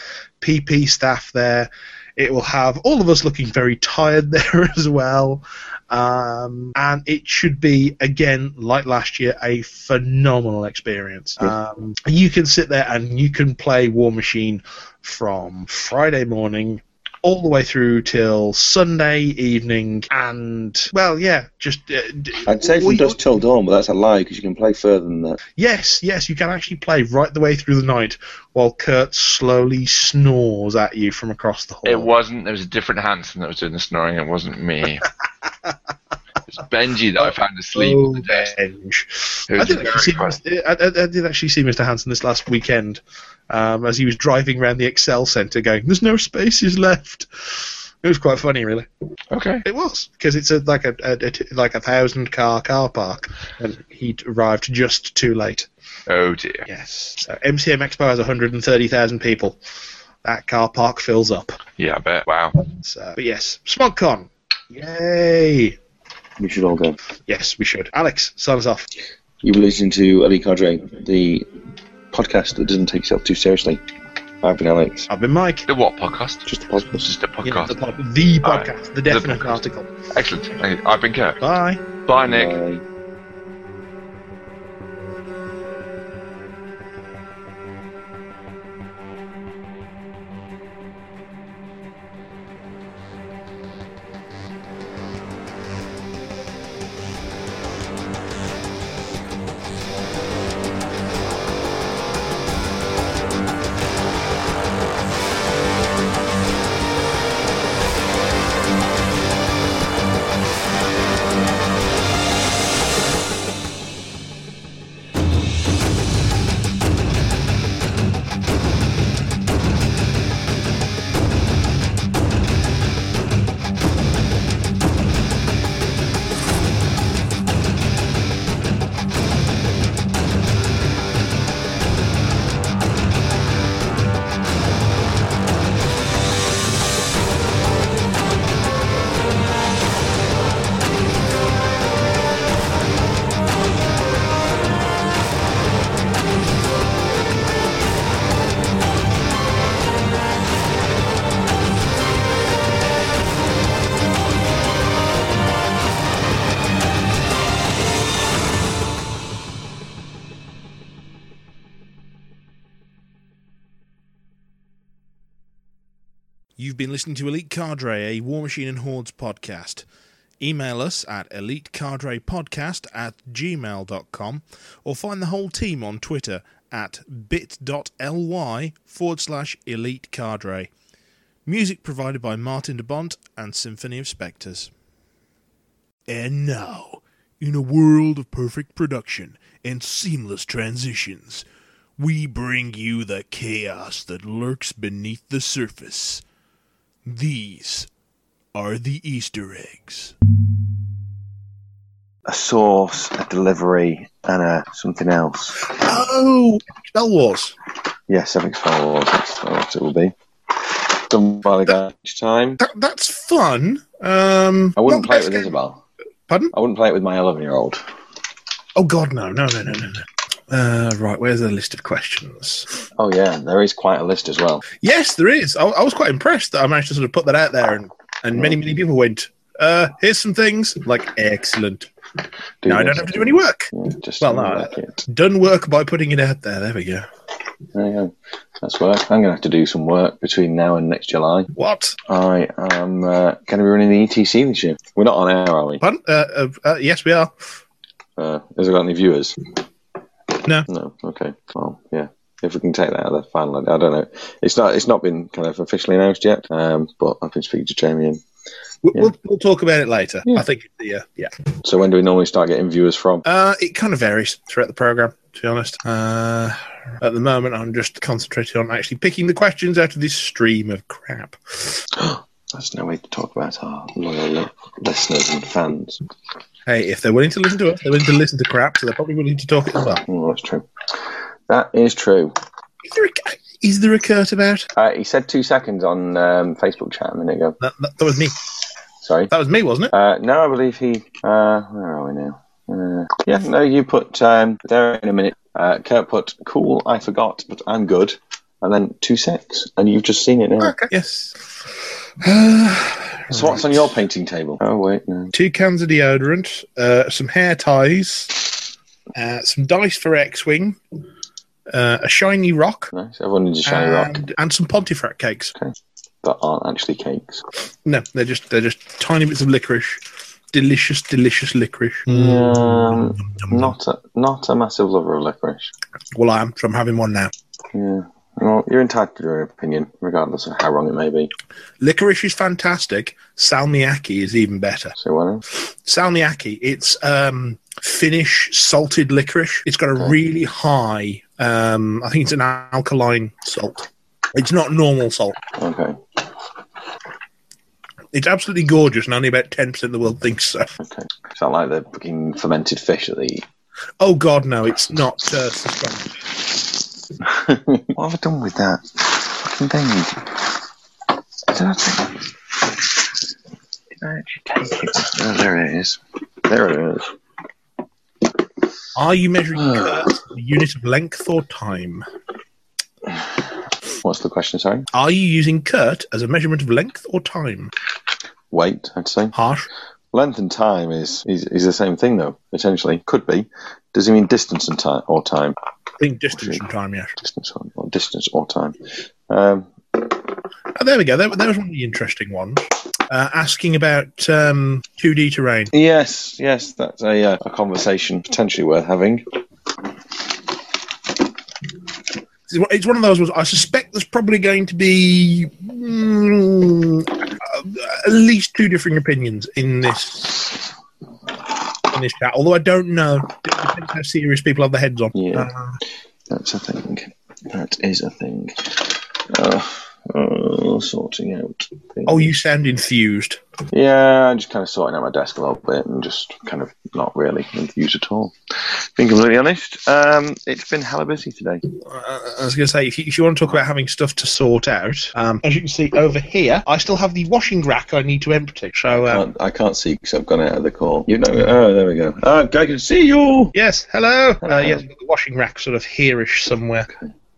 PP staff there. It will have all of us looking very tired there as well. Um, and it should be, again, like last year, a phenomenal experience. Um, you can sit there and you can play War Machine from Friday morning all the way through till Sunday evening, and well, yeah, just uh, d- I'd say from we- dusk till dawn, but that's a lie because you can play further than that. Yes, yes, you can actually play right the way through the night while Kurt slowly snores at you from across the hall. It wasn't. There was a different Hanson that was doing the snoring. It wasn't me. it's Benji that I found asleep on the desk. revenge. It was Oh. I did, very actually see, funny. Mr- I, I- I did actually see Mr. Hanson this last weekend um, as he was driving around the Excel Centre going, there's no spaces left. It was quite funny, really. Okay. It was because it's a, like a, a, a t- like a thousand car car park, and he arrived just too late. Oh dear. Yes, so MCM Expo has 130,000 people. That car park fills up. Yeah, I bet. Wow. So, but yes, SmogCon. Yay! We should all go. Yes, we should. Alex, sign us off. You've been listening to Ali Cadre, the podcast that doesn't take itself too seriously. I've been Alex. I've been Mike. The what podcast? Just a podcast. Just a You know, podcast. the, pod- the Alright. podcast, the definite podcast. article. Excellent. Thank you. I've been Kirk. Bye. Bye, Nick. Bye. You've been listening to Elite Cadre, a War Machine and Hordes podcast. Email us at elitecadrepodcast at gmail.com or find the whole team on Twitter at bit.ly forward slash elite cadre. Music provided by Martin DeBont and Symphony of Spectres. And now, in a world of perfect production and seamless transitions, we bring you the chaos that lurks beneath the surface. These are the Easter eggs. A source, a delivery, and a something else. Oh, Star Wars. Yes, I think Star Wars. That's what it will be. Done by the guy each time. That, that's fun. Um, I wouldn't not play it best with game- Isabel. Pardon? I wouldn't play it with my 11 year old. Oh God, no, no, no, no, no, no. Uh, right, where's the list of questions? Oh, yeah, there is quite a list as well. Yes, there is. I, I was quite impressed that I managed to sort of put that out there, and, and many, many people went, uh, here's some things. Like, excellent. Do Now I don't this. have to do any work. Yeah, just Well, well, no, like it. Done work by putting it out there. There we go. There you go. That's work. I'm going to have to do some work between now and next July. What? I am uh, going to be running the ETC this year. We're not on air, are we? Pardon? Uh, uh, uh, yes, we are. Uh, has it got any viewers? No. No. Okay. Well, yeah. If we can take that out of the final, I don't know. It's not. It's not been kind of officially announced yet. Um, but I've been speaking to Jamie. And, We, Yeah. We'll, we'll talk about it later. Yeah. I think. Yeah, yeah. so when do we normally start getting viewers from? Uh, it kind of varies throughout the program, to be honest. Uh, at the moment, I'm just concentrating on actually picking the questions out of this stream of crap. That's no way to talk about our loyal li- listeners and fans. Hey, if they're willing to listen to us, they're willing to listen to crap, so they're probably willing to talk as well. Oh, that's true. That is true. Is there a, is there a Kurt about? Uh, he said two seconds on um, Facebook chat a minute ago. That, that, that was me. Sorry. That was me, wasn't it? Uh, no, I believe he. Uh, where are we now? Uh, yeah, no, you put um, there in a minute. Uh, Kurt put cool. I forgot, but I'm good. And then two six, and you've just seen it now. Okay. Yes. So what's on your painting table? Oh wait, no. Two cans of deodorant, uh, some hair ties, uh, some dice for X-wing, uh, a shiny rock, Nice. Everyone needs a shiny rock. Um, and, and some Pontifract cakes. that aren't actually cakes. No, they're just they're just tiny bits of licorice. Delicious, delicious licorice. Hmm. Um, not a, not a massive lover of licorice. Well, I am. So I'm having one now. Yeah. Well, you're entitled to your opinion, regardless of how wrong it may be. Licorice is fantastic. Salmiakki is even better. So what else? Salmiakki, it's um, Finnish salted licorice. It's got a really high. Um, I think it's an alkaline salt. It's not normal salt. Okay. It's absolutely gorgeous, and only about ten percent of the world thinks so. Okay. Is that like the fucking fermented fish that they eat? Oh God, no, it's not uh, suspended. What have I done with that fucking thing? Did I take it? Did I actually take it? Oh, there it is. There it is. Are you measuring curves in a unit of length or time? What's the question, sorry? Are you using Kurt as a measurement of length or time? Weight, I'd say. Harsh. Length and time is, is, is the same thing, though, potentially. Could be. Does he mean distance and time or time? I think distance and time, yes. Distance or, or distance or time. Um, Oh, there we go. There, there was one of the interesting ones. Uh, asking about um, 2D terrain. yes, yes, that's a, uh, a conversation potentially worth having. It's one- It's one of those ones. I suspect there's probably going to be mm, uh, at least two differing opinions in this in this chat. Although I don't know It depends how serious people have their heads on. Yeah. Uh, That's a thing. That is a thing. Oh, oh, sorting out. things. oh, you sound enthused. Yeah, I'm just kind of sorting out my desk a little bit and just kind of not really enthused at all. Being completely honest, um, it's been hella busy today. uh, I was going to say, if you, if you want to talk about having stuff to sort out, um, as you can see over here, I still have the washing rack I need to empty. So, um, Can't- Uh, I can't see because I've gone out of the call. You know, oh, there we go. Oh, I can see you. yes, hello. Uh, Hello. yes, I've got the washing rack sort of hereish somewhere.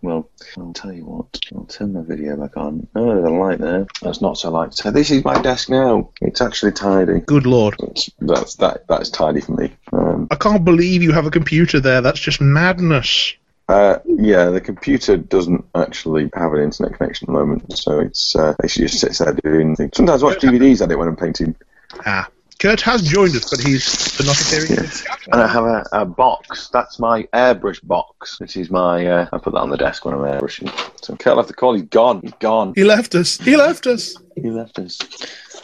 Well, I'll tell you what. I'll turn my video back on. Oh, there's a light there. That's not so light. So this is my desk now. It's actually tidy. Good lord, It's, that's that. That's tidy for me. Um, I can't believe you have a computer there. That's just madness. Uh, yeah, the computer doesn't actually have an internet connection at the moment, so it's uh, actually just sits there doing things. Sometimes I watch DVDs at it when I'm painting, Ah, Kurt has joined us, but he's but not appearing. in the chat. and I have a, a box. That's my airbrush box. This is my. Uh, I put that on the desk when I'm airbrushing. So Kurt left the call. He's gone. He's gone. He left us. He left us. He left us.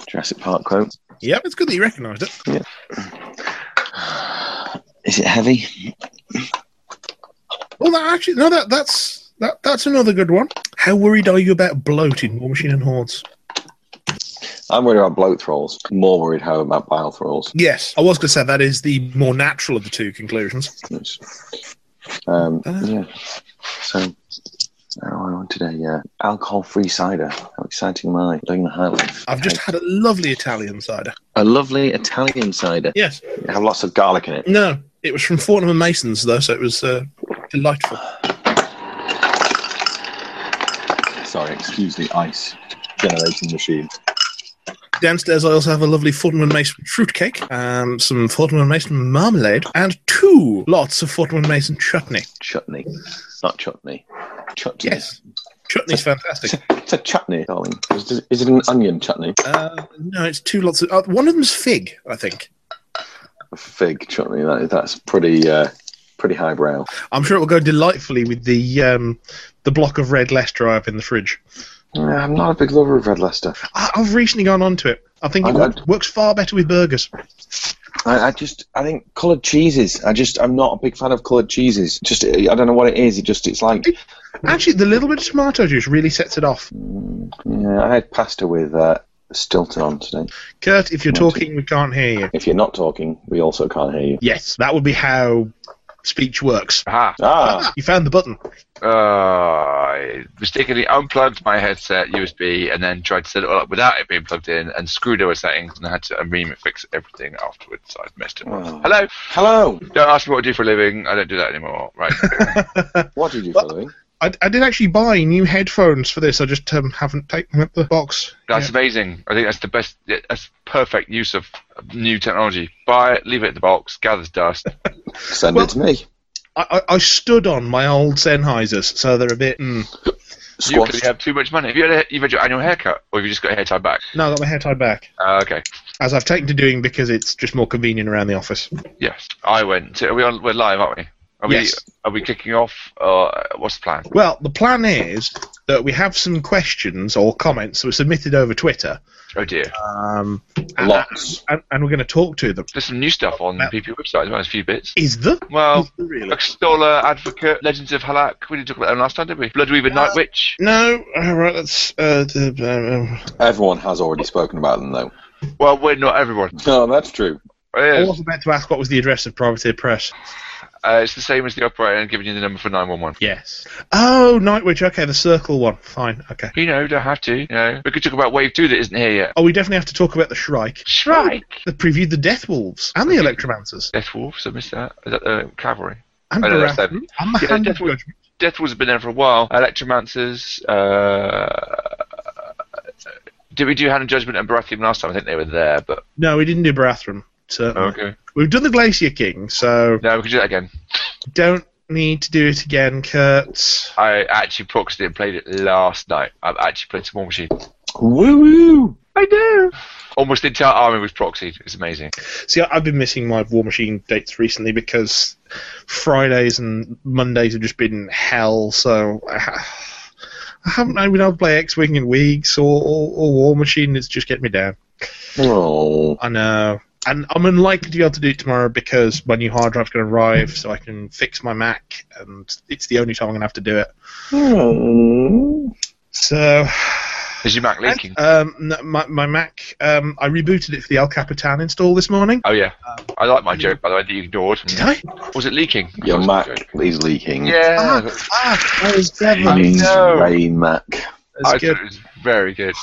Jurassic Park quote. Yep, it's good that you recognised it. Is it heavy? Well, that actually, no, that that's that that's another good one. How worried are you about bloat in War Machine and Hordes? I'm worried about bloat thralls. More worried how about bile thralls. Yes, I was going to say that is the more natural of the two conclusions. Um, Ah. yeah. So, oh, I wanted a uh, alcohol-free cider. How exciting am I? Doing the high life. I've just had a lovely Italian cider. a lovely Italian cider. Yes, It have lots of garlic in it. no, it was from Fortnum and Masons though, so it was uh, delightful. Sorry, excuse the ice generating machine. Downstairs, I also have a lovely Fortnum and Mason fruitcake, um, some Fortnum and Mason marmalade, and two lots of Fortnum and Mason chutney. Chutney, not chutney. Chutney. Yes, chutney's fantastic. It's a chutney, darling. Is, is it an onion chutney? Uh, no, it's two lots of. Uh, one of them's fig, I think. A fig chutney. That, that's pretty, uh, pretty highbrow. I'm sure it will go delightfully with the um, the block of red Leicester I have in the fridge. Yeah, I'm not a big lover of red Leicester. I, I've recently gone onto it. I think it I works, don't- works far better with burgers. I, I just, I think coloured cheeses. I just, I'm not a big fan of coloured cheeses. Just, I don't know what it is. It just, it's like, Actually, the little bit of tomato juice really sets it off. yeah. I had pasta with uh, Stilton on today. Kurt, if you're talking, we can't hear you. If you're not talking, we also can't hear you. Yes, that would be how speech works. Aha. Ah. Ah, you found the button. Uh, I mistakenly unplugged my headset USB and then tried to set it all up without it being plugged in and screwed over settings and had to unream it, fix everything afterwards. So I've messed it up. Wow. Hello. Hello. Don't ask me what I do for a living. I don't do that anymore. Right. What did you do for a living? I, I did actually buy new headphones for this. I just um, haven't taken up the box. That's yet. amazing. I think that's the best. yeah, That's perfect use of new technology. Buy it, leave it in the box, gathers dust. Send Well- it to me. I, I, I stood on my old Sennheisers, so they're a bit. Mm, You Squashed. clearly have too much money. Have you had, a, you've had your annual haircut, or have you just got your hair tied back? No, I got my hair tied back, Uh, okay. as I've taken to doing because it's just more convenient around the office. Yes, I went. So are we on, we're live, aren't we? Are Yes. we Are we kicking off? Or uh, what's the plan? Well, the plan is that we have some questions or comments that were submitted over Twitter, Oh dear. um, and, Lots. and, and we're going to talk to them. There's some new stuff on Well- the PP website as well. There's a few bits. Is there? Well, Is there really? Luxdola, Advocate, Legends of Halak. We didn't talk about them last time, did we? Bloodweaver, Night Witch. Uh, No, all right. That's uh, the, um, Everyone has already spoken about them, though. Well, we're not everyone. No, that's true. I Uh, was about to ask what was the address of Privateer Press. uh, it's the same as the operator and giving you the number for 911. Yes. Oh, Nightwitch. Okay, the circle one. Fine. Okay. You know, don't have to. You know, we could talk about Wave Two that isn't here yet. Oh, we definitely have to talk about the Shrike. Shrike. They previewed the Death Wolves and the Electromancers Death Wolves. I missed that. Is that the cavalry? and Oh, the no, that's Rattan and the Yeah, Hand of Death Wolves. Judgment. Death Wolves have been there for a while. Electromancers. Uh, did we do Hand of Judgment and Baratheon last time? I think they were there, but No, we didn't do Barathrum. Certainly. okay. We've done the Glacier King, so No, we could do that again. don't need to do it again, Kurt. I actually proxied it and played it last night. I've actually played some War Machine. Woo woo! I do. Almost the entire army was proxied. It's amazing. See, I- I've been missing my War Machine dates recently because Fridays and Mondays have just been hell. So I, ha- I haven't been able to play X Wing in weeks or, or, or War Machine. It's just getting me down. Oh, I know. And I'm unlikely to be able to do it tomorrow because my new hard drive's going to arrive, so I can fix my Mac, and it's the only time I'm going to have to do it. So, Is your Mac leaking? um, no, my, my Mac, um, I rebooted it for the El Capitan install this morning. Oh yeah. I like my joke by the way that you ignored. Did I? Was it leaking? your Was it Mac a joke? is leaking. Yeah. Ah, ah, that was clever. I Jeez, know. Rain Mac. That's I good. thought it was very good.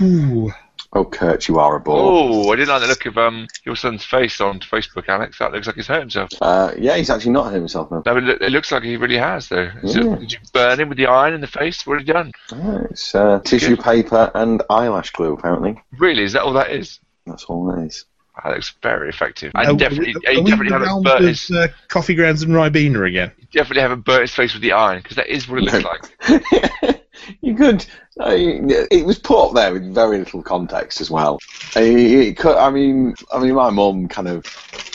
Ooh. Oh, Kurt, you are a bore. Oh, I didn't like the look of um your son's face on Facebook, Alex. That looks like he's hurt himself. Uh, yeah, he's actually not hurt himself now. No, but it loo- it looks like he really has though. Is Yeah. it- did you burn him with the iron in the face? What have you done? Yeah, it's uh, tissue paper and eyelash glue, apparently. Really? Is that all that is? That's all it is. Alex, very effective. I Are we- definitely, are I definitely we in the haven't realms burnt of, his, uh, coffee grounds and Ribena again. definitely haven't burnt his face with the iron because that is what it looks like. you could. I, it was put up there with very little context as well. I, it could, I mean, I mean, my mum kind of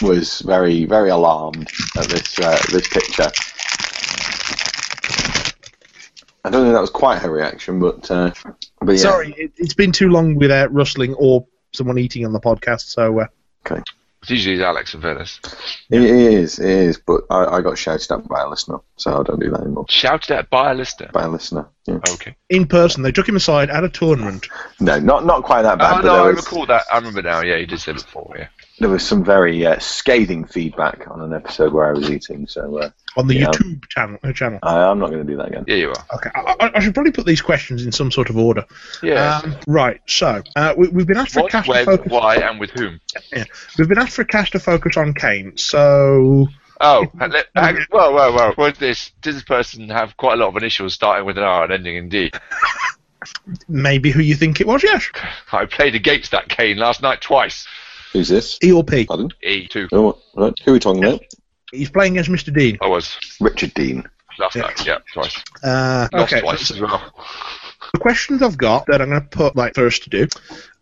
was very, very alarmed at this uh, this picture. I don't know. if That was quite her reaction, but uh, but yeah. Sorry, it, it's been too long without rustling or someone eating on the podcast, so uh, It's usually Alex and Venice. It is, it is, but I, I got shouted at by a listener, so I don't do that anymore. Shouted at by a listener. By a listener, yeah. Okay. in person, they took him aside at a tournament. No, not not quite that bad, Ah, Oh, but no, I there, was, recall that. I remember now. Yeah, you did say before. Yeah. there was some very uh, scathing feedback on an episode where I was eating, so uh, on the Yeah. YouTube channel. uh, channel. I, I'm not going to do that again. Yeah, you are. Okay, I, I- I should probably put these questions in some sort of order. Yeah. Um, right, so uh, we, we've been asked for a what, cash where, to focus. why, and with whom? We've been asked for a cash to focus on Kane. So Oh, let, hang, whoa, whoa, whoa. What's this? Does this person have quite a lot of initials starting with an R and ending in D? maybe who you think it was? Yes, I played against that Kane last night twice. Who's this? E or P. Pardon? E2. Oh, right. Who are we talking about? He's playing against Mr. Dean. I was Richard Dean. last night. Yeah, twice. Uh, Lost okay, twice as well. the questions I've got that I'm going to put like first to do.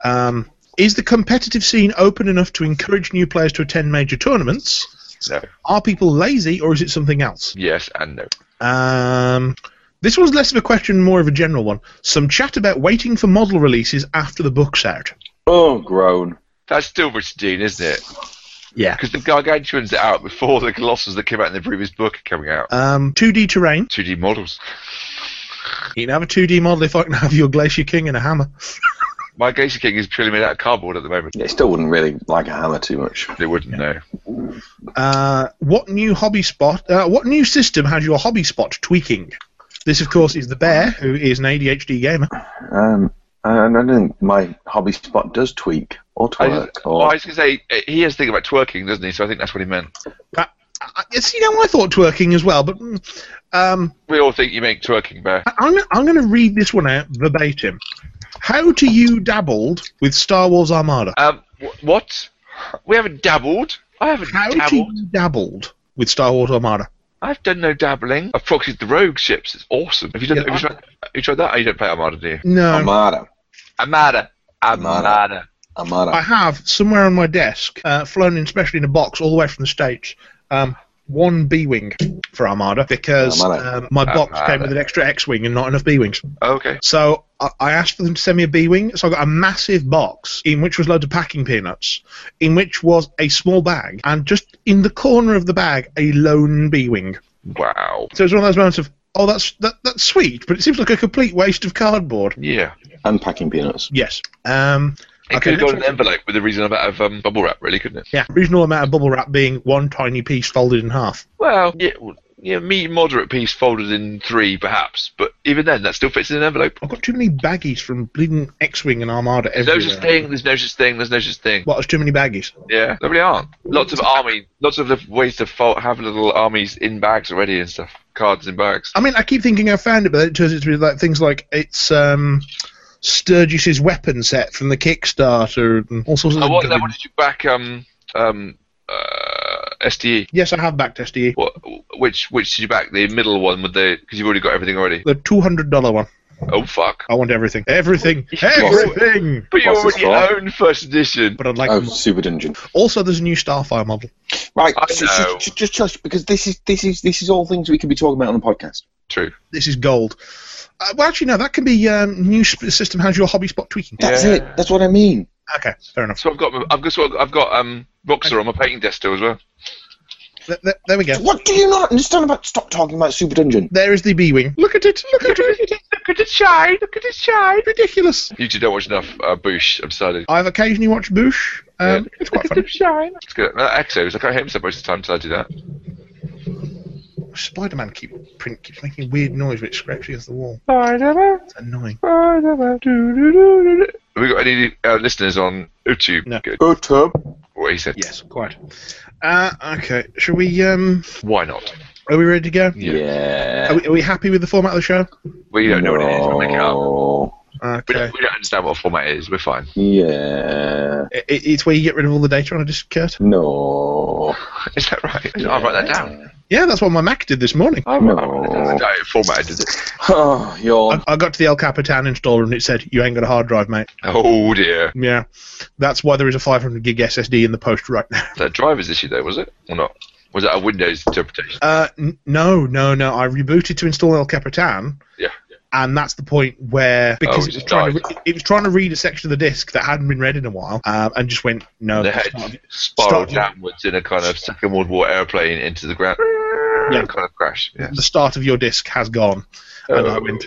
Um, is the competitive scene open enough to encourage new players to attend major tournaments? No. Are people lazy, or is it something else? Yes and no. Um, this one's less of a question, more of a general one. Some chat about waiting for model releases after the book's out. Oh, groan. That's still Richard Dean, isn't it? Yeah. Because the Gargantuans are out before the Colossals that came out in the previous book are coming out. Um, 2D terrain. 2D models. You can have a 2D model if I can have your Glacier King and a hammer. My Glacier King is purely made out of cardboard at the moment. Yeah, still wouldn't really like a hammer too much. They wouldn't know. Uh, what new hobby spot? Uh, what new system has your hobby spot tweaking? This, of course, is the bear, who is an ADHD gamer. Um, I, I don't think my hobby spot does tweak or I, twerk. well, Or, I was going to say, uh, he has a thing about twerking, doesn't he? So I think that's what he meant. I, I- see, now I thought twerking as well, but mm, um, We all think you make twerking bear. I- I'm, gonna- I'm going to read this one out verbatim. How do you dabbled with Star Wars Armada? Um, wh- what? We haven't dabbled. I haven't How do dabbled. you dabbled with Star Wars Armada? I've done no dabbling. I've proxied the rogue ships. It's awesome. Have you done? Yeah. have, you tried, have you tried that? Oh, you don't play Armada, do you? No, Armada. Armada. Armada. Armada. I Armada. have somewhere on my desk, uh, flown in, especially in a box all the way from the States, um, one B Wing for Armada because Armada. um, my box came Armada. with an extra X Wing and not enough B Wings. Okay. So I, I asked for them to send me a B Wing, so I got a massive box in which was loads of packing peanuts, in which was a small bag, and just in the corner of the bag, a lone B Wing. Wow. So it was one of those moments of, oh, that's that, that's sweet, but it seems like a complete waste of cardboard. Yeah. And packing peanuts. Yes. Um, It I could have gone can in an literally- envelope with a reasonable amount of um, bubble wrap, really, couldn't it? Yeah, reasonable amount of bubble wrap being one tiny piece folded in half. Well, yeah, well, yeah, me moderate piece folded in three, perhaps, but even then, that still fits in an envelope. I've got too many baggies from bleeding X-wing and Armada everywhere. There's no such thing. There's no such thing. There's no such thing. What? There's too many baggies. Yeah, there really aren't. Lots of army, lots of the ways to fold, have little armies in bags already and stuff. Cards in bags. I mean, I keep thinking I found it, but then it turns out to be like things like it's um, Sturgis's weapon set from the Kickstarter and all sorts of. Oh, what other level goodies. did you back? Um, um, uh, SDE. Yes, I have backed SDE. What? Which? Which did you back? The middle one with the because you've already got everything already. The two hundred dollar one. Oh fuck! I want everything. Everything. Lost. Everything. But you What's this already for? own first edition. But I'd like. Oh, them all. Super Dungeon. Also, there's a new Starfire model. Right, I so- know. so- so- just just because this is this is this is all things we can be talking about on the podcast. True. This is gold. Uh, well, actually, no. That can be um, new sp- system. How's your hobby spot tweaking? That's Yeah. it. That's what I mean. Okay, fair enough. So I've got. I've got. So I've got um Roxer on my painting desk still as well. Th- th- there we go. What do you not understand about? Stop talking about Super Dungeon. There is the B wing. Look at it. Look at it. Look at it shine! Look at it shine! Ridiculous. You two don't watch enough uh, Boosh. I'm sorry. I've occasionally watched Boosh. Um, Yeah. It's quite fun. shine. It's good. Uh, Exos. I can't hear myself most of the time until I do that. Spider-Man keep print keeps making weird noise when it scrapes against the wall. It's annoying. Have we got any uh, listeners on YouTube? No. Good. Good What he said. Yes, quite. Uh, okay. Shall we? Um, Why not? are we ready to go? Yeah. Are Yeah. we, are we happy with the format of the show? We don't know what it is. We'll make it up. No. We Okay. don't, we don't understand what a format is. We're fine. Yeah. It, it's where you get rid of all the data on a disk cert. No. Is that right? I'll write that down. Yeah, that's what my Mac did this morning. I'll No. write that down. It Formatted it. Oh, I, yawn. I got to the El Capitan installer and it said, "You ain't got a hard drive, mate." Oh dear. Yeah, that's why there is a 500 gig SSD in the post right now. That driver's issue though, was it? Or not? Was that a Windows interpretation? Uh, n- no, no, no. I rebooted to install El Capitan, Yeah. and that's the point where because it it was just trying to died. re- it was trying to read a section of the disc that hadn't been read in a while, um, and just went no. The that's not- head spiraled Stop. downwards in a kind of Second World War airplane into the ground. Yeah. Kind of crash. Yeah. the start of your disc has gone. And I went,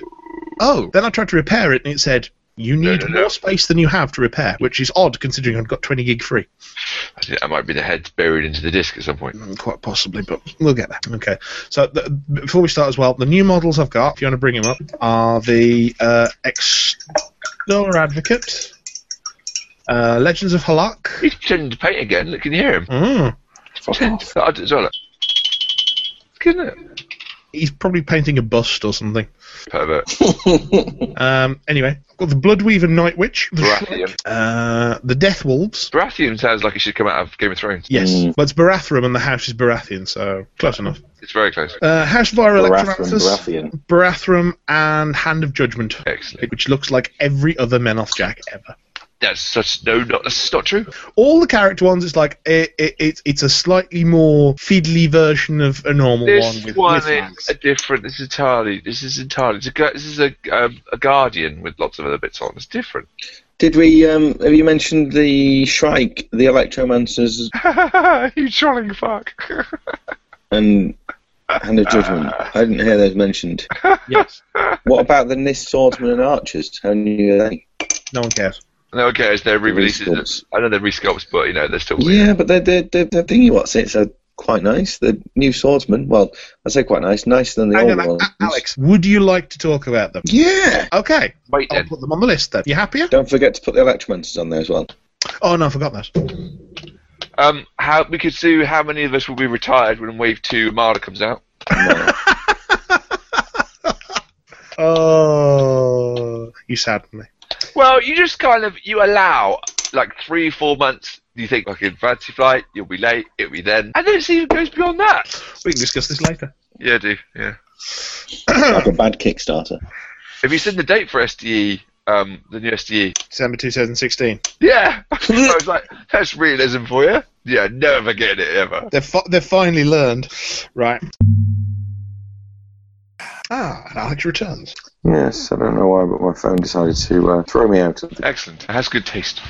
oh. Then I tried to repair it, and it said, you No, need no, no. more space than you have to repair, which is odd considering I've got 20 gig free. I think that might be the head buried into the disc at some point. Mm, Quite possibly, but we'll get there. Okay. So the, before we start as well, the new models I've got, if you want to bring them up, are the uh, X Dollar Advocate, uh, Legends of Halak. He's pretending to paint again. Look, can you hear him? Mm. Fuck off. I did as well. Look. Isn't it? He's probably painting a bust or something. Pervert. Um, anyway, I've got the Bloodweaver Night Witch, the, Baratheon. Shrike, uh, the Death Wolves. Baratheon sounds like it should come out of Game of Thrones. Yes, Mm. but it's Barathrum and the house is Baratheon, so close enough. It's very close. Uh, house via Baratheon. Electromantis, Baratheon. Barathrum, and Hand of Judgment, Excellent. which looks like every other Menoth Jack ever. That's such no, not that's not true. All the character ones, it's like it, it, it, it's a slightly more fiddly version of a normal This one with, one with is flags. a different. This is entirely. This is entirely. It's a, gu- this is a um, a guardian with lots of other bits on. It's different. Did we? Um, have you mentioned the Shrike, the Electromancers, you trolling fuck. and Hand of Judgment? I didn't hear those mentioned. Yes, What about the Nis swordsmen and archers? How new are they? no one cares. no one cares. They're re-releases. Resculpts. I know they're resculpts, but you know they're still. Weird. Yeah, but they're they're they're, they're thingy what's it? So quite nice. The new swordsman. Well, I say quite nice. Nicer than the Hang old on, ones. A- Alex, would you like to talk about them? Yeah. Okay, Wait I'll then. put them on the list then. You happier? Don't forget to put the electromancers on there as well. Oh no, I forgot those. Um, how we could see how many of us will be retired when Wave Two Marder comes out. Oh, you saddened me. Oh, Well, you just kind of you allow like three, four months You think fucking fancy flight, you'll be late, it'll be then. And then it even goes beyond that. We can discuss this later. Yeah, I do. Yeah. like a bad Kickstarter. Have you seen the date for SDE? Um, the new SDE. December 2016. Yeah. I was like, that's realism for you. Yeah, never get it ever. They've, fi- they've finally learned. Right. Ah, and Alex returns. Yes, I don't know why, but my phone decided to uh, throw me out. of the- Excellent. It has good taste.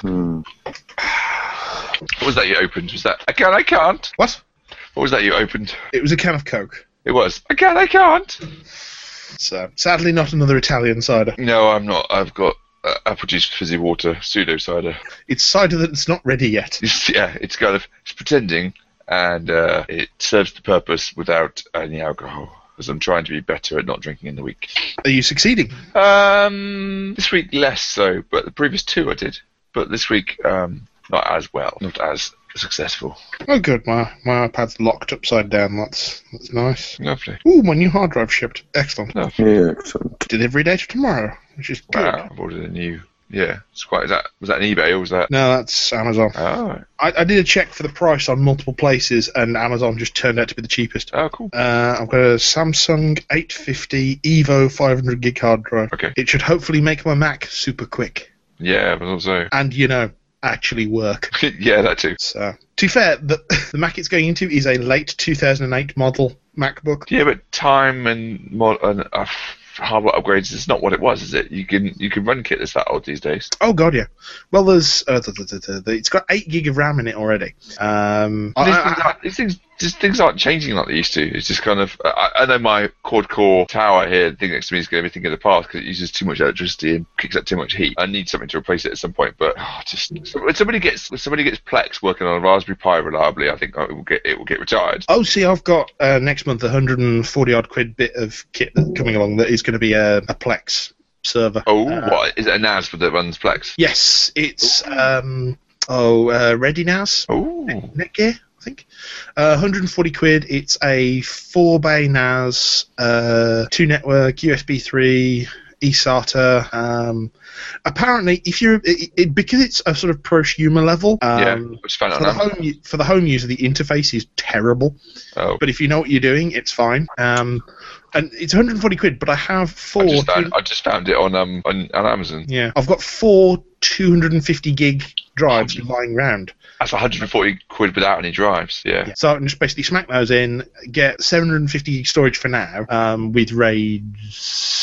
Hmm. What was that you opened? Was that I can I can't? What? What was that you opened? It was a can of Coke. It was I can I can't. So, sadly, not another Italian cider. No, I'm not. I've got. Uh, I produce fizzy water, pseudo cider. It's cider that's not ready yet. It's, yeah, it's kind of it's pretending, and uh, it serves the purpose without any alcohol. Because I'm trying to be better at not drinking in the week. Are you succeeding? Um, this week less so, but the previous two I did. But this week, um, not as well, not as successful. Oh, good. My my iPad's locked upside down. That's that's nice. Lovely. Ooh, my new hard drive shipped. Excellent. Yeah, excellent. Delivery date of tomorrow, which is good. Wow, I've ordered a new. Yeah, it's quite. Is that was that an eBay or was that? No, that's Amazon. Oh, I, I did a check for the price on multiple places, and Amazon just turned out to be the cheapest. oh, cool. Uh, I've got a Samsung 850 Evo 500 gig hard drive. Okay. It should hopefully make my Mac super quick Yeah, but also. and, you know, actually work. yeah, that too. So, to be fair, the, the Mac it's going into is a late 2008 model MacBook. Yeah, but time and, mod- and uh, f- hardware upgrades is not what it was, is it? You can you can run kit that's that old these days. Oh, God, yeah. Well, there's. Uh, th- th- th- th- th- it's got 8 gig of RAM in it already. Um, I- These I- things, aren't, these things just things aren't changing like they used to. It's just kind of I, I know my quad core tower here, the thing next to me is going to be thinking of the past because it uses too much electricity and kicks up too much heat. I need something to replace it at some point, but oh, just when somebody gets when somebody gets Plex working on a Raspberry Pi reliably, I think oh, it will get it will get retired. Oh, see, I've got uh, next month a hundred and forty odd quid bit of kit that's coming along that is going to be a, a Plex server. Oh, Uh, what is it? A NAS that runs Plex? Yes, it's um, oh uh, Ready NAS Oh, Netgear, I think. Uh, one hundred and forty quid. It's a four bay NAS, uh, two network, USB three. eSATA. Um, apparently, if you're it, it, because it's a sort of prosumer level, um, yeah, I just found out for the on Amazon. home u- for the home user, the interface is terrible. Oh. But if you know what you're doing, it's fine. Um, and it's 140 quid, but I have four. I just, found, I just found it on um on, on Amazon. yeah, I've got four 250 gig drives Hmm. lying around, That's 140 quid without any drives. Yeah. so I can just basically smack those in, get 750 gig storage for now um, with RAID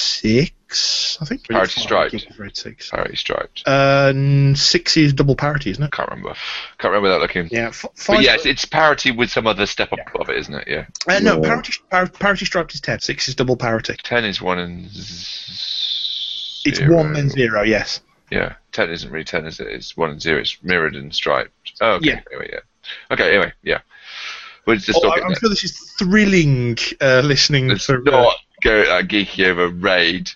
six, I think. Parity Raid striped. five, Raid six. Sorry, striped. Um, six is double parity, isn't it? Can't remember. Can't remember without looking. Yeah, f- five. But yes, it's parity with some other step up of it, isn't it? Yeah. uh, no, Yeah. parity, par- parity striped is ten. Six is double parity. 10 is 1 and. z- It's zero. one then zero. Yes. Yeah. 10 isn't really 10, is it? It's 1 and 0. It's mirrored and striped. Oh, okay. Yeah. Anyway, yeah. Okay, anyway, yeah. We're just Oh, not I- getting I'm there. sure this is thrilling uh, listening Let's for. uh, not go that geeky over raid.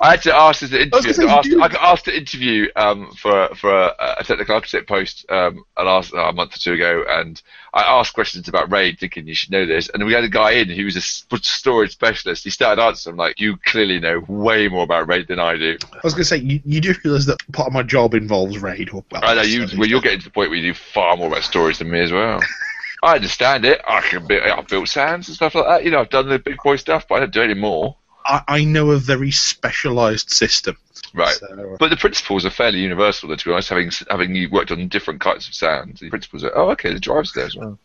I had to ask as an was interview. gonna I, say, asked, I got asked to interview um, for for a, a technical opposite post um, a last uh, a month or two ago, and I asked questions about raid, thinking you should know this. And we had a guy in who was a sp- storage specialist. He started answering like, "You clearly know way more about raid than I do." I was going to say, you, you do realise that part of my job involves raid. Or, well, I know you. Well, you're getting to the point where you do far more about storage than me as well. I understand it. I can. Be, I've built sands and stuff like that. You know, I've done the big boy stuff, but I don't do any more. I, I know a very specialised system. Right. So, But the principles are fairly universal, though, to be honest. Having having you worked on different kinds of sounds, the principles are oh, okay, the drives there as well.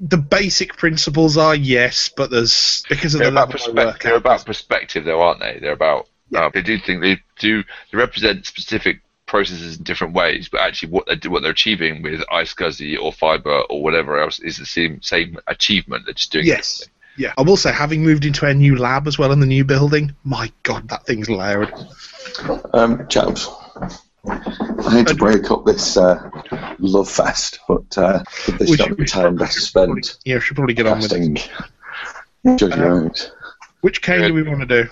the basic principles are yes, but there's because of They're the about level I perspective. work They're at, about perspective, though, aren't they? They're about uh, they do think they do they represent specific processes in different ways, but actually what they do, what they're achieving with iSCSI or fiber or whatever else is the same same achievement. They're just doing it Yes. Yeah, I will say, having moved into our new lab as well in the new building, my god, that thing's loud. Um, chaps, I need to break up this uh, love fest, but uh, with this We not should- the time best Probably, spent yeah, should probably get on with it. Uh-huh. casting. Judge out. Which cane do we want to do?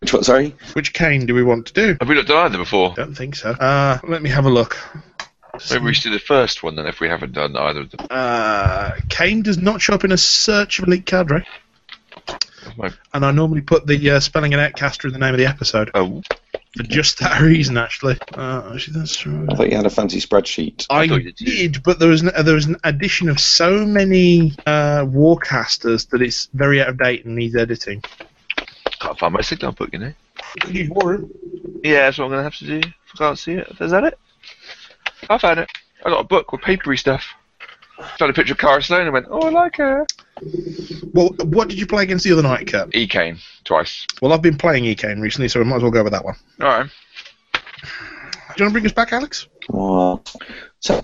Which one? Sorry. Which cane do we want to do? Have we not done either before? Don't think so. Uh, let me have a look. Maybe we should do the first one then, if we haven't done either of them. Uh, Kane does not show up in a search of Elite Cadre. My- And I normally put the uh, spelling and outcaster in the name of the episode. Oh, for just that reason, actually. Uh, actually, that's right. I thought you had a fancy spreadsheet. I, thought you did, did. but there was an, there was an addition of so many uh, warcasters that it's very out of date and needs editing. Can't find my signal book, you know. You wore it. Yeah, that's what I'm gonna have to do. If I can't see it, is that it? I found it. I got a book with papery stuff. Found a picture of Cara Sloane and went, "Oh, I like her." Well, what did you play against the other night, Kurt? E came twice. Well, I've been playing Ecane recently, so I might as well go with that one. All right. Do you want to bring us back, Alex? Wow. So,